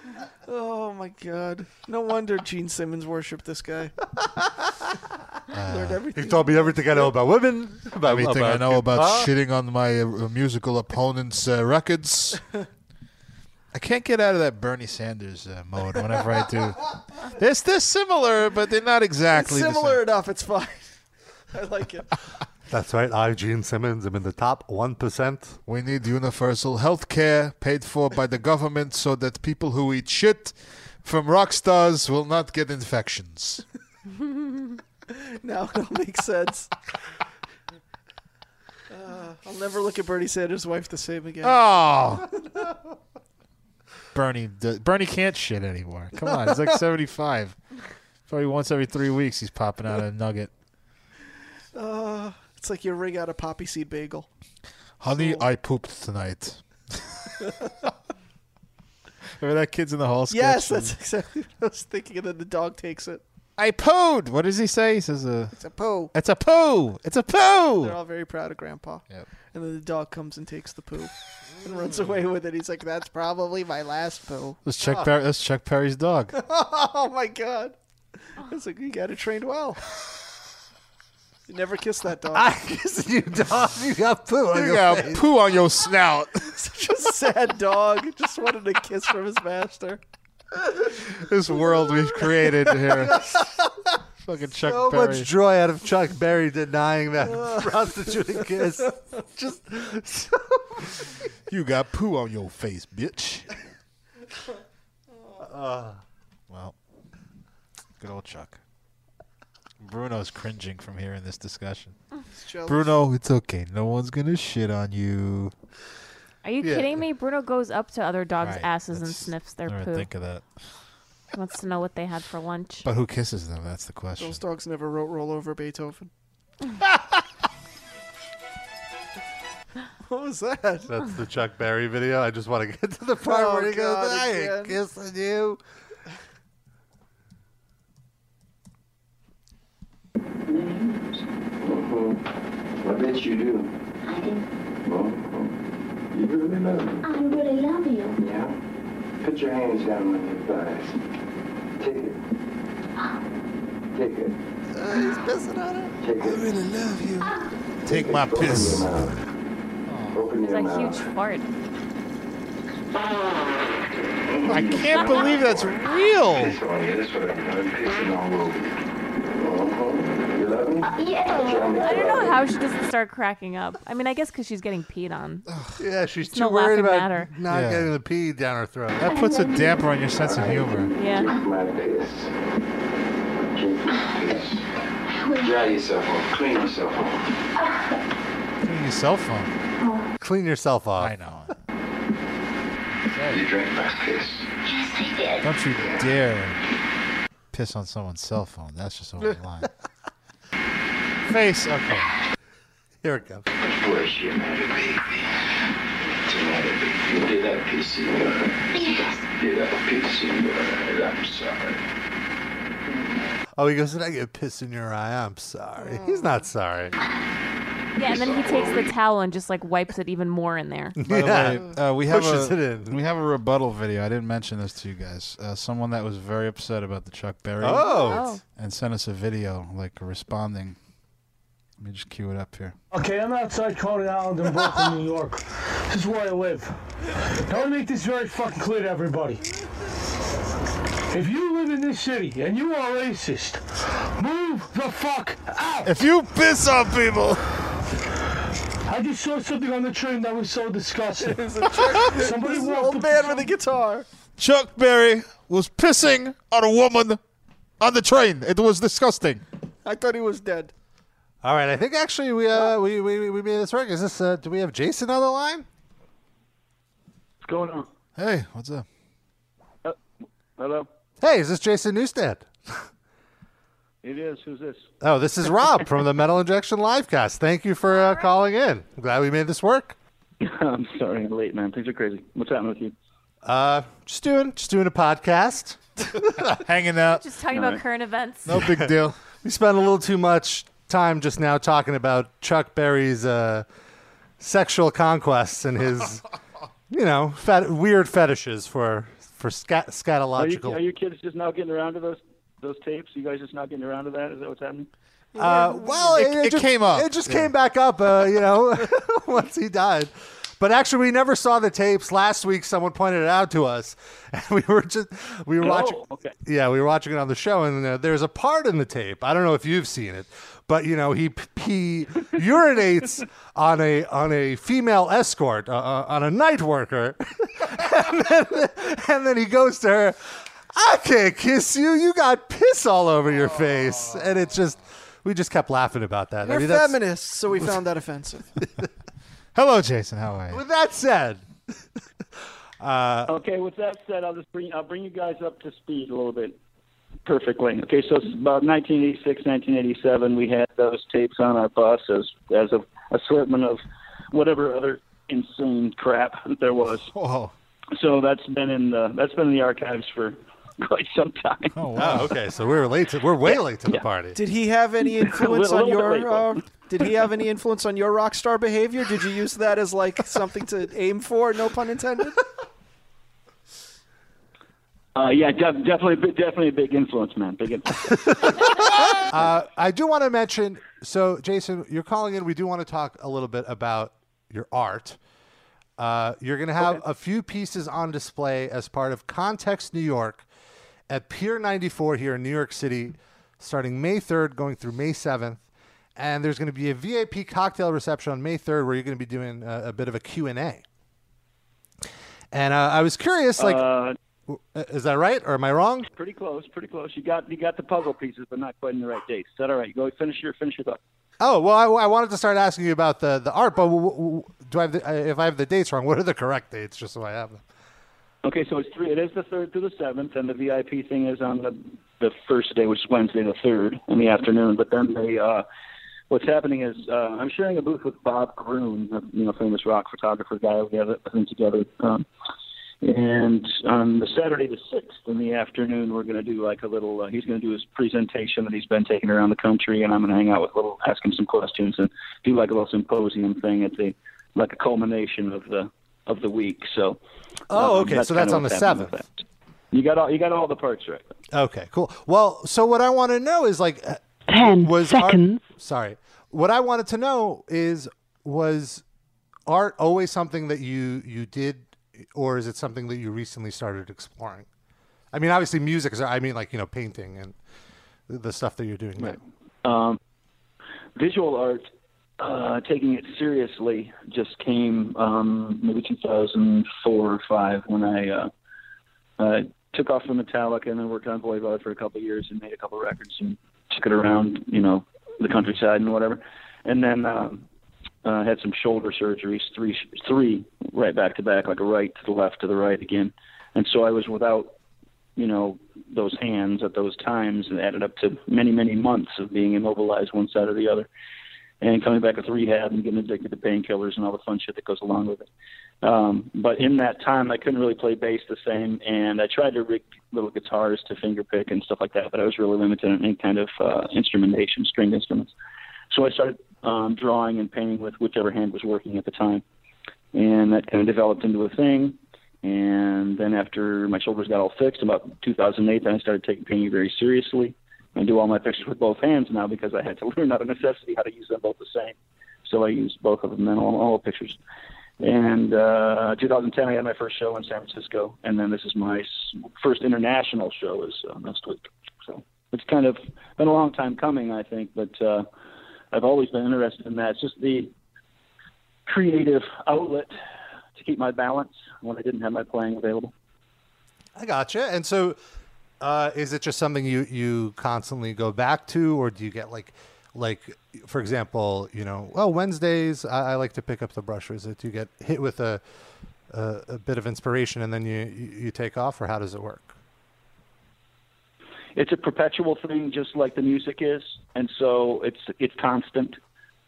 Oh my god! No wonder Gene Simmons worshipped this guy. Learned everything.
He told me everything I know about women. About
Everything I
about-
know about
Huh?
shitting on my uh, musical opponent's uh, records. I can't get out of that Bernie Sanders uh, mode whenever I do. It's they're similar, but they're not exactly the same.
Similar enough. It's fine. I like it.
That's right. I, Gene Simmons, am in the top 1%.
We need universal health care paid for by the government so that people who eat shit from rock stars will not get infections.
now it all makes sense. Uh, I'll never look at Bernie Sanders' wife the same again.
Oh. Bernie, d- Bernie can't shit anymore. Come on, he's like seventy-five. Probably once every three weeks he's popping out a nugget.
Uh, it's like your ring out a poppy seed bagel.
Honey, I pooped tonight. Remember that kids in the hall?
yes,
sketch?
that's exactly what I was thinking. And then the dog takes it.
I pooed. What does he say? He says a.
It's a poo.
It's a poo. It's a poo.
They're all very proud of Grandpa. And then the dog comes and takes the poo and runs away with it. He's like, "That's probably my last poo."
Let's check. Perry, that's Chuck Perry's dog.
oh my god! It's like you got it trained well. You never kissed that dog. I
kissed you, dog. You got poo
on You your got face. poo on your snout.
Such a sad dog. Just wanted a kiss from his master.
this world we've created here. Fucking Chuck
so
Berry.
much joy out of Chuck Berry denying that prostitute a kiss.
Just
you got poo on your face, bitch. Well, good old Chuck. Bruno's cringing from hearing this discussion.
Mm.
He's jealous.
Bruno, it's okay. No one's gonna shit on you.
Are you
Yeah.
kidding me? Bruno goes up to other dogs'
Right,
asses and
that's-
sniffs their
never
poo.
think of that.
He wants to know what they had for lunch.
But who kisses them? That's the question.
Those dogs never wrote "Roll Over Beethoven." what was that?
That's the Chuck Berry video. I just want to get to the part
Oh,
where he goes,
God,
I
again.
ain't kissing you.
I bet you do.
I do.
You really love me.
I really love you.
Yeah? Put your hands down on your thighs. Take it. Take it.
he's pissing on it.
Take it. I really love you.
Take my piss.
Open
It's
your
a
mouth.
huge fart.
I can't believe that's real.
Piss on you. That's what I'm doing. Pissing all over you. Uh-huh. You love me?
Yeah. I don't know how she doesn't start cracking up. I mean, I guess because she's getting peed on.
Yeah, she's
It's
too
no
worried
laughing
about
matter.
not
Yeah.
getting the pee down her throat.
That puts a damper on your sense of humor.
Yeah.
My piss. Drink my piss. Dry yourself off. Clean yourself off.
Clean your cell phone.
Clean yourself off. I
know.
You drink my piss. Yes, I did.
Don't you dare piss on someone's cell phone. That's just over the line. Face. Okay.
Here it goes.
Of course you're not a baby. You're not a baby. You did that piece in your Yes. Did that piece in your I'm sorry.
Oh, he goes, Did I get pissed in your eye? I'm sorry.
Oh.
He's not sorry.
Yeah, and then he takes the towel and just like wipes it even more in there.
By the
Yeah.
way, uh, we have
Pushes
a,
it
we have a rebuttal video. I didn't mention this to you guys. Uh, someone that was very upset about the Chuck Berry.
Oh. Oh.
and sent us a video like responding. Let me just cue it up here.
Okay, I'm outside Coney Island in Brooklyn, New York. This is where I live. I want to make this very fucking clear to everybody. If you live in this city and you are racist, move the fuck out.
If you piss on people.
I just saw something on the train that was so disgusting.
Somebody
Somebody
an
walked
old man with a guitar.
Chuck Berry was pissing on a woman on the train. It was disgusting.
I thought he was dead.
All right, I think actually we uh we, we, we made this work. Is this uh do we have Jason on the line?
What's going on?
Hey, what's up?
Hello?
Hey, is this Jason Newstead?
It is. Who's this?
Oh, this is Rob from the Metal Injection Livecast. Thank you for uh, calling in. I'm glad we made this work.
I'm sorry I'm late, man. Things are crazy. What's happening with you?
Uh, just doing just doing a podcast,
hanging out.
Just talking about current events.
No big deal.
we spent a little too much time just now talking about Chuck Berry's uh, sexual conquests and his, you know, fet- weird fetishes for for scat-
Are, you,
scatological.
are your kids just now getting around to those those tapes? You guys just not getting around to that? Is that what's happening?
Uh, well, it,
it
just,
came up.
It just
Yeah.
came back up, uh, you know, once he died. But actually, we never saw the tapes. Last week, someone pointed it out to us, and we were just we were
Oh,
watching.
okay.
Yeah, we were watching it on the show, and uh, there's a part in the tape. I don't know if you've seen it, but you know, he he urinates on a on a female escort, uh, uh, on a night worker, and, then, and then he goes to her. I can't kiss you. You got piss all over your face, and it just we just kept laughing about that.
We're
I mean, that's-
feminists, so we found that offensive.
Hello, Jason. How are you?
With that said, uh,
okay, with that said, I'll just bring I'll bring you guys up to speed a little bit. Perfectly. Okay, so it's about 1986, 1987, we had those tapes on our bus as as a assortment of whatever other insane crap there was.
Oh.
So that's been in the that's been in the archives for quite some time.
Oh
wow. okay, so we're late. To, we're way late to the party.
Did he have any influence on your? Uh, did he have any influence on your rock star behavior? Did you use that as like something to aim for? No pun intended.
Uh, yeah, def- definitely, definitely a big influence, man. Big influence.
uh, I do want to mention. So, Jason, you're calling in. We do want to talk a little bit about your art. Uh, you're going to have a few pieces on display as part of Context New York at Pier 94 here in New York City, starting May 3rd, going through May 7th. And there's going to be a VIP cocktail reception on May 3rd, where you're going to be doing a, a bit of a Q and A. And uh, I was curious, like,
Uh,
w- is that right or am I wrong?
pretty close, pretty close. You got you got the puzzle pieces, but not quite in the right dates. Is that all right? Go finish your finish your thought.
Oh well, I, I wanted to start asking you about the the art, but w- w- do I have the, I- if I have the dates wrong? What are the correct dates? Just so I have them.
Okay, so it's three. It is the third through the seventh, and the VIP thing is on the the first day, which is Wednesday the third in the afternoon. But then they, uh, what's happening is uh, I'm sharing a booth with Bob Groon, the you know famous rock photographer guy. We have a thing together. Um, and on the Saturday the sixth in the afternoon, we're going to do like a little. Uh, he's going to do his presentation that he's been taking around the country, and I'm going to hang out with little, ask him some questions, and do like a little symposium thing at the like a culmination of the of the week. So.
Oh,
um,
okay, so that's
kinda
on the
what's happening with that. You got all you got all the parts right.
Okay, cool. Well, so what I want to know is like uh,
Ten
was art-
seconds.
sorry, what I wanted to know is was art always something that you you did, or is it something that you recently started exploring? I mean, obviously, music. is I mean, like you know, painting and the- the stuff that you're doing now.
Um, visual art, uh, taking it seriously, just came um, maybe 2004 or five when I uh, uh, took off from Metallica and then worked on Voivod for a couple of years and made a couple of records and took it around, you know, the countryside and whatever. And then um, uh, had some shoulder surgeries, three three right back to back, like a right to the left to the right again. And so I was without you know, those hands at those times and added up to many, many months of being immobilized one side or the other and coming back with rehab and getting addicted to painkillers and all the fun shit that goes along with it. Um, but in that time, I couldn't really play bass the same, and I tried to rig little guitars to finger pick and stuff like that, but I was really limited on any kind of uh, instrumentation, string instruments. So I started um, drawing and painting with whichever hand was working at the time, and that kind of developed into a thing. And then after my shoulders got all fixed, about 2008, then I started taking painting very seriously. I do all my pictures with both hands now because I had to learn out of necessity how to use them both the same. So I use both of them in all, all pictures. And uh, 2010, I had my first show in San Francisco, and then this is my s- first international show is uh, next week. So it's kind of been a long time coming, I think, but uh, I've always been interested in that. It's just the creative outlet to keep my balance when I didn't have my playing available.
I gotcha. And so, uh, is it just something you you constantly go back to, or do you get like, like for example, you know, well Wednesdays I, I like to pick up the brush. Or Is it do you get hit with a, a a bit of inspiration and then you you you take off, or how does it work?
it's a perpetual thing, just like the music is, and so it's it's constant.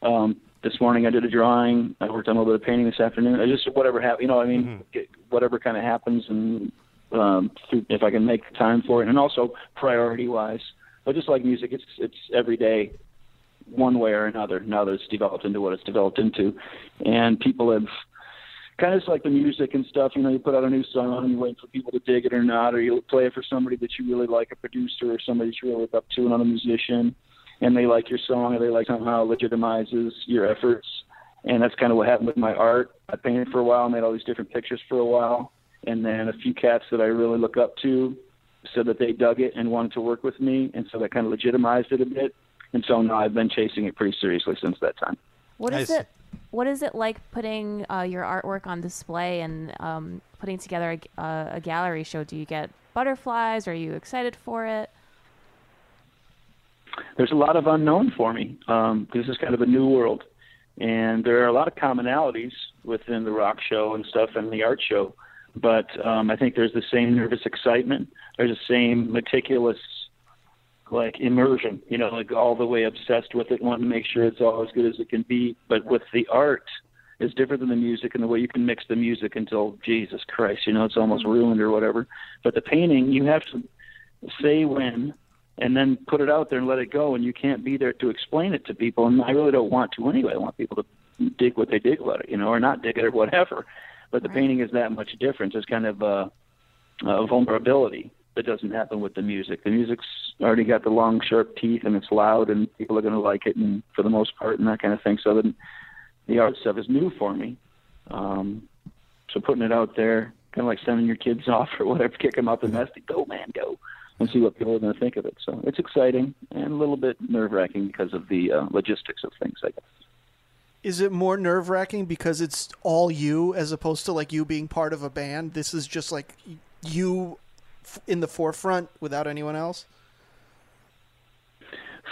Um, this morning I did a drawing. I worked on a little bit of painting this afternoon. I just whatever hap you know, what I mean, Get- whatever kind of happens, and um, through- if I can make time for it, and also priority wise. But just like music, it's it's every day, one way or another. Now that it's developed into what it's developed into, and people have kind of just like the music and stuff. You know, you put out a new song, you wait for people to dig it or not, or you play it for somebody that you really like, a producer or somebody that you really look up to, another musician, and they like your song, or they like somehow legitimizes your efforts. And that's kind of what happened with my art. I painted for a while, made all these different pictures for a while, and then a few cats that I really look up to said that they dug it and wanted to work with me, and so that kind of legitimized it a bit. And so now I've been chasing it pretty seriously since that time.
What is
I see.
it? What is it like putting uh, your artwork on display and um, putting together a, g- uh, a gallery show? Do you get butterflies? Are you excited for it?
um, there's a lot of unknown for me because this is kind of a new world. and there are a lot of commonalities within the rock show and stuff and the art show. But um, I think there's the same nervous excitement. There's the same meticulous, like immersion. You know, like all the way obsessed with it, wanting to make sure it's all as good as it can be. But with the art, is different than the music and the way you can mix the music until Jesus Christ, you know, it's almost ruined or whatever. But the painting, you have to say when and then put it out there and let it go, and you can't be there to explain it to people. And I really don't want to anyway. I want people to dig what they dig about it, you know, or not dig it or whatever. But the painting is that much different. It's kind of a, a vulnerability that doesn't happen with the music. The music's already got the long, sharp teeth, and it's loud, and people are going to like it, and for the most part, and that kind of thing. So then the art stuff is new for me. Um, so putting it out there, kind of like sending your kids off or whatever, kick them out the nest, and go man, go, and see what people are going to think of it. So it's exciting and a little bit nerve wracking because of the uh, logistics of things, I guess.
Is it more nerve wracking because it's all you as opposed to like you being part of a band? This is just like you f- in the forefront without anyone else.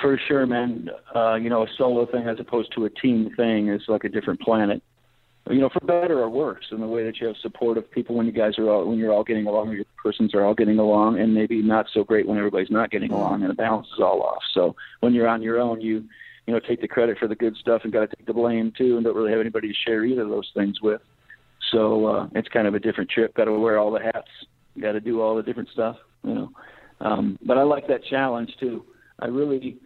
For sure, man. Uh, you know, a solo thing as opposed to a team thing is like a different planet. You know, for better or worse, in the way that you have support of people when you guys are all when you're all getting along, or your persons are all getting along, and maybe not so great when everybody's not getting along, and the balance is all off. So when you're on your own, you you know take the credit for the good stuff and got to take the blame too, and don't really have anybody to share either of those things with. So uh, it's kind of a different trip. Got to wear all the hats. Got to do all the different stuff. You know, um, but I like that challenge too. I really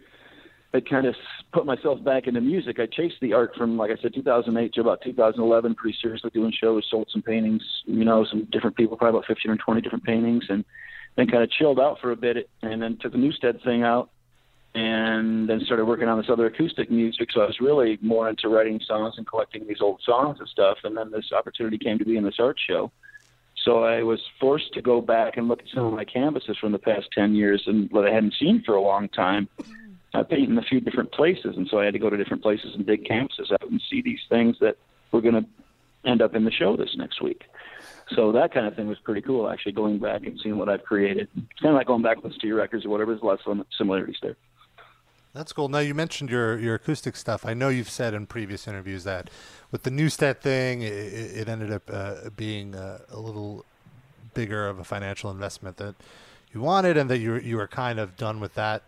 had kind of put myself back into music. I chased the art from, like I said, 2008 to about 2011, pretty seriously doing shows, sold some paintings, you know, some different people, probably about 15 or 20 different paintings, and then kind of chilled out for a bit, and then took the Newstead thing out, and then started working on this other acoustic music. So I was really more into writing songs and collecting these old songs and stuff, and then this opportunity came to be in this art show. So I was forced to go back and look at some of my canvases from the past 10 years and what I hadn't seen for a long time. I paint in a few different places, and so I had to go to different places and dig canvases out and see these things that were going to end up in the show this next week. So that kind of thing was pretty cool, actually, going back and seeing what I've created. It's kind of like going back with to your records or whatever. There's lots of similarities there.
That's cool. Now you mentioned your your acoustic stuff. I know you've said in previous interviews that with the Newstead thing, it, it ended up uh, being uh, a little bigger of a financial investment that you wanted, and that you were- you were kind of done with that.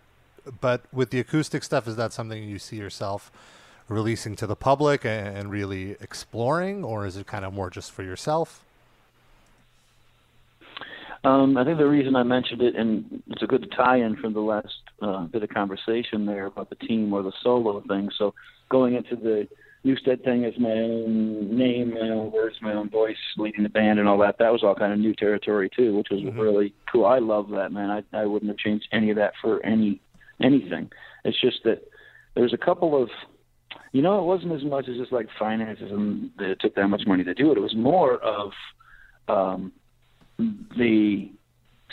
But with the acoustic stuff, is that something you see yourself releasing to the public a- and really exploring, or is it kind of more just for yourself?
Um, I think the reason I mentioned it, and it's a good tie-in from the last uh, bit of conversation there about the team or the solo thing. So going into the Newstead thing as my own name, my own words, my own voice, leading the band, and all that. That was all kind of new territory too, which was really cool. I love that man. I I wouldn't have changed any of that for any anything. It's just that there's a couple of you know, it wasn't as much as just like finances and that it took that much money to do it. It was more of um, the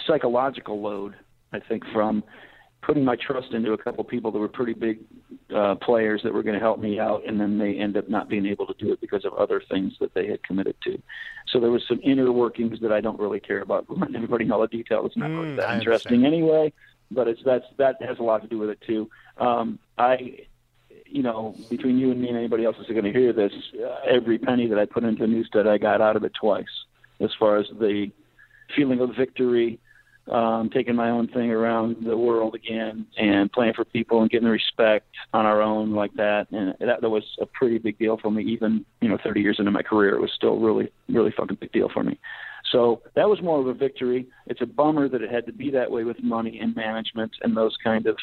psychological load, I think, from putting my trust into a couple people that were pretty big uh, players that were going to help me out, and then they end up not being able to do it because of other things that they had committed to. So there was some inner workings that I don't really care about letting everybody know all the detail. It's not really that
I
interesting anyway, but it's that's that has a lot to do with it too. Um, I you know, between you and me and anybody else that's going to hear this, uh, every penny that I put into Newstead, I got out of it twice. As far as the feeling of victory, um, taking my own thing around the world again, and playing for people and getting the respect on our own like that, and that, that was a pretty big deal for me. Even you know, 30 years into my career, it was still really, really fucking big deal for me. So that was more of a victory. It's a bummer that it had to be that way with money and management and those kind of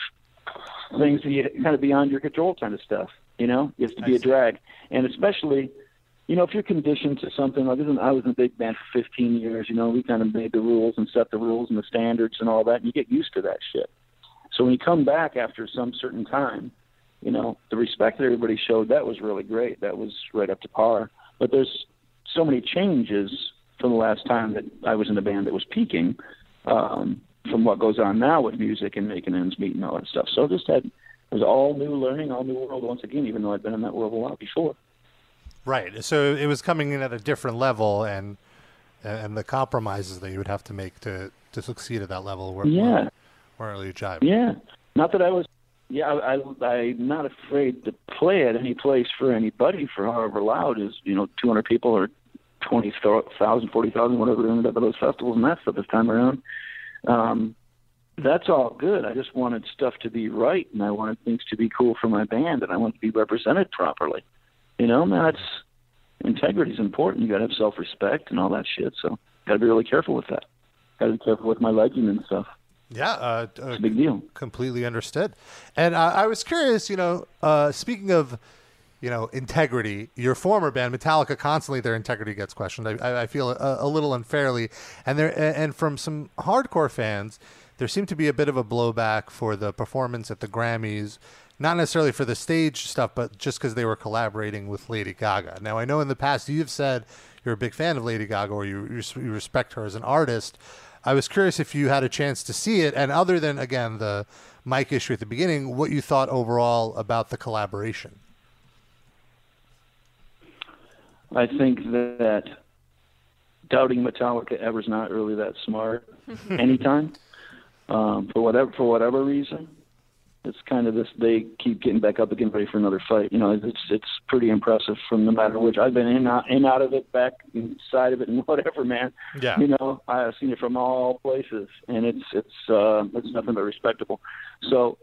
things that you kind of beyond your control kind of stuff. You know, it's to be a drag, and especially, you know, if you're conditioned to something like this. And I was in a big band for 15 years. You know, we kind of made the rules and set the rules and the standards and all that, and you get used to that shit. So when you come back after some certain time, you know, the respect that everybody showed that was really great. That was right up to par. But there's so many changes from the last time that I was in a band that was peaking. Um, from what goes on now with music and making ends meet and all that stuff. So just had it was all new learning, all new world once again, even though I'd been in that world a lot before.
Right. So it was coming in at a different level, and and the compromises that you would have to make to to succeed at that level were
Yeah.
were, were really jive.
Yeah. Not that I was yeah, I, I, I'm not afraid to play at any place for anybody for however loud is, you know, 200 people or 20,000, 40,000, whatever it ended up at those festivals and that stuff this time around. Um, that's all good. I just wanted stuff to be right, and I wanted things to be cool for my band, and I wanted to be represented properly. You know, man, that's integrity's important. You got to have self-respect and all that shit. So, got to be really careful with that. Got to be careful with my legging and stuff.
Yeah, uh, uh,
big deal.
Completely understood. And uh, I was curious, you know, uh, speaking of, you know, integrity, your former band Metallica constantly their integrity gets questioned. I- I, I feel a, a little unfairly, and there a- and from some hardcore fans, there seemed to be a bit of a blowback for the performance at the Grammys. Not necessarily for the stage stuff, but just because they were collaborating with Lady Gaga. Now, I know in the past you've said you're a big fan of Lady Gaga or you, you res- you respect her as an artist. I was curious if you had a chance to see it, and other than again the mic issue at the beginning, what you thought overall about the collaboration.
I think that doubting Metallica ever is not really that smart. Anytime, um, for whatever for whatever reason, it's kind of this. They keep getting back up again, ready for another fight. You know, it's it's pretty impressive from no matter which. I've been in out, in out of it, back inside of it, and whatever, man.
Yeah.
You know, I've seen it from all places, and it's it's uh, it's nothing but respectable. So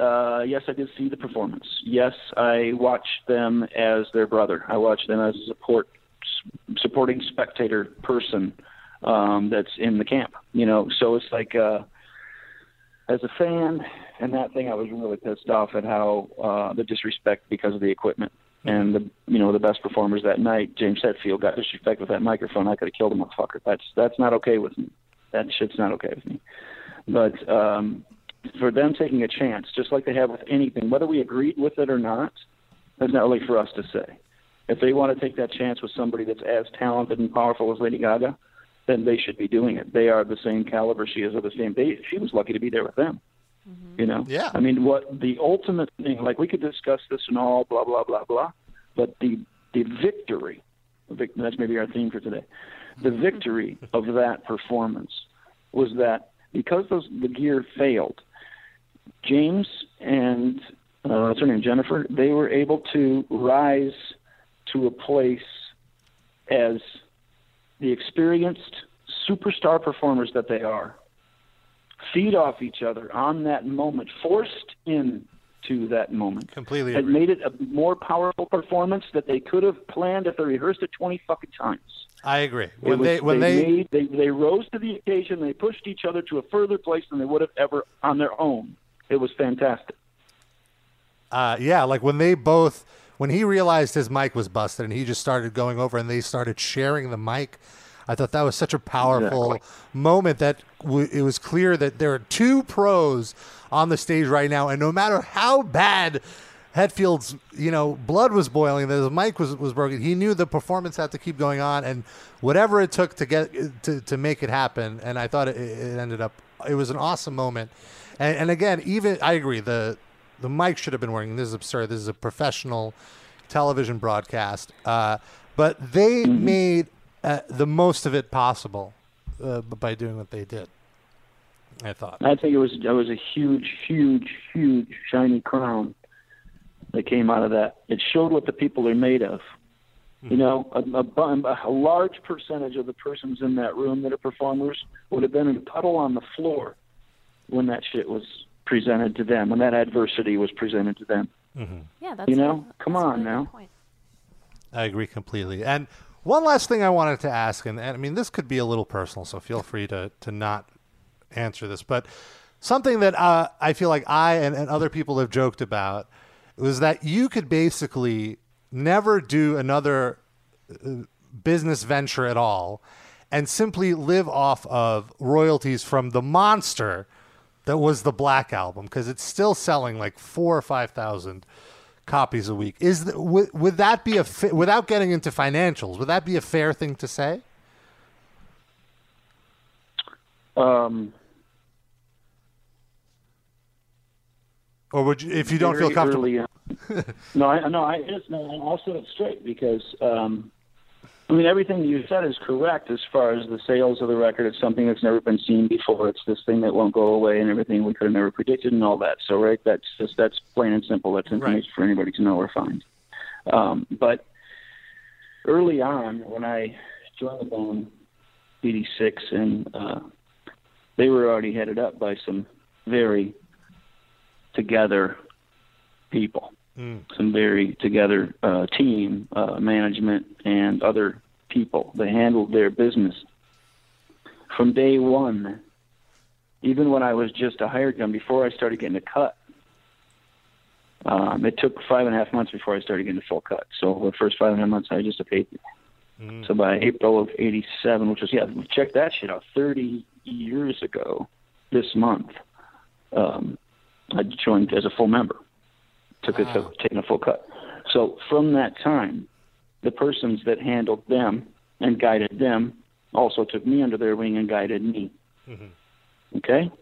uh, yes, I did see the performance. Yes, I watched them as their brother. I watched them as a support s- supporting spectator person um, that's in the camp. You know, so it's like uh, as a fan, and that thing I was really pissed off at how uh, the disrespect because of the equipment. And the you know the best performers that night, James Hetfield got disrespect with that microphone. I could have killed the motherfucker. That's that's not okay with me. That shit's not okay with me. But um, for them taking a chance, just like they have with anything, whether we agreed with it or not, that's not really for us to say. If they want to take that chance with somebody that's as talented and powerful as Lady Gaga, then they should be doing it. They are the same caliber she is, or the same. They, she was lucky to be there with them. You know.
Yeah.
I mean, what the ultimate thing? Like we could discuss this and all, blah blah blah blah, but the the victory, vic, that's maybe our theme for today. The victory of that performance was that because those the gear failed, James and uh, what's her name, Jennifer, they were able to rise to a place as the experienced superstar performers that they are. Feed off each other on that moment, forced into that moment.
Completely.
It made it a more powerful performance that they could have planned if they rehearsed it 20 fucking times.
I agree.
It
When
was-
they when they,
made, they they rose to the occasion, they pushed each other to a further place than they would have ever on their own. It was fantastic.
uh, yeah, like when they both when he realized his mic was busted and he just started going over and they started sharing the mic. I thought that was such a powerful moment that w- it was clear that there are two pros on the stage right now, and no matter how bad Hetfield's, you know, blood was boiling, that his mic was, was broken. He knew the performance had to keep going on, and whatever it took to get to, to make it happen. And I thought it, it ended up. It was an awesome moment. And, and again, even I agree. The the mic should have been working. This is absurd. This is a professional television broadcast. Uh, but they made uh, the most of it possible uh, b- by doing what they did. I thought.
I think it was it was a huge, huge, huge shiny crown that came out of that. It showed what the people are made of.
Hmm.
You know, a, a, bun- a large percentage of the persons in that room that are performers would have been in a puddle on the floor when that shit was presented to them, when that adversity was presented to them.
Mm-hmm.
Yeah, that's
you know, come on now.
I agree completely. And one last thing I wanted to ask, and, and I mean, this could be a little personal, so feel free to, to not answer this, but something that uh, I feel like I and, and other people have joked about was that you could basically never do another uh, business venture at all and simply live off of royalties from the monster that was the black album because it's still selling like four or five thousand copies a week is th- would, would that be a fa- without getting into financials would that be a fair thing to say
Um,
or would you if you don't feel
very
comfortable
early on. no, I no, I it's, no, I'll set it straight because um, I mean, everything you said is correct as far as the sales of the record. It's something that's never been seen before. It's this thing that won't go away and everything we could have never predicted and all that. So, right, that's just that's plain and simple. That's information for anybody to know or find. Um, but early on, when I joined the band, '86, and uh, they were already headed up by some very together people some very together uh, team, uh, management, and other people. They handled their business from day one. Even when I was just a hired gun, before I started getting a cut, um, it took five and a half months before I started getting a full cut. So the first five and a half months, I was just a paid.
Hmm.
So by April of '87, which was yeah, check that shit out, 30 years ago this month, um, I joined as a full member took a, took, taking a full cut. So from that time, the persons that handled them and guided them also took me under their wing and guided me. Okay,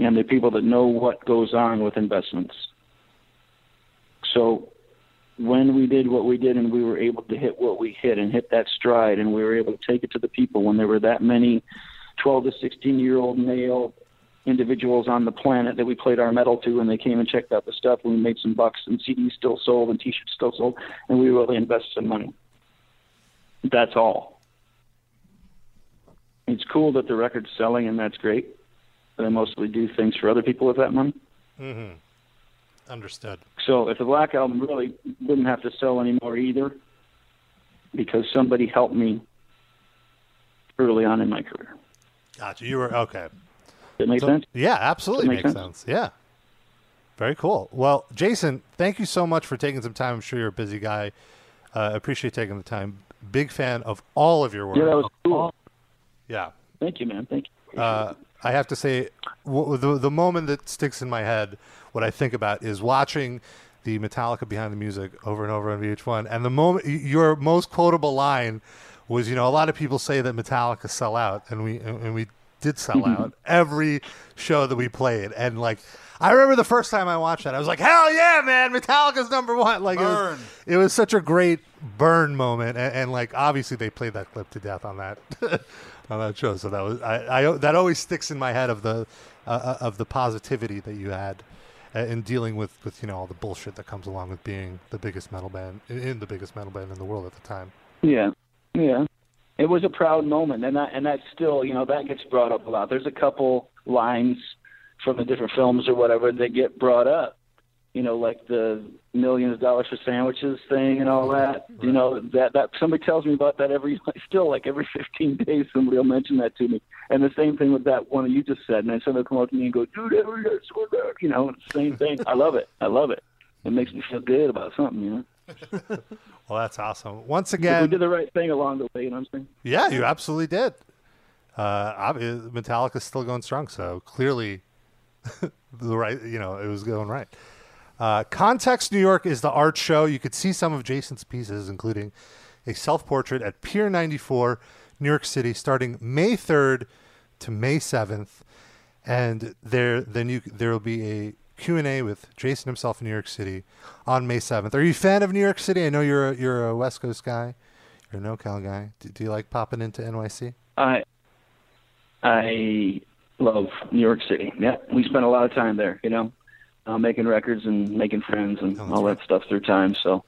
and they're people that know what goes on with investments. So when we did what we did and we were able to hit what we hit and hit that stride and we were able to take it to the people when there were that many 12 to 16 year old male individuals on the planet that we played our metal to, and they came and checked out the stuff. And we made some bucks, and CDs still sold, and T-shirts still sold, and we really invested some money. That's all. It's cool that the record's selling, and that's great. But I mostly do things for other people with that money.
Mm-hmm. Understood.
So if the Black Album really wouldn't have to sell anymore either, because somebody helped me early on in my career.
Gotcha. You were
Does
okay.
that make
So-
sense?
Yeah, absolutely
Does that
makes
make
sense? Yeah. Very cool. Well, Jason, thank you so much for taking some time. I'm sure you're a busy guy. Uh, appreciate taking the time. Big fan of all of your work.
Yeah, that was cool.
Yeah.
Thank you, man. Thank you.
Uh, I have to say, w- the the moment that sticks in my head, what I think about is watching the Metallica Behind the Music over and over on VH1, and the moment y- your most quotable line was, you know, a lot of people say that Metallica sell out, and we and and we did sell out every show that we played, and like. I remember the first time I watched that, I was like, "Hell yeah, man! Metallica's number one!" Like, it was, it was such a great burn moment, and, and like, obviously, they played that clip to death on that on that show. So that was I, I that always sticks in my head of the uh, of the positivity that you had uh, in dealing with with you know all the bullshit that comes along with being the biggest metal band in the biggest metal band in the world at the time.
Yeah, yeah. It was a proud moment, and that and that's still, you know, that gets brought up a lot. There's a couple lines from the different films or whatever that get brought up. You know, like the millions of dollars for sandwiches thing and all that. You know, that that somebody tells me about that every still like every 15 days somebody will mention that to me. And the same thing with that one you just said. And then somebody will come up to me and go, "Dude, every day, so good," you know, it's the same thing. I love it. I love it. It makes me feel good about something. You know,
Well, that's awesome. Once
we
again,
did the right thing along the way. You know what I'm saying?
yeah, you absolutely did. Uh, obvi- Metallica's still going strong, so clearly the right you know it was going right uh, context new york is the art show you could see some of jason's pieces including a self-portrait at pier 94 new york city starting may 3rd to may 7th and there then you there will be a q&a with jason himself in new york city on may 7th are you a fan of new york city i know you're a, you're a west coast guy you're a nocal guy do, do you like popping into nyc
I I love New York City. Yeah, we spent a lot of time there. You know, uh, making records and making friends and all that stuff through time. So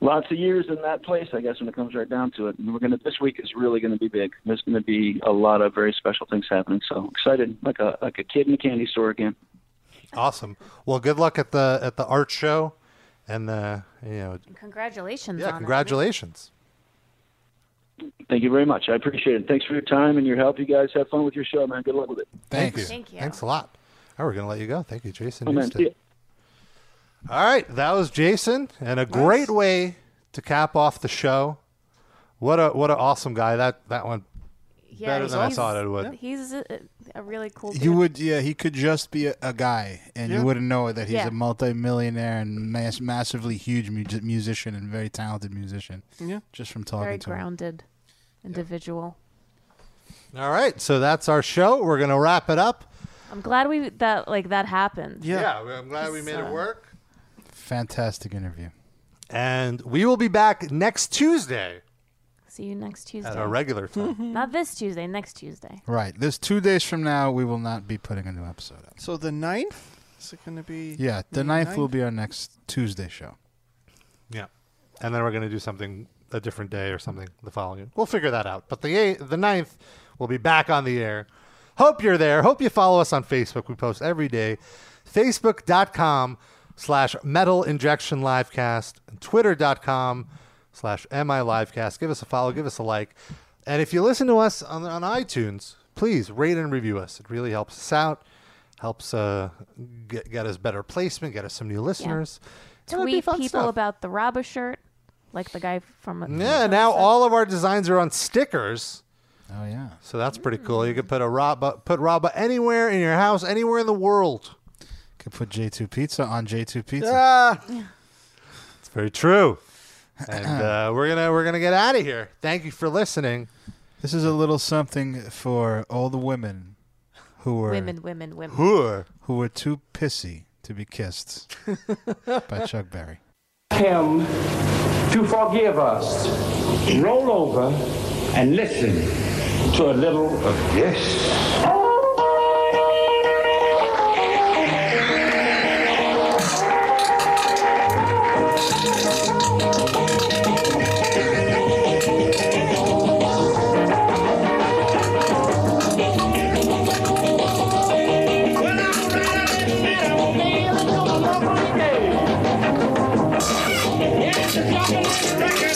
lots of years in that place, I guess, when it comes right down to it. And we're gonna this week is really gonna be big. There's gonna be a lot of very special things happening. So excited, like a like a kid in a candy store again.
awesome well good luck at the at the art show and the you know
Congratulations.
yeah
on
congratulations
Thank you very much. I appreciate it. Thanks for your time and your help. You guys have fun with your show, man. Good luck with it.
Thank you.
Thanks. Thank you.
Thanks a lot. All right, we're going to let you go. Thank you, Jason.
Oh, man.
Newsted.
See ya.
All right, that was Jason, and a great way to cap off the show. What a what an awesome guy that that one.
it. Yeah,
better than I
he's-
thought it would.
He's a, a really cool.
You
dude.
would, yeah. He could just be a, a guy, and
Yeah.
you wouldn't know it that he's
Yeah.
a multi-millionaire and mass, massively huge mu- musician and very talented musician.
Yeah.
just from talking
very
to him.
grounded individual.
All right, so that's our show. We're going to wrap it up.
I'm glad we that like that happened.
I'm glad we made
So-
it work.
Fantastic interview.
And we will be back next Tuesday
See you next Tuesday.
At our regular time.
Not this Tuesday, next Tuesday.
Right. This two days from now, we will not be putting a new episode up.
So the 9th? Is it going to be.
Yeah, the ninth will be our next Tuesday show.
Yeah. And then we're going to do something a different day or something the following. We'll figure that out. But the eighth, the 9th, we'll be back on the air. Hope you're there. Hope you follow us on Facebook. We post every day. Facebook.com slash metal injection livecast and twitter.com slash mi livecast. Give us a follow, give us a like. And if you listen to us on, on iTunes, please rate and review us. It really helps us out, helps uh, get, get us better placement, get us some new listeners. It would be
Tweet
fun
people
stuff.
about the Robba shirt, like the guy from.
Yeah, now all of our designs are on stickers.
Oh yeah.
So that's pretty cool. You could put a Robba put Robba anywhere in your house, anywhere in the world.
Could put J2 Pizza on J2 Pizza.
Yeah. Ah. It's very true. And uh, we're gonna we're gonna get out of here. Thank you for listening.
This is a little something for all the women who were
Women, women, women.
who were who were too pissy to be kissed by Chuck Berry.
him to forgive us. Roll over and listen to a little of this. It's a documentary record.